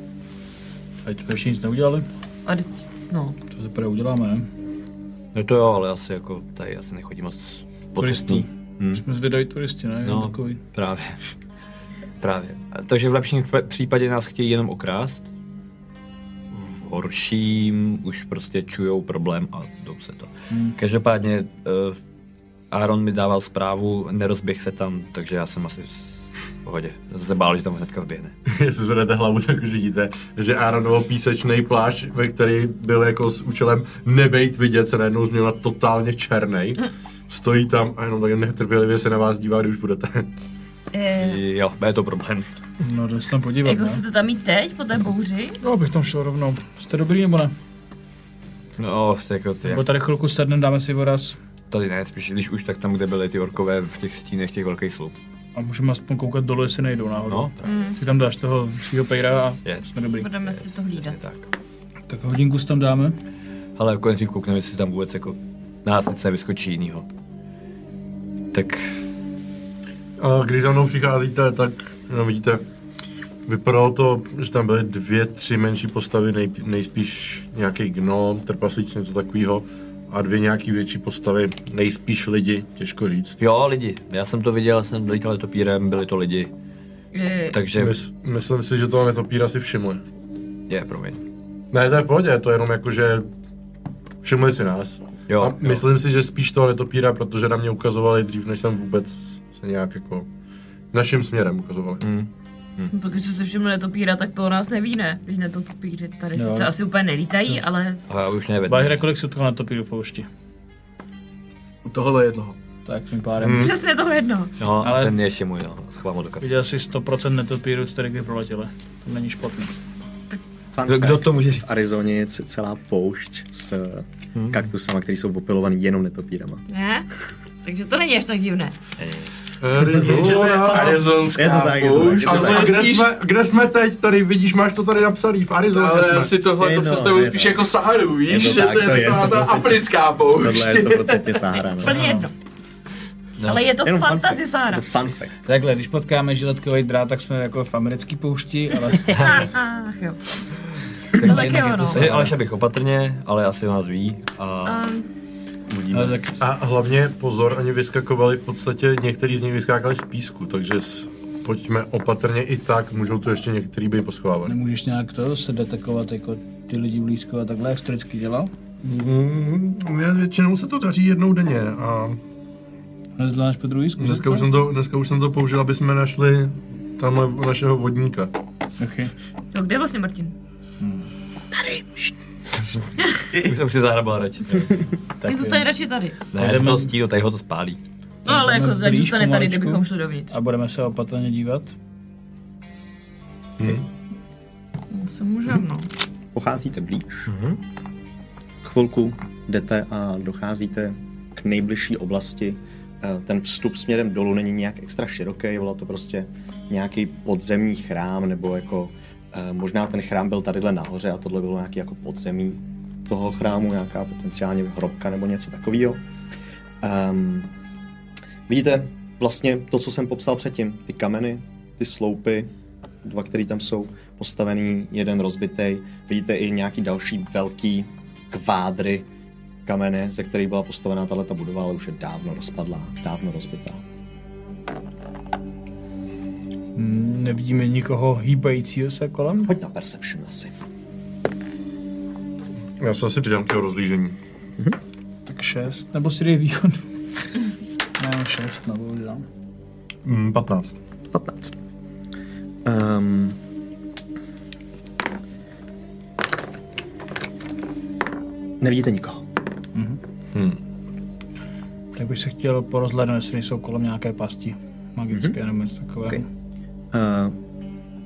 Ať jsme ještě nic neudělali,
A teď, no.
to teprve uděláme, ne?
No to jo, ale asi jako tady asi nechodí moc pocestný. Hm.
Jsme zvědaví turisti, ne?
No.
No. Takový.
Právě. <laughs> Právě. A Takže v lepším p- případě nás chtějí jenom okrást. V horším už prostě čujou problém a jdou se to.
Hmm.
Každopádně uh, Aaron mi dával zprávu, nerozběh se tam, takže já jsem asi v pohodě. Jsem se bál, že tam hnedka vběhne.
Jestli zvedete hlavu, tak už vidíte, že Aaronovo písečný plášť, ve který byl jako s účelem nebejt vidět, se najednou změnil na totálně černý. Stojí tam a jenom tak netrpělivě se na vás dívá, když budete.
No,
Je,
Jo, je to problém.
No, jde se tam podívat,
Eh, jako
ne?
chcete tam jít teď po té bouři?
No, abych tam šel rovnou. Jste dobrý nebo ne?
No, jako ty,
Nebo tady chvilku sedneme, dáme si voraz
tady ne, spíš když už tak tam, kde byly ty orkové v těch stínech těch velkých sloup.
a můžeme aspoň koukat dolů, jestli nejdou náhodou.
No, tak,
Ty tam dáš toho svého pejra a
Yes.
jsme dobrý.
Budeme si to hlídat.
přesně tak.
Tak hodinku si tam dáme.
Ale konečně koukneme, jestli tam vůbec jako nás nic nevyskočí jinýho. Tak
A když za mnou přicházíte, tak no, vidíte, vypadalo to, že tam byly dvě, tři menší postavy, nej, nejspíš nějaký gnom, trpaslič, něco takového, a dvě nějaký větší postavy, nejspíš lidi, těžko říct.
jo, lidi. Já jsem to viděl, jsem lítal letopírem, byli to lidi.
Je,
Takže
Mys, myslím si, že toho netopíra si všimli.
je, promiň.
Ne, to je v pohodě, to je jenom jako, že všimli si nás.
Jo,
a
jo.
myslím si, že spíš toho netopíra, protože na mě ukazovali dřív, než jsem vůbec se nějak jako naším směrem ukazovali.
no tak jestli se všimne netopíra, tak to o nás neví, ne? Když netopíry tady
Jo.
sice asi úplně nelítají, ale
A já už nevedu.
Bajhre, kolik se toho natopí v poušti?
Tohle jednoho.
Tak tím pádem. Hmm.
přesně to jedno.
No, ale...
ale-
ten je ještě můj, no. Schovám ho do kapsy.
Viděl jsi 100% netopíru, co tady kdy proletěli. To není špatný.
Fun
Kdo, kdo
fact,
to může říct?
V Arizoně je c- celá poušť s hmm. kaktusama, které jsou opilovaný jenom netopírama.
Ne? Takže to není až tak divné.
Arizona.
Arizonská
Je to tak, je to tak,
poušť.
je to
A
tak.
tohle je
Kde
spíš-
jsme, kde jsme teď? Tady vidíš, máš to tady napsaný v Arizoně.
Ale já
jsme.
si tohle to
Jedno,
představuju
jedno.
spíš jako Saharu,
Je to
víš, že
tak,
to
to je
je taková ta
100%.
africká poušť.
Tohle je 100% Sahara. No.
Úplně jedno. Ale je to
Jenom fun
fantasy,
fact. Je
Sára.
to fun fact.
Takhle, když potkáme žiletkový drát, tak jsme jako v americký poušti,
<laughs>
ale
Ach Ah, jo. No tak jo, no.
Tady Aleš, abych opatrně, ale asi o nás ví. A
Um,
budíme.
<laughs> ale tak
A hlavně pozor, oni vyskakovali v podstatě, některý z nich vyskákali z písku, takže s, pojďme opatrně i tak, můžou tu ještě některý být poschovávaný.
nemůžeš nějak to se detekovat jako ty lidi blízko a takhle, jak jsi to vždycky dělal?
Mm, mně většinou se to daří jednou denně a
Hned zvládneš po druhý zkus.
dneska už, jsem to, dneska už jsem to použil, aby jsme našli tam našeho vodníka.
okay.
no kde je vlastně Martin?
Už jsem si zahrabal radši.
Ty zůstaň radši tady.
Ne,
jdeme-
to stínu, tady ho to spálí.
No ale
jdeme
jako tak
blíž
zůstane tady,
pomaličku.
kdybychom šli dovnitř.
A budeme se opatrně dívat.
No, jsem můžem, no.
Pocházíte blíž. Chvilku jdete a docházíte k nejbližší oblasti. Eh, Ten vstup směrem dolů není nějak extra široký, bylo to prostě nějaký podzemní chrám, nebo jako eh, možná ten chrám byl tadyhle nahoře a tohle bylo nějaký jako podzemí toho chrámu, nějaká potenciálně hrobka nebo něco takového. Um, vidíte vlastně to, co jsem popsal předtím, ty kameny, ty sloupy, dva, které tam jsou postavený, jeden rozbitý. Vidíte i nějaký další velký kvádry kamene, ze kterých byla postavená tato budova, ale už je dávno rozpadlá, dávno rozbitá.
Mm, Nevidíme nikoho hýbajícího se kolem.
Pojď na Perception asi.
Já se asi přidám k jeho rozlížení.
Tak šest, nebo si dej výhodu.
<laughs>
ne, šest, no bohužel.
Mm, 15.
15. Um, nevidíte nikoho.
Tak bych se chtěl porozhlédnout, jestli nejsou kolem nějaké pasti
Mhm.
magické nebo něco takového.
Okay. Uh,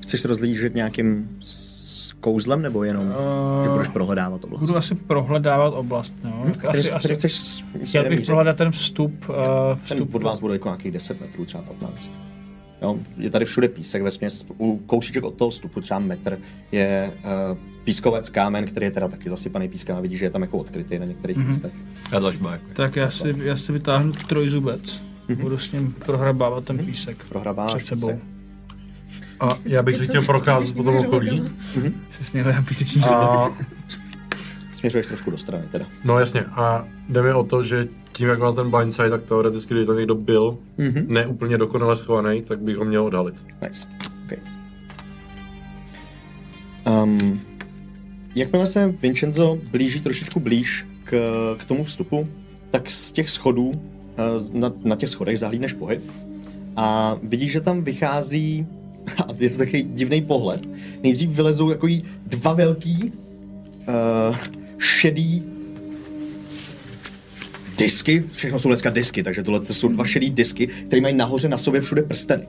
chceš se rozlížet nějakým s kouzlem, nebo jenom,
Eh,
že budeš prohledávat oblast?
Budu asi prohledávat oblast, no.
A který-
asi,
který
asi,
chceš s-
chtěl
směrem
bych
mířit?
prohledat ten vstup, uh,
Ten
vstup
pod vás bude jako nějakých 10 metrů, třeba 15. Jo, je tady všude písek, ve směs, u kousíček od toho vstupu třeba metr je uh, pískovec kámen, který je teda taky zasypaný pískem a vidíš,
Mhm.
že je tam jako odkrytý na některých místech.
Já to až jako.
Tak já si, já si vytáhnu trojzubec.
Mhm.
Budu s ním prohrabávat ten písek.
Prohrabáš
Před sebou.
se.
A já bych se chtěl procházet po tom okolí.
Přesně, ale já písečním
A
Směřuješ trošku do strany teda.
No jasně, a jde mi o to, že tím, jak má ten blindside, tak teoreticky, kdyby tam někdo byl,
Mhm.
mm-hmm. ne úplně dokonale schovaný, tak bych ho měl odhalit.
Nice. Okay. Um, jakmile se Vincenzo blíží trošičku blíž k, k tomu vstupu, tak z těch schodů, eh, z- na, na těch schodech zahlídneš pohyb a vidíš, že tam vychází, <laughs> a je to takový divný pohled, nejdřív vylezou jako jí dva velký uh, šedý disky, všechno jsou dneska disky, takže tohle to jsou dva šedý disky, které mají nahoře na sobě všude prsteny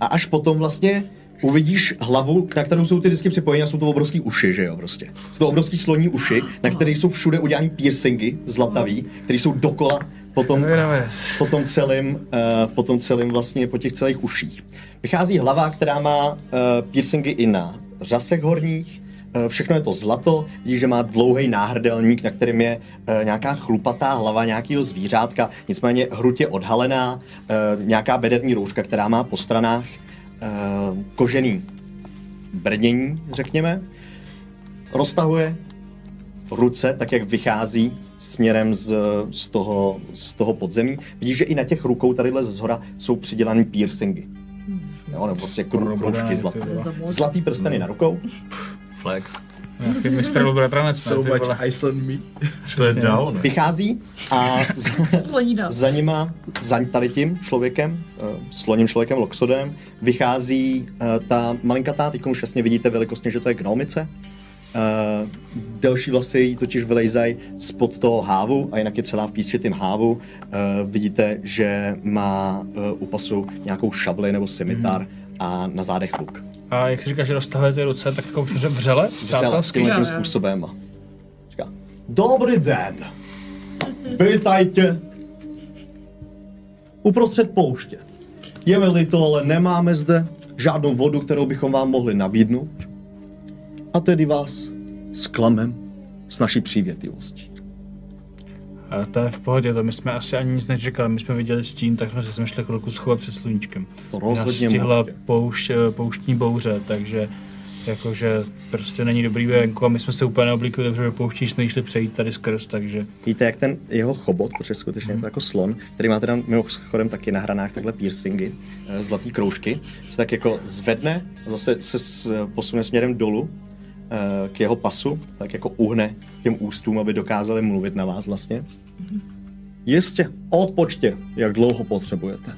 a až potom vlastně uvidíš hlavu, na kterou jsou ty disky připojeny a jsou to obrovský uši, že jo, prostě. Jsou to obrovský sloní uši, na které jsou všude udělané piercingy zlatavý, které jsou dokola potom, potom celým, eh, potom celým vlastně po těch celých uších. Vychází hlava, která má eh, piercingy i na řasech horních, eh, Všechno je to zlato, vidíš, že má dlouhý náhrdelník, na kterém je eh, nějaká chlupatá hlava nějakého zvířátka, nicméně hrutě odhalená, eh, nějaká bederní rouška, která má po stranách eh, kožený brnění, řekněme. Roztahuje ruce, tak jak vychází směrem z, z, toho, z toho podzemí. Vidíš, že i na těch rukou tadyhle ze zhora jsou přidělané piercingy. Jo, nebo prostě kru, kroužky zlatý. Zlatý prsteny na rukou.
Flex.
Nějaký mistr bratranec, ne, ty vole.
Iceland me.
To je dál, ne?
Vychází a z-
Sloní dal.
za nima, za tady tím člověkem, eh, sloním člověkem Loxodem, vychází eh, ta malinkatá, teď už jasně vidíte velikostně, že to je gnomice. Eh, Delší vlasy jí totiž vylejzají spod toho hávu a jinak je celá v písčitým hávu. Eh, Vidíte, že má eh, u pasu nějakou šabli nebo scimitar a na zádech luk.
A jak si říkáš, že roztahuje ty ruce, tak jako vře- vřele?
Vřele,
Přátelsky?
tímhle tím
Jo, jo.
způsobem. a Říká, dobrý den, vítajte uprostřed pouště. Je mi líto, ale nemáme zde žádnou vodu, kterou bychom vám mohli nabídnout. A tedy vás zklamem s naší přívětivostí.
A to je v pohodě, to my jsme asi ani nic nečekali, my jsme viděli stín, tak jsme se sem šli chvilku schovat před sluníčkem.
To rozhodně
Nastihla
můžete.
poušť, eh, pouštní bouře, takže jakože prostě není dobrý venku a my jsme se úplně neoblíkli dobře do pouští, jsme jí šli přejít tady skrz, takže
Víte, jak ten jeho chobot, protože skutečně je to jako slon, který má teda mimochodem taky na hranách takhle piercingy, eh, zlatý kroužky, se tak jako zvedne, a zase se s- posune směrem dolů eh, k jeho pasu, tak jako uhne těm ústům, aby dokázali mluvit na vás vlastně. Jistě, odpočtě, jak dlouho potřebujete.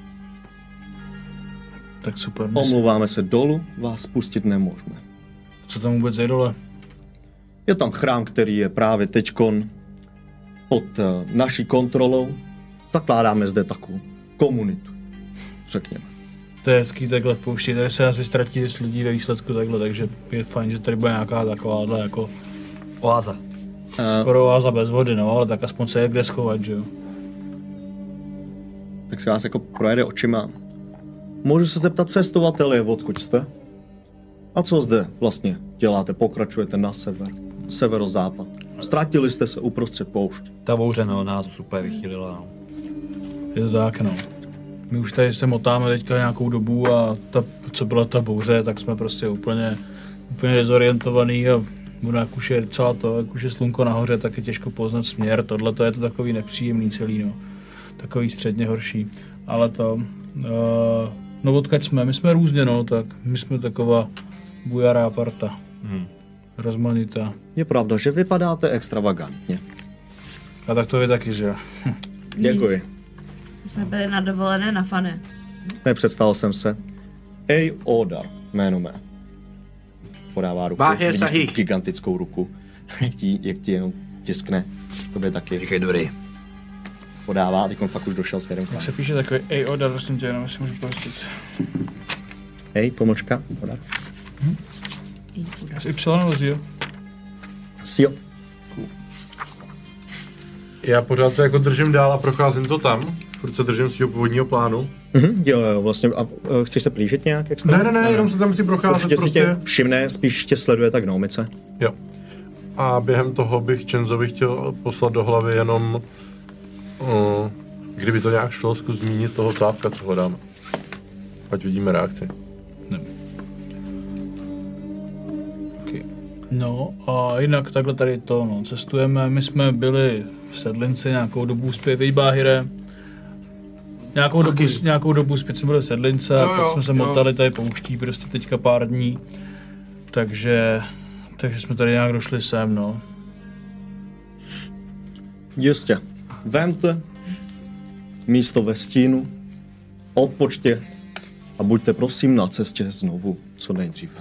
tak super. My se-
Omlouváme se dolů, vás pustit nemůžeme.
Co tam vůbec je dole?
Je tam chrám, který je právě teďkon pod eh, naší kontrolou. Zakládáme zde takovou komunitu, řekněme.
To je hezký takhle v poušti, tady se asi ztratí dost lidí ve výsledku takhle, takže je fajn, že tady bude nějaká takováhle jako
Oáza.
Eh,
skoro oáza bez vody, no ale tak aspoň se je kde schovat, že jo.
tak se vás jako projede očima. Můžu se zeptat cestovatele, odkud jste? A co zde vlastně děláte? Pokračujete na sever, severozápad. Ztratili jste se uprostřed poušť.
Ta bouře, no, nás úplně vychýlila, no.
Je to tak, no. My už tady se motáme teďka nějakou dobu a ta, co byla ta bouře, tak jsme prostě úplně, úplně dezorientovaný a ono jak už je docela to, jak už je slunko nahoře, tak je těžko poznat směr. Tohle to je to takový nepříjemný celý, no. Takový středně horší. Ale to, uh, no odkaď jsme, my jsme různě, no, tak my jsme taková bujará parta.
Hmm.
Rozmanitá.
Je pravda, že vypadáte extravagantně.
A tak to je taky, že jo.
Děkuji.
Jsme byli na dovolené na fane.
Nepředstavil jsem se. Ej Oda, jméno mé. Podává ruku.
Bahir
Vidíš tu
Sahih.
Gigantickou ruku. jak, ti, jak ti jenom tiskne. Tobě taky
Říkej Dory.
podává. Teď on fakt už došel směrem k vám.
Jak se píše takový Ej, Oda, prosím tě, jenom jestli můžu prostit.
Hej, pomlčka. Oda.
Já s Y nebo s Jo?
Sio.
Já pořád se jako držím dál a procházím to tam, furt se držím svého původního plánu.
Mhm, jo, jo, vlastně. A e, chceš se plížit nějak? Jak jste?
Ne, ne, ne, jenom se tam chci procházet
Určitě si tě
prostě.
všimne, spíš tě sleduje ta gnomice.
Jo. A během toho bych Čenzovi chtěl poslat do hlavy jenom uh, Kdyby to nějak šlo, zkus zmínit toho cápka, co ho dáme. Ať vidíme reakci.
No a jinak takhle tady to, no, cestujeme, my jsme byli v Sedlinci nějakou dobu zpět, viď Báhyre? Nějakou dobu, nějakou dobu zpět jsme byli v Sedlince,
Jo,
a pak
jo,
jsme se
jo.
motali tady pouští prostě teďka pár dní, takže, takže jsme tady nějak došli sem, no.
Jistě. Vemte místo ve stínu, odpočtě a buďte prosím na cestě znovu co nejdříve.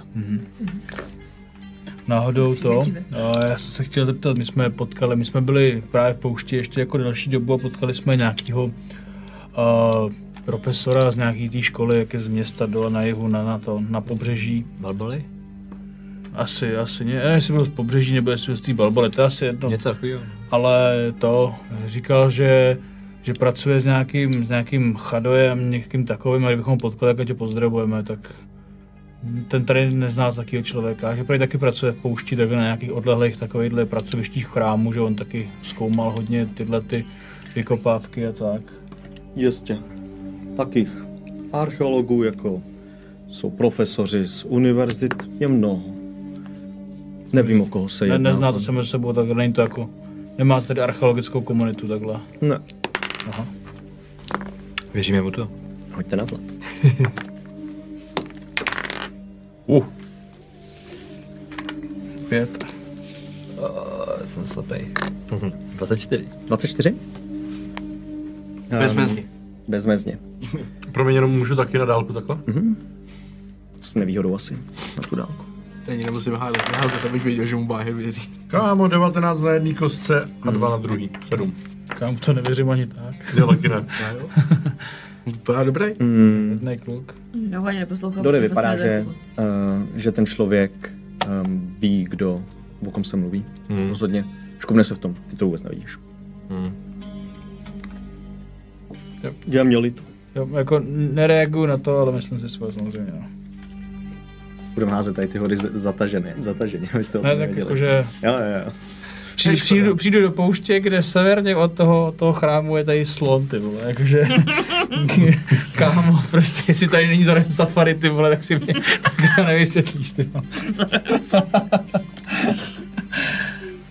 Náhodou to,
Nejdříve.
a já jsem se chtěl zeptat, my jsme potkali, my jsme byli právě v poušti ještě jako další dobu a potkali jsme nějakýho uh, profesora z nějaký té školy, jak je z města dole na jihu, na, na to, na pobřeží.
Balbaly?
Asi, asi, ne, ne jestli byl z pobřeží nebo jestli byl z té Balbaly, to je asi jedno.
Něco takového.
Ale to říkal, že, že pracuje s nějakým, s nějakým chadojem, někým takovým, a kdybychom ho potkali, tak ať ho pozdravujeme, tak ten tady nezná takového člověka, že prý taky pracuje v poušti, takhle na nějakých odlehlých takovýchhle pracovištích chrámů, že on taky zkoumal hodně tyhle ty vykopávky a tak.
Jistě. Takých archeologů, jako jsou profesoři z univerzit, je mnoho. Nevím, o koho se
Ne,
jedná.
nezná to se mezi sebou, tak není to jako, nemá tady archeologickou komunitu takhle.
Ne.
Věříme mu to.
Hoďte na plat.
Uh,
Pět.
Uh, jsem slepej. Mhm. 24.
24?
Bezmezně.
Um, bezmezně.
promiň, jenom můžu taky na dálku takhle?
S nevýhodou asi na tu dálku.
Ani nemusím házet, neházet, abych věděl, že mu báhy věří.
Kámo, 19 na jedné kostce a 2 na druhý. 7.
Kam to nevěřím ani tak.
Já taky <laughs> ne.
Vypadá dobrý.
Mm,
Jednej kluk.
No, ani neposlouchám.
Dode
protože jako-
vypadá,
to
že,
nejde.
uh, že ten člověk um, ví, kdo, o kom se mluví.
Hmm.
Rozhodně. Škubne se v tom, ty to vůbec nevidíš.
Hmm.
Já měl líto.
Jo, jako nereaguju na to, ale myslím si svoje samozřejmě. No.
Budeme házet tady ty hory z- zatažené. Zatažené, abyste o tom
Ne, tak
nevěděli.
jakože
Jo, jo, jo.
přijdu, přijdu, přijdu, do pouště, kde severně od toho, od toho chrámu je tady slon, ty vole, jakože <laughs> kámo, prostě, jestli tady není zorem safari, ty vole, tak si mě tak to nevysvětlíš, ty vole.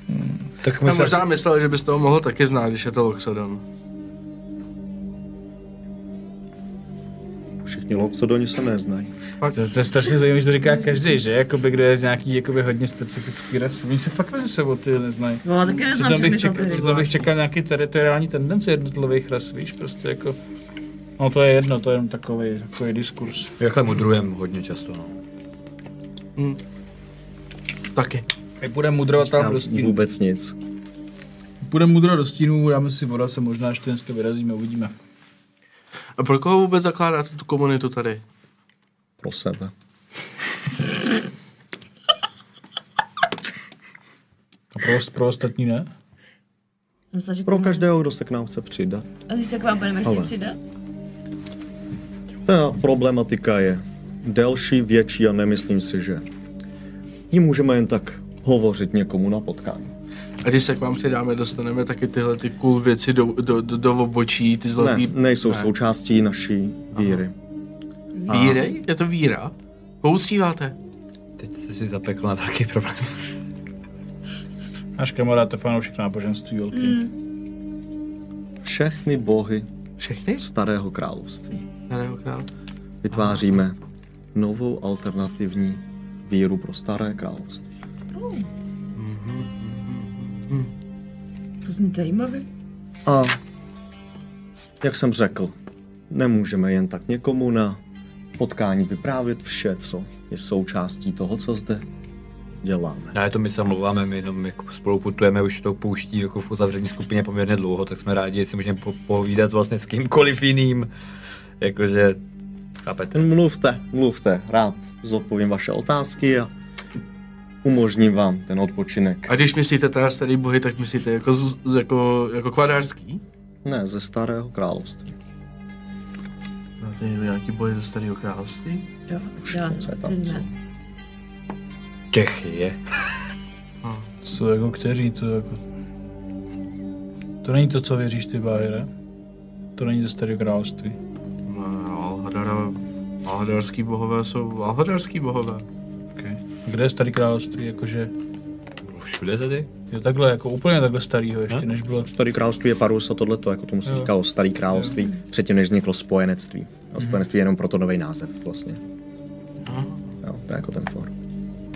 Hmm, <laughs> tak my
Já
se...
No, možná myslel, že bys toho mohl taky znát, když je to Loxodon.
Všichni loxodoni se neznají.
To, to, je strašně zajímavé, že to říká každý, že? Jakoby, kdo je z nějaký jakoby, hodně specifický rasy. Oni se fakt mezi sebou ty neznají.
No, já taky neznám
Přitom
všechny
bych,
ty
čekal,
ty
přitom bych čekal nějaký teritoriální tendence jednotlivých ras, víš, prostě jako... No to je jedno, to je jenom takový, takový diskurs.
Jakhle mudrujem hodně často, no.
Taky.
My budeme mudrovat prostě-
Já vůbec nic.
Budeme mudrovat do stínu, dáme si voda, se možná ještě dneska vyrazíme, uvidíme.
A pro koho vůbec zakládáte tu komunitu tady?
Pro sebe.
A pro, pro ostatní ne?
Jsem se, že
Pro každého, kdo se k nám chce přidat.
A když se k vám budeme
Ale.
chtít přidat?
Ta problematika je delší, větší a nemyslím si, že ji můžeme jen tak hovořit někomu na potkání.
A když se k vám přidáme, dostaneme taky tyhle ty cool věci do, do, do, do obočí, ty
Ne,
zlatý
nejsou
ne.
součástí naší víry. A-
víry? Je to víra? Koho uctíváte?
Teď jsi si zapekl na velký problém.
Náš kamarád je fanoušek náboženství velký.
Všechny bohy
Všechny?
starého království.
Starého krále.
Vytváříme novou alternativní víru pro staré království.
To zní zajímavě.
A jak jsem řekl, nemůžeme jen tak někomu na potkání vyprávět vše, co je součástí toho, co zde děláme.
Ne, to my se mluváme, my jenom jako spolu putujeme už tou pouští jako v uzavření skupině poměrně dlouho, tak jsme rádi, jestli můžeme po- povídat vlastně s kýmkoliv jiným. Jakože, chápete?
Mluvte, mluvte, rád zodpovím vaše otázky a umožním vám ten odpočinek.
A když myslíte teda starý bohy, tak myslíte jako, z, z- jako, jako kvadářský?
Ne, ze starého království.
Máte někdo nějaký bohy ze starého království?
Jo,
Už
jo,
něco je tam,
asi
co?
ne.
Těch je.
Co jako který, to jako... To není to, co věříš ty, Bájere? To není ze starého království.
No, Alhadara, Alhadarský bohové jsou Alhadarský bohové.
Okay. Kde je starý království? Jakože
Všude tady?
je takhle, jako úplně takhle starýho ještě, než bylo.
Starý království je Parus a tohleto, jako tomu se říkalo Starý království, předtím než vzniklo spojenectví. A spojenectví je jenom proto nový název vlastně. Jo, to je jako ten for.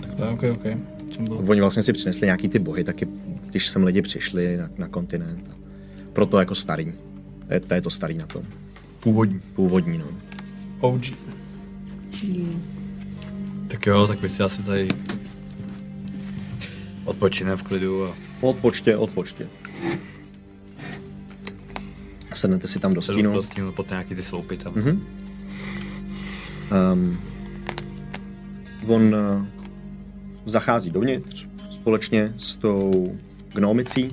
Takhle, No, ok, ok. Čím bylo?
Oni vlastně si přinesli nějaký ty bohy, taky když sem lidi přišli na, na kontinent. A proto jako starý. To je, to je to starý na tom. Původní. Původní, no.
OG.
Tak jo, tak my si asi tady odpočineme v klidu a
Odpočtě, odpočtě. Sednete si tam do
sedu
stínu.
do stínu pod nějaký ty sloupy tam.
Mhm. Um, on eh, zachází dovnitř společně s tou gnomicí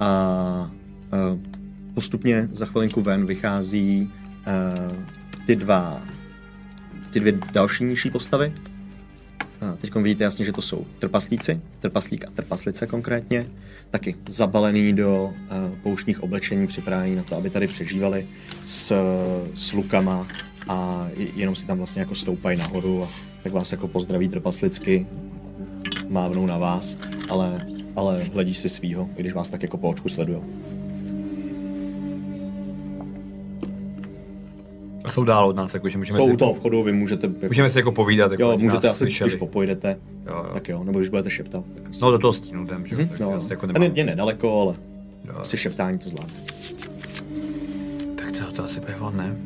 a eh, postupně za chvilinku ven vychází eh, ty dva ty dvě další nižší postavy. Teď vidíte jasně, že to jsou trpaslíci, trpaslík a trpaslice konkrétně, taky zabalený do eh, pouštních oblečení, připravení na to, aby tady přežívali s, s lukama a j- jenom si tam vlastně jako stoupají nahoru a tak vás jako pozdraví trpaslicky, mávnou na vás, ale, ale hledí si svýho, i když vás tak jako po očku sledujou.
A jsou dál od nás, jakože můžeme,
Jsou
si,
u toho vchodu, vy můžete... Jako,
můžeme si jako povídat. Jako
jo,
ať
můžete
nás
asi,
slyšeli.
když popojdete,
Jo, jo.
tak jo, nebo když budete šeptat. Tak asi.
No do toho stínu jdem, že jo,
Hm,
tak
no,
já si jako
ten je,
nemám.
je nedaleko, ale
Jo,
asi šeptání to zvládne.
Tak to, to asi pevon, ne?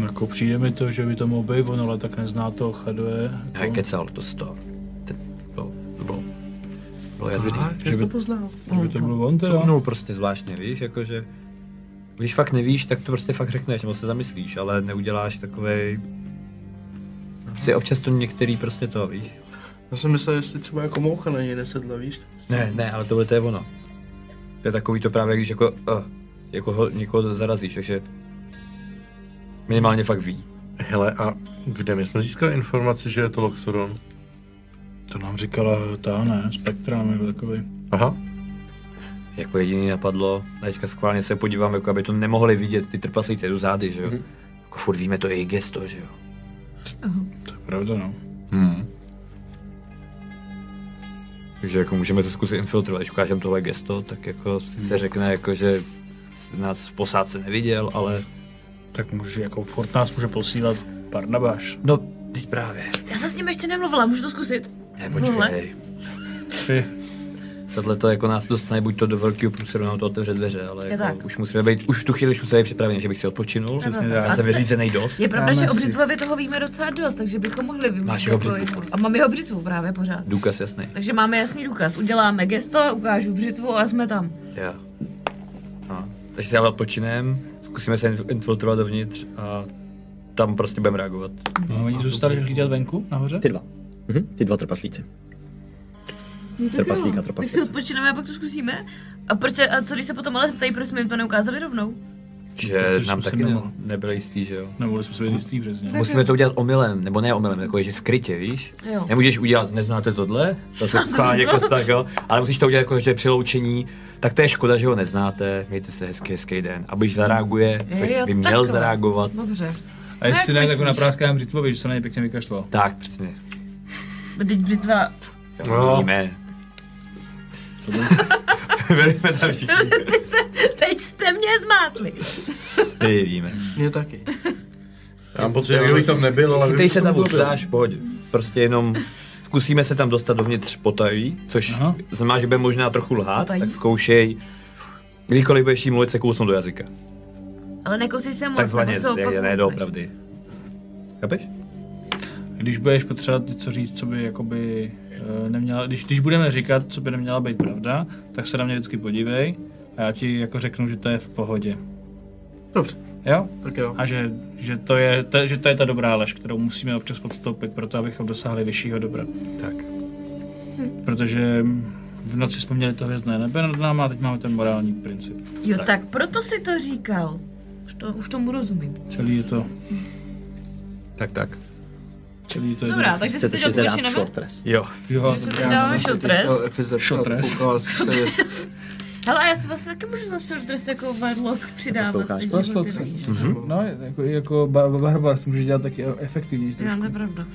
No, Jako přijde mi to, že by to mohl být on, ale tak nezná jako, to, chaduje.
Ne,
Mhm.
kecal, to se to, to, to, to bylo, bylo jasný.
Aha, jak jsi to poznal?
Že by to byl on teda.
No prostě zvláštně, víš, jakože, když fakt nevíš, tak to prostě fakt řekneš, nebo se zamyslíš, ale neuděláš takovej, si občas to některý prostě to, víš.
Já jsem myslel, jestli třeba jako moucha na něj nesedla, víš?
Ne, ne, ale tohle to je ono. To je takový to právě, když jako, uh, jako ho, někoho zarazíš, takže minimálně fakt ví.
Hele, a kde my jsme získali informaci, že je to Loxodon?
To nám říkala ta, ne, Spektra nebo takový.
Aha,
Jako jediný napadlo, a teďka schválně se podívám, jako aby to nemohli vidět ty trpaslíci do zády, že jo. Mm-hmm. Jako furt víme, to je jejich gesto, že jo.
To je pravda, no.
Hmm. Takže jako můžeme to zkusit infiltrovat, když ukážeme tohle gesto, tak jako sice řekne jako, že nás v posádce neviděl, ale
Tak může, jako furt nás může posílat Barnabáš.
no, teď právě.
Já jsem s ním ještě nemluvila, můžu to zkusit?
Ne,
Tohle?
počkej. Tohle to jako nás dostane buď to do velkého průseru, nebo to otevře dveře, ale
Je
jako
tak.
už musíme být, už v tu chvíli už musíme být připraveni, že bych si odpočinul.
Přesně tak.
Já jsem vyřízený dost.
Je pravda,
Dáme
že o
si-
břitvavě toho víme docela dost, takže bychom mohli vymyslet.
Máš jeho
jako
břitvu.
jinou- A mám jeho břitvu právě pořád.
Důkaz jasný.
Takže máme jasný důkaz. Uděláme gesto, ukážu břitvu a jsme tam.
Jo. No. Takže si ale odpočinem, zkusíme se inf- infiltrovat dovnitř a tam prostě budeme reagovat.
No, oni zůstali hlídat venku, nahoře?
Ty dva. Mhm, ty dva trpaslíci.
No tak
Trpaslík
jo,
a
Tak
trpaslice.
si odpočineme a pak to zkusíme. A, proč se, a co když se potom ale ptají, proč jsme jim to neukázali rovnou?
Že
Protože
nám
jsem
taky
se
ne,
nemohl.
nebyl jistý, že jo.
Nebo jsme si jistý přesně.
Tak
Musíme
jo.
to udělat omylem, nebo ne omylem, jako je, že skrytě, víš?
Jo.
Nemůžeš udělat, neznáte tohle, to
<laughs>
se schválně jako tak, jo, ale musíš to udělat jako, že přiloučení, tak to je škoda, že ho neznáte, mějte se hezký, hezký den. A když zareaguje,
jo,
tak by měl
takhle.
zareagovat.
Dobře.
A jestli
Jak
ne, tak ho
myslíš?
napráskám břitvovi, že se na něj pěkně vykašlal.
Tak, přesně.
Teď břitva
Jo,
No. <laughs>
Víme. Byli jsme tam
<laughs>
všichni.
Teď jste mě zmátli.
Ty víme.
Mě taky.
já mám pocit, že bych tam nebyl, ale
Chytej
vím, že
se
jsem
tam,
tam byl.
dáš, pojď. Prostě jenom zkusíme se tam dostat dovnitř potají, což
Aha.
znamená, že bude možná trochu lhát,
Potají.
tak zkoušej. Kdykoliv budeš jí mluvit, se kousnout do jazyka.
Ale nekousej se moc,
Takzvaně,
nebo No, se
je-
opak
je, ne,
kousneš.
doopravdy. Chápeš?
Když budeš potřebovat něco říct, co by jakoby eh, neměla, když, když budeme říkat, co by neměla být pravda, tak se na mě vždycky podívej a já ti jako řeknu, že to je v pohodě.
Dobře,
Jo?
tak jo.
A že, že, to je, ta, že to je ta dobrá lež, kterou musíme občas podstoupit, proto abychom dosáhli vyššího dobra.
Tak.
Protože v noci jsme měli to hvězdné nebe nad náma a teď máme ten morální princip.
Jo, tak. proto si to říkal. Už, to, už tomu rozumím.
Mhm.
Celý je to,
Tak, tak.
celý je to
Dobrá, takže si
Chcete
teď
si zde dát
odpočineme.
short rest.
Jo.
Jo,
Že si
tak
teď
já-
dáme
Jo,
šotres.
Efi zeptat, <laughs>
Šotres.
koukala jsi se, jestli-
Hele, a já si vlastně taky můžu za short dress jako vedlok přidávat.
Posloucháš?
než
Poslouchej.
životy, víš.
No, jako, jako bar- barbar, to můžeš dělat taky efektivnější
Já, to
trošku.
je pravda.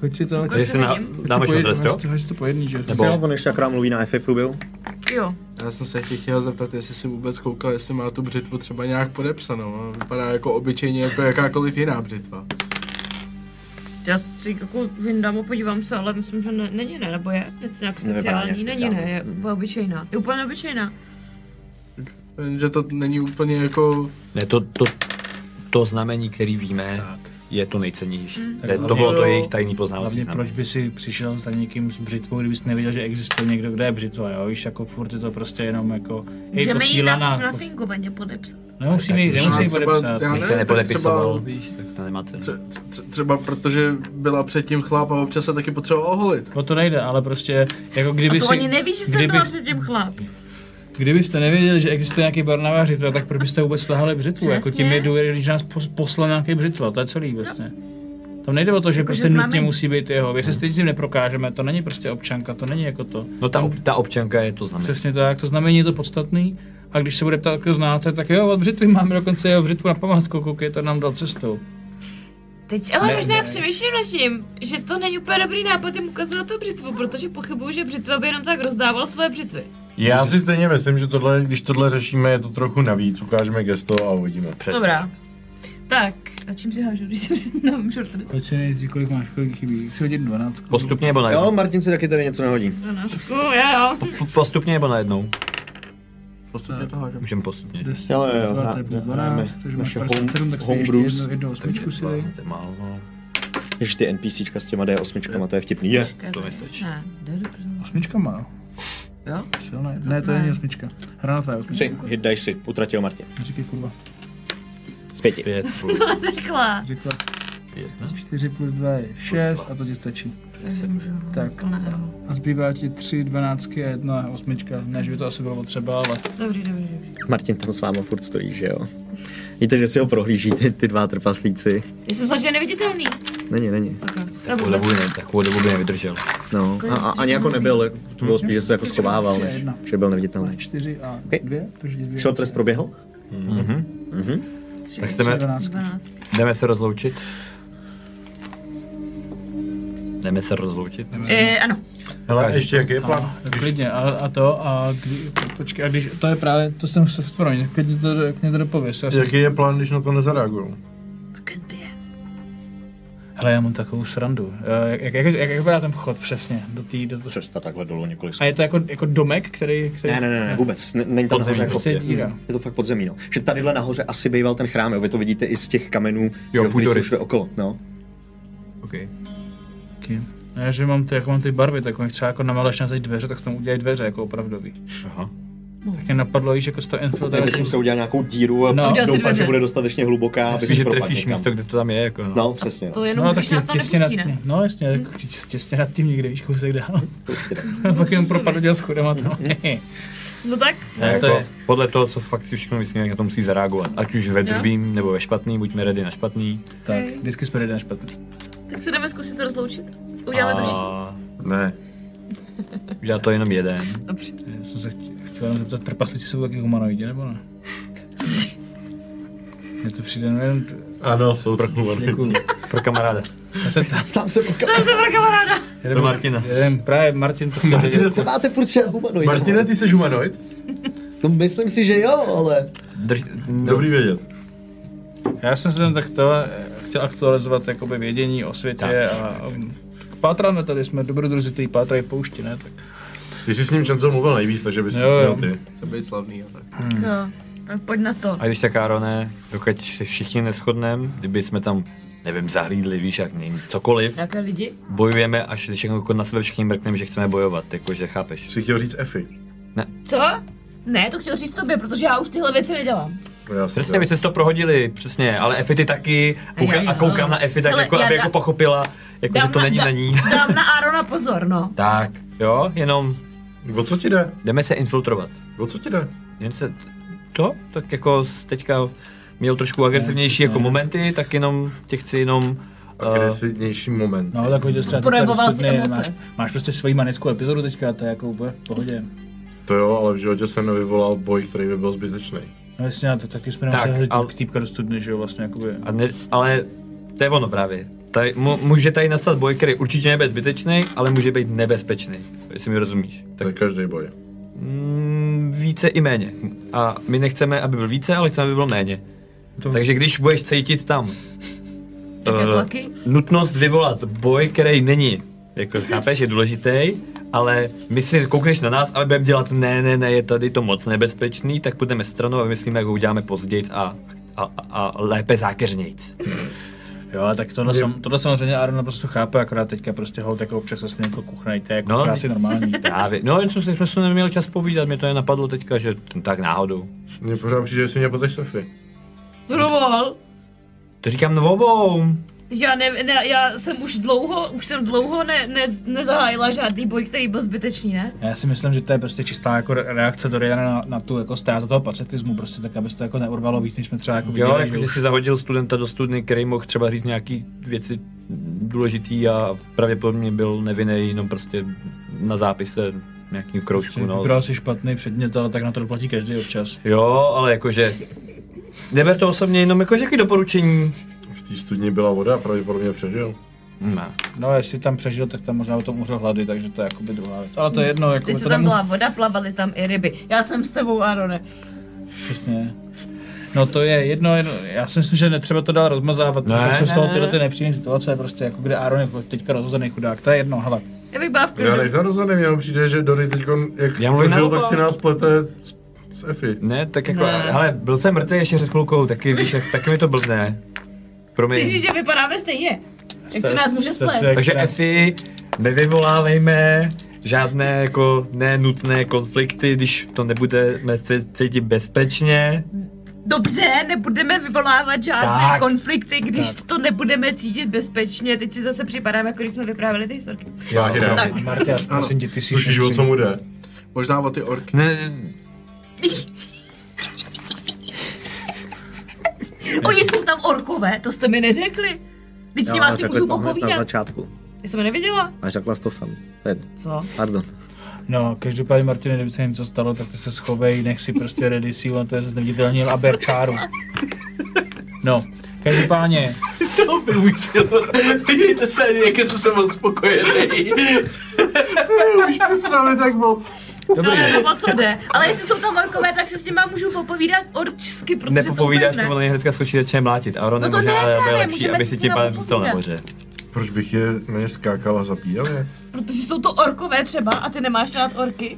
Choď si to,
Takže si na,
Kolik
dáme short rest, jo?
Hoď to po jedný, že?
Nebo-
Jo, on ještě akorát mluví na EFI průběhu.
Jo,
Já jsem se tě chtěl zeptat, jestli si vůbec koukal, jestli má tu břitvu třeba nějak podepsanou. a Vypadá jako obyčejně jako jakákoliv jiná břitva.
já si jako vyndám a podívám se, ale myslím, že ne, není ne, nebo je něco nějak
Nevypadá
speciální,
nějak
není ne,
speciální.
je úplně obyčejná. Je úplně obyčejná.
Že to není úplně jako...
Ne, to, to, to znamení, který víme, je to nejcennější.
Mm.
To, je- to bylo to jejich tajný poznávací
Hlavně proč
znamení.
by si přišel za někým s břitvou, kdybys nevěděl, že existuje někdo, kdo je břitva, jo? Víš, jako furt je to prostě jenom jako, hej,
Můžeme ji na,
posílaná.
na fingovaně podepsat.
Nemusíme ji,
Tak
nemusí ji
možná třeba-
podepsat.
já
Když se
Ne, tak
nepodepisoval,
třeba-
víš, tak to nemá cenu.
tře- tře- Třeba protože byla předtím chlap a občas se taky potřeboval oholit.
O No to nejde, ale prostě, jako
A
kdyby
to
si,
ani neví, že jsem
kdyby-
byla předtím chlap.
kdybyste nevěděli, že existuje nějaký barnavá řitva, tak proč byste vůbec tahali břitvu?
Přesně.
Jako tím je důvěr, když nás pos- poslal nějaký břitva, to je celý vlastně. Tam nejde o to, že
Jakože
prostě
známe-
nutně musí být jeho. Věřte, stejně s tím neprokážeme, to není prostě občanka, to není jako to.
No ta, ob- ta občanka je to znamení.
Přesně tak, to znamení je to podstatný. A když se bude ptát, kdo znáte, tak jo, od břitvy máme dokonce jeho břitvu na památku, koukejte, nám dal cestou.
Teď ale
Ne,
možná
ne.
přemýšlím nad tím, že to není úplně dobrý nápad jim ukazovat tu břitvu, protože pochybuju, že břitva by jenom tak rozdával svoje břitvy.
Já si stejně myslím, že tohle, když tohle řešíme, je to trochu navíc. Ukážeme gesto a uvidíme.
Před-
Dobrá. Tak,
A čím si hážu, když jsem na short dress?
Pojď si nejdřív, kolik máš, kolik chybí. Chci hodit 12.
Postupně nebo
Jo,
najednou?
Martin si taky tady něco nahodí.
dvanáctku, jo, jo.
Po- Postupně nebo najednou?
Postupně to hážem.
Můžeme postupně.
10,
Jo, jo, jo,
dva,
na-
to je plus
na-
12,
hrajeme
takže máš
naše
57,
home-
tak si ještě
homebrews.
jednu, jednu osmičku si dej.
To je málo, no.
Ježiš, ty NPCčka s těma D8, to je vtipný. Je.
to mi stačí.
Ne, jde do prdele.
<laughs> Osmička má.
Jo?
Silné. Ne, to není osmička. Hranata je osmička.
Tři hit dice, utratil Martin.
Říkej kurva.
Z pěti.
Pět plus
Řekla.
Řekla
pět, ne?
4 plus 2 je 6 a to ti stačí.
Takže můžu.
Tak.
Plného.
A zbývá ti 3 dvanáctky a jedna osmička. Ne, že by to asi bylo potřeba, ale
Dobrý, dobrý, dobrý.
Martin tam s váma furt stojí, že jo? Víte, že si ho prohlížíte, ty dva trpaslíci.
Já jsem zase neviditelný.
Není, není.
Takovou dobu, ne, takovou dobu by nevydržel.
No, a, a ani jako nebyl, to bylo spíš, že se jako schovával, než
Jedna.
že byl neviditelný.
4 a
Ok.
2, takže ti zbývá.
Short rest proběhl?
Mhm.
Mhm.
Tak jdeme,
12.
12.
jdeme se rozloučit. Jdeme se rozloučit.
E, ano.
Hele, ještě jaký je plán?
A, klidně, a, a to, a kdy, počkej, a když, to je právě, to jsem se vzpomněl, klidně to, do- klidně to dopověz. Já jsem-
Jaký je plán, když na to nezareaguju?
Hele, já mám takovou srandu. Eh, Jak, jak, jak, jak vypadá ten vchod přesně do té, do to,
Přesta takhle dolů několik.
A je to jako, jako domek, který, který
Ne, ne, ne, ne vůbec. Ne- Není tam
Podzemí
nahoře jako
prostě
Prostě.
díra.
Je to fakt podzemí, no. Že tadyhle nahoře asi býval ten chrám, jo. Vy to vidíte i z těch kamenů, jo, který jsou
půdorys.
všude okolo, no.
OK.
Okay. A já, že mám ty, jako mám ty barvy, tak jak třeba jako namaleš na zeď dveře, tak se tam udělají dveře, jako opravdový.
Aha.
No.
Tak mě napadlo, víš, jako z toho
Tady
infiltrace.
myslím se udělat nějakou díru a
No.
no.
Udělat
si
doufám,
dveře.
že bude dostatečně hluboká, aby
Myslím,
si
že
propadl
trefíš
někam.
místo, kde to tam je, jako no.
No, přesně, no.
To jenom, no, když nás to
těsně nad,
nepustí, ne?
no jasně, jako tě- těsně nad tím někde, víš, kousek dál.
Prostě.
<laughs> A pak jenom propadl děl schodem
<laughs>
a tam.
No tak,
Ne,
Jako-
to je podle toho, co fakt si všechno myslím, jak na to musí zareagovat. Ať už ve druhým nebo ve špatný, buďme ready na špatný.
tak, vždycky jsme jeden špatný.
tak se jdeme zkusit rozloučit. Uděláme to všichni.
všichni.
Ne.
Udělá to jenom jeden.
Dobře.
Já jsem se chtěl, chtěl jenom zeptat, trpaslíci jsou taky humanoidi, nebo
<laughs>
ne? Mně to přijde, nevím, t-
Ano, jsou trochu velký.
děkuju.
Pro kamaráda.
Já se tam,
Tam se poká...
<laughs> Jsem se pro kamaráda.
Pro Martina.
jeden, právě
<laughs>
Martin to chtěl vědět.
Se máte furt třeba humanoid.
Martine, ty jsi humanoid?
No myslím si, že jo, ale...
Drž, no,
Dobrý vědět.
Já jsem se tam tak to, eh, chtěl aktualizovat jakoby vědění o světě
Tak.
a um, tak pátráme tady, jsme dobrodruzi, který pátrají poušti, ne? Tak
Ty jsi s ním čancem mluvil nejvíc, takže bys
Jo, jo.
měl ty.
Chce být slavný a tak.
No, tak pojď na to.
Hmm. A když tak, Arone, dokud se všichni neschodneme, kdyby jsme tam, nevím, zahlídli, víš, jak nevím, cokoliv,
Jaké lidi?
bojujeme, až všechno jako na sebe všichni mrkneme, že chceme bojovat, jakože chápeš.
Jsi chtěl říct Efi.
Co? Ne, to chtěl říct tobě, protože já už tyhle věci nedělám.
No, já jsem
Přesně,
chtěl.
vy jste si to prohodili, přesně, ale Efi ty taky, kouka,
jo.
a koukám na Efi tak,
no. Hele,
jako,
já
aby
dám-
jako pochopila, jako, že to není
dá-
na ní.
<laughs> Dám na Arona pozor, no.
Tak, jo, jenom
O co ti jde?
jdeme se infiltrovat.
O co ti jde?
Jen se, to, tak jako s- teďka měl trošku agresivnější jako momenty, tak jenom tě chci jenom, uh,
Agresivnější moment.
No, tak hodil jste
Projevoval si emoce.
máš, máš prostě svoji manickou epizodu teďka, to je jako úplně v pohodě.
to jo, ale v životě jsem nevyvolal boj, který by byl zbytečný.
No jasně, a to taky jsme
Tak,
tak, hodit
ale-
k týpka do studny, že jo, vlastně, jakoby.
A ne, ale to je ono právě. Tady, mu, může tady nastat boj, který určitě nebude zbytečný, ale může být nebezpečný, jestli mi rozumíš.
To je každý boj.
Mm, více i méně. A my nechceme, aby byl více, ale chceme, aby byl méně. To... Takže když budeš cítit tam
Jaké
eh,
tlaky?
nutnost vyvolat boj, který není, jako chápeš, je důležitý, ale my si koukneš na nás a budeme dělat ne, ne, ne, je tady to moc nebezpečný, tak půjdeme stranou a vymyslíme, jak ho uděláme později a, a, a, a lépe zákeřnějc.
Jo, tak tohle, sam, tohle samozřejmě Aaron naprosto chápe, akorát teďka prostě hold jako občas asi někoho kuchnejte, jako
No,
no, práci normální.
Právě. No, jen jsme, si- jsme se neměli čas povídat, mě to je napadlo teďka, že t- tak náhodou.
Mně pořád přijde, že si mě poteš Sofie.
Dovol.
To říkám no obou.
Já, ne, ne, já jsem už dlouho, už jsem dlouho ne, ne, nezahájila žádný boj, který byl zbytečný, ne?
Já si myslím, že to je prostě čistá jako re- reakce Doriana na, na tu jako ztrátu toho pacifismu, prostě tak, aby se to jako neurvalo víc, než jsme třeba jako
Jo,
viděli,
jako,
že
že
už.
si zahodil studenta do studny, který mohl třeba říct nějaký věci důležitý a pravděpodobně byl nevinný, jenom prostě na zápise nějakým kroužku, no.
Vybral si špatný předmět, ale tak na to doplatí každý občas.
Jo, ale jakože... Neber to osobně, jenom jakože jaký doporučení.
V té studni byla voda a pravděpodobně přežil.
Ne.
No, jestli tam přežil, tak tam možná o tom umřel hlady, takže to je jakoby druhá věc. Ale to je jedno, jako
Když
to
tam
nemus...
byla voda, plavaly tam i ryby. Já jsem s tebou, Arone.
Přesně. No to je jedno, jedno, já si myslím, že netřeba to dál rozmazávat,
Ne,
protože
ne,
jsou z toho
ne,
tyhle
ne.
ty nepříjemné situace, prostě jako kde Aaron je teďka rozhozený chudák, to je jedno, hele.
Já bych byla v klidu.
No Já nejsem rozhodný, mně jenom přijde, že Dory teď, jak
Já
já
mluvím
přežil,
naopak.
tak si nás plete s, s Efi.
ne, tak jako,
Ne.
ale byl jsem mrtvý ještě před chvilkou, taky víš, jak, taky mi to blbne. Promiň.
Myslíš, že vypadáme stejně? Jak se nás může
Jste- jste-
splést?
jste-
Takže Efi, nevyvolávejme žádné jako nenutné konflikty, když to nebudeme se cítit bezpečně.
Dobře, nebudeme vyvolávat žádné
Tak.
konflikty, když to nebudeme cítit bezpečně. Teď si zase připadáme, jako když jsme vyprávěli ty historky.
Jo,
Báhyra.
Tak.
Martě, prosím tě, ty jsi
Tušíš, o co mu jde.
Možná o ty orky.
Ne,
Oni jsou tam orkové, to jste mi neřekli. Teď s
Já
nimi
vám
asi
řekl
můžu
to hned na
popovídat.
začátku.
Já jsem je neviděla.
A řekla jsi to sam. To je jedno.
Co?
Pardon.
No, každopádně, Martine, kdyby se něco stalo, tak ty se schovej, nech si prostě ready sílu na to, je neviditelný a ber čáru. No, každopádně,
To by učilo. Vidíte se, jak jsem se moc spokojený.
dobrý.
No, Ale o co jde? Ale jestli jsou tam orkové, tak se s nima můžu popovídat orčsky, protože
Nepopovídáš,
to úplně
nebo na ně hnedka skočí začne mlátit. A Ron
No to
nemůže,
ne,
ale
právě,
je lepší,
můžeme
aby
si
si
s
tím
nima
pádem dostal na
popovídat.
moře.
Proč bych je na ně skákal a zabíjel je?
Protože jsou to orkové třeba a ty nemáš rád orky.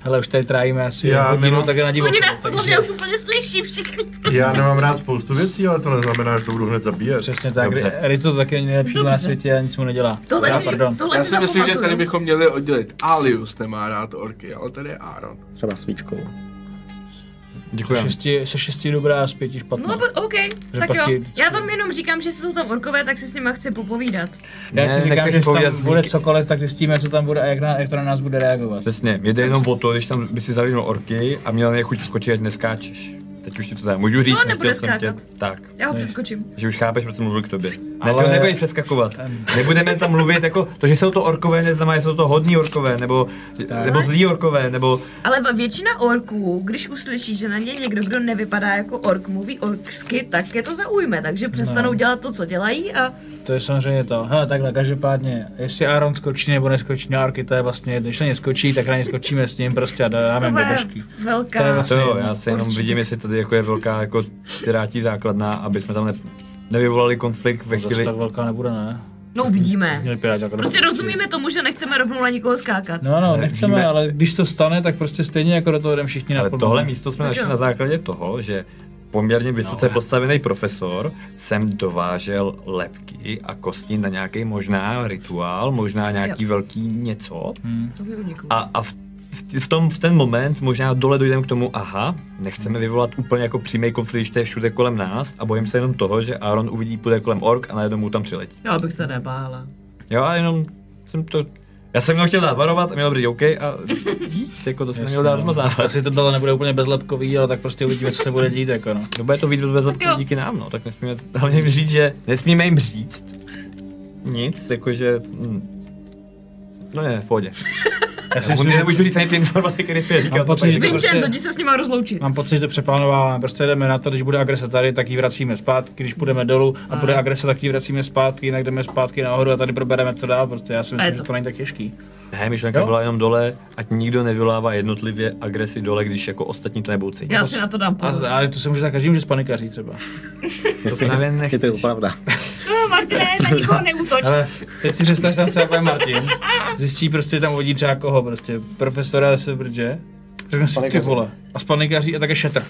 hele, už tady trávíme asi
Já
hodinu,
nemám-
tak je na divoko,
Oni nás podle
takže-
mě už úplně slyší všichni.
Já nemám rád spoustu věcí, ale to neznamená, že to budu hned zabíjet.
Přesně tak,
Dobře.
Rito to taky není nejlepší na
Dobře.
světě a nic mu nedělá.
Tohle
Já,
si,
pardon.
Tohle
Já si myslím, že
zapamatuju.
tady bychom měli oddělit. Alius nemá rád orky, ale tady je Aaron.
Třeba svíčkou.
Se
Děkuji.
šesti, se šesti dobrá, z pěti špatná.
No, bo- OK,
Že
tak
pak
jo.
ti vždycky-
Já vám jenom říkám, že jsou tam orkové, tak se s nima chci popovídat.
Já
Ne,
ti říkám,
nechci
že jestli
povídat s
tam bude
nikým.
cokoliv, tak zjistíme, co tam bude a jak na, jak to na nás bude reagovat.
Přesně, mě jde jenom o to, když tam by si zavinul orky a měl na ně chuť skočit, ať neskáčeš. Teď už ti to tady můžu říct,
No, nebude
nechtěl jsem tě.
skákat.
Tak.
Já ho přeskočím.
Že už chápeš, proč jsem mluvil k tobě. Ne,
Ale-
Ale... nebudeš přeskakovat. Nebudeme tam mluvit jako, to, že jsou to orkové, neznamená, že jsou to hodní orkové, nebo, nebo zlí orkové, nebo...
Ale většina orků, když uslyší, že na ně někdo, kdo nevypadá jako ork, mluví orksky, tak je to zaujme. Takže přestanou
No.
dělat to, co dělají a
To je samozřejmě to. Hele, takhle, každopádně, jestli Aaron skočí nebo neskočí na arky, to je vlastně, když na ně skočí, tak na ně skočíme s ním prostě a dáme jim
to
do
je
držky.
velká...
To je vlastně-
To jo, já se jenom vidím, jestli tady jako je velká jako pirátí základna, aby jsme tam ne, nevyvolali konflikt ve
Zase
chvíli.
tak velká nebude, ne?
No uvidíme.
Měli pět, jako
Prostě rozumíme tomu, že nechceme rovnou na nikoho skákat.
No, no,
Ale
nechceme,
víme-
ale když to stane, tak prostě stejně jako do toho jdeme všichni na
Ale
plnou.
tohle místo jsme
Tak
našli
jo. No,
na základě toho, že poměrně vysoce postavený profesor sem dovážel lepky a kosti na nějaký možná rituál, možná nějaký velký něco.
To by uniklo.
A, a v, v- v, tom, v ten moment možná dole dojdeme k tomu, aha, nechceme vyvolat úplně jako přímý konflikt, když to je všude kolem nás a bojím se jenom toho, že Aaron uvidí půjde kolem ork a najednou mu tam přiletí.
Já bych se nebála.
Jo a jenom jsem to... Já jsem jenom chtěl dát varovat a měl dobrý OK
<laughs>
a jako to jsem měl
no.
dát rozmazávat.
Asi to tohle nebude úplně bezlepkový, ale tak prostě uvidíme, co se bude dít, jako no.
No bude to víc bez
Tak jo.
díky nám, no, tak nesmíme, hlavně jim říct, že nesmíme jim říct nic, jakože, hm. no je, v pohodě.
Já si
On
myslím,
mi
že
nemůžu říct ani ty informace, které jsi mi říkal.
Mám pocit, že to
Vincenzo,
prostě,
jdi se s nima rozloučit.
mám pocit, že to přeplánováváme. Prostě jdeme na to, když bude agrese tady, tak ji vracíme zpátky, když půjdeme dolů a bude agrese, tak ji vracíme zpátky, jinak jdeme zpátky nahoru a tady probereme co dál. Prostě já
A
si
je
myslím,
to-
že to není tak těžký.
Ne, myšlenka
Jo?
byla jenom dole, ať nikdo nevylává jednotlivě agresi dole, když jako ostatní to nebudou cítit.
Já si na to dám
A,
pozor.
ale to se může za každý může spanikaří třeba.
To prostě právě
Je to
nechci.
je pravda.
No, Martine, na nikoho neútoč.
Ale Eh, teď si představ, že tam třeba bude Martin. Zjistí prostě tam vodí třeba koho prostě. Profesora se brže. Řekne si ty
Panikaře.
vole. A spanikaří a také šetr.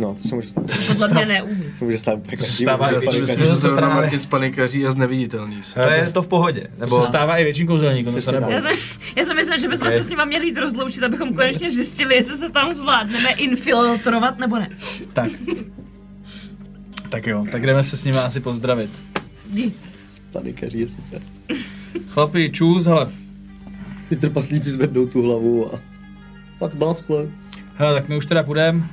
No, to se může stát.
Podle mě neumí.
To se může stát. To
se stává
Já si
Panikaří.
myslím, že
To
zrovna
právě-
Martin z panikaří a zneviditelní se.
To je to v pohodě.
Prostě To
Nebo
se stává i větším kouzelníkům, to se
Přesně
nebo.
tak.
Já jsem, já jsem myslela, že bychom se s nima měli jít rozloučit, abychom konečně zjistili, jestli se tam zvládneme infiltrovat nebo ne.
Tak. Tak jo, tak jdeme se s nimi asi pozdravit.
Jdi.
Panikaří je super.
Chlapi, čus, hele.
Ty trpaslíci zvednou tu hlavu a pak náskle.
Hele, tak my už teda půjdem.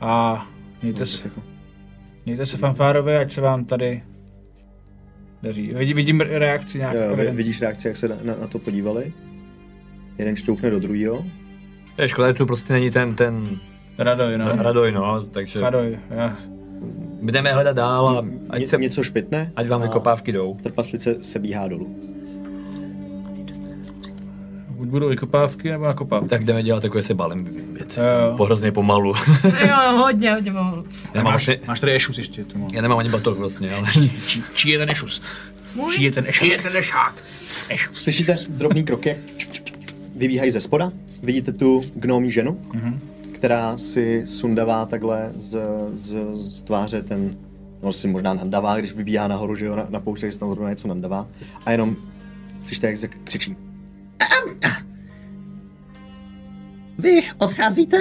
A mějte se,
Jako-
mějte se fanfárové, ať se vám tady daří. Vidím, vidím reakci nějak. jako
Jo, jo, vidíš reakci, jak se na, na, na to podívali? Jeden šťouchne do druhého.
je škoda, že tu prostě není ten, ten
Radoj, no.
radoj, no, takže
Radoj, já.
budeme hledat dál a ať, se,
Ně, něco špitne,
ať vám
No.
vykopávky jdou.
trpaslice se bíhá dolů.
Buď budou vykopávky nebo nakopávky.
Tak jdeme dělat takové se balem věci.
Jo.
Pohrozně pomalu.
Jo, hodně, hodně pomalu.
Já, mám,
Máš,
vlastně-
máš tady Ešus ještě. Tu, no.
já nemám ani batoh vlastně, ale
Čí, čí je ten Ešus? Čí
Můj?
je ten Ešus? je ten Ešák?
Slyšíte drobný kroky, jak vybíhají ze spoda. Vidíte tu gnomí ženu, která si sundavá takhle z, z, z tváře ten, no si možná nandavá, když vybíhá nahoru, že jo, na, na pouště, když se tam zrovna něco nandavá. A jenom slyšíte, jak se křičí. Vy odcházíte?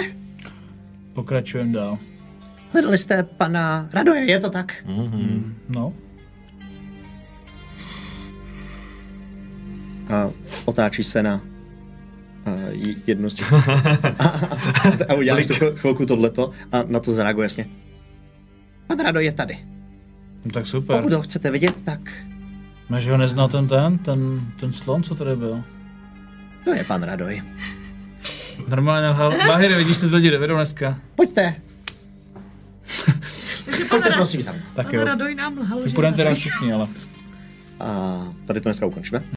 Pokračujeme dál.
Hledali jste pana Radoje, je to tak?
No.
a otáčí se na a, j- jednu z těch... a, a, a uděláš tu chvil- chvilku tohleto a na to zareaguje jasně. Pan Rado je tady.
no tak super.
Pokud ho chcete vidět, tak
No, že ho neznal ten ten, ten, ten slon, co tady byl.
to je pan Radoj.
Normálně lhal. Bahir, vidíš, ty lidi dovedou dneska.
Pojďte. Pojďte prosím za mnou.
Tak
Pan
jo.
Radoj nám lhal, že
Půjdeme teda všichni, ale.
A tady to dneska ukončíme.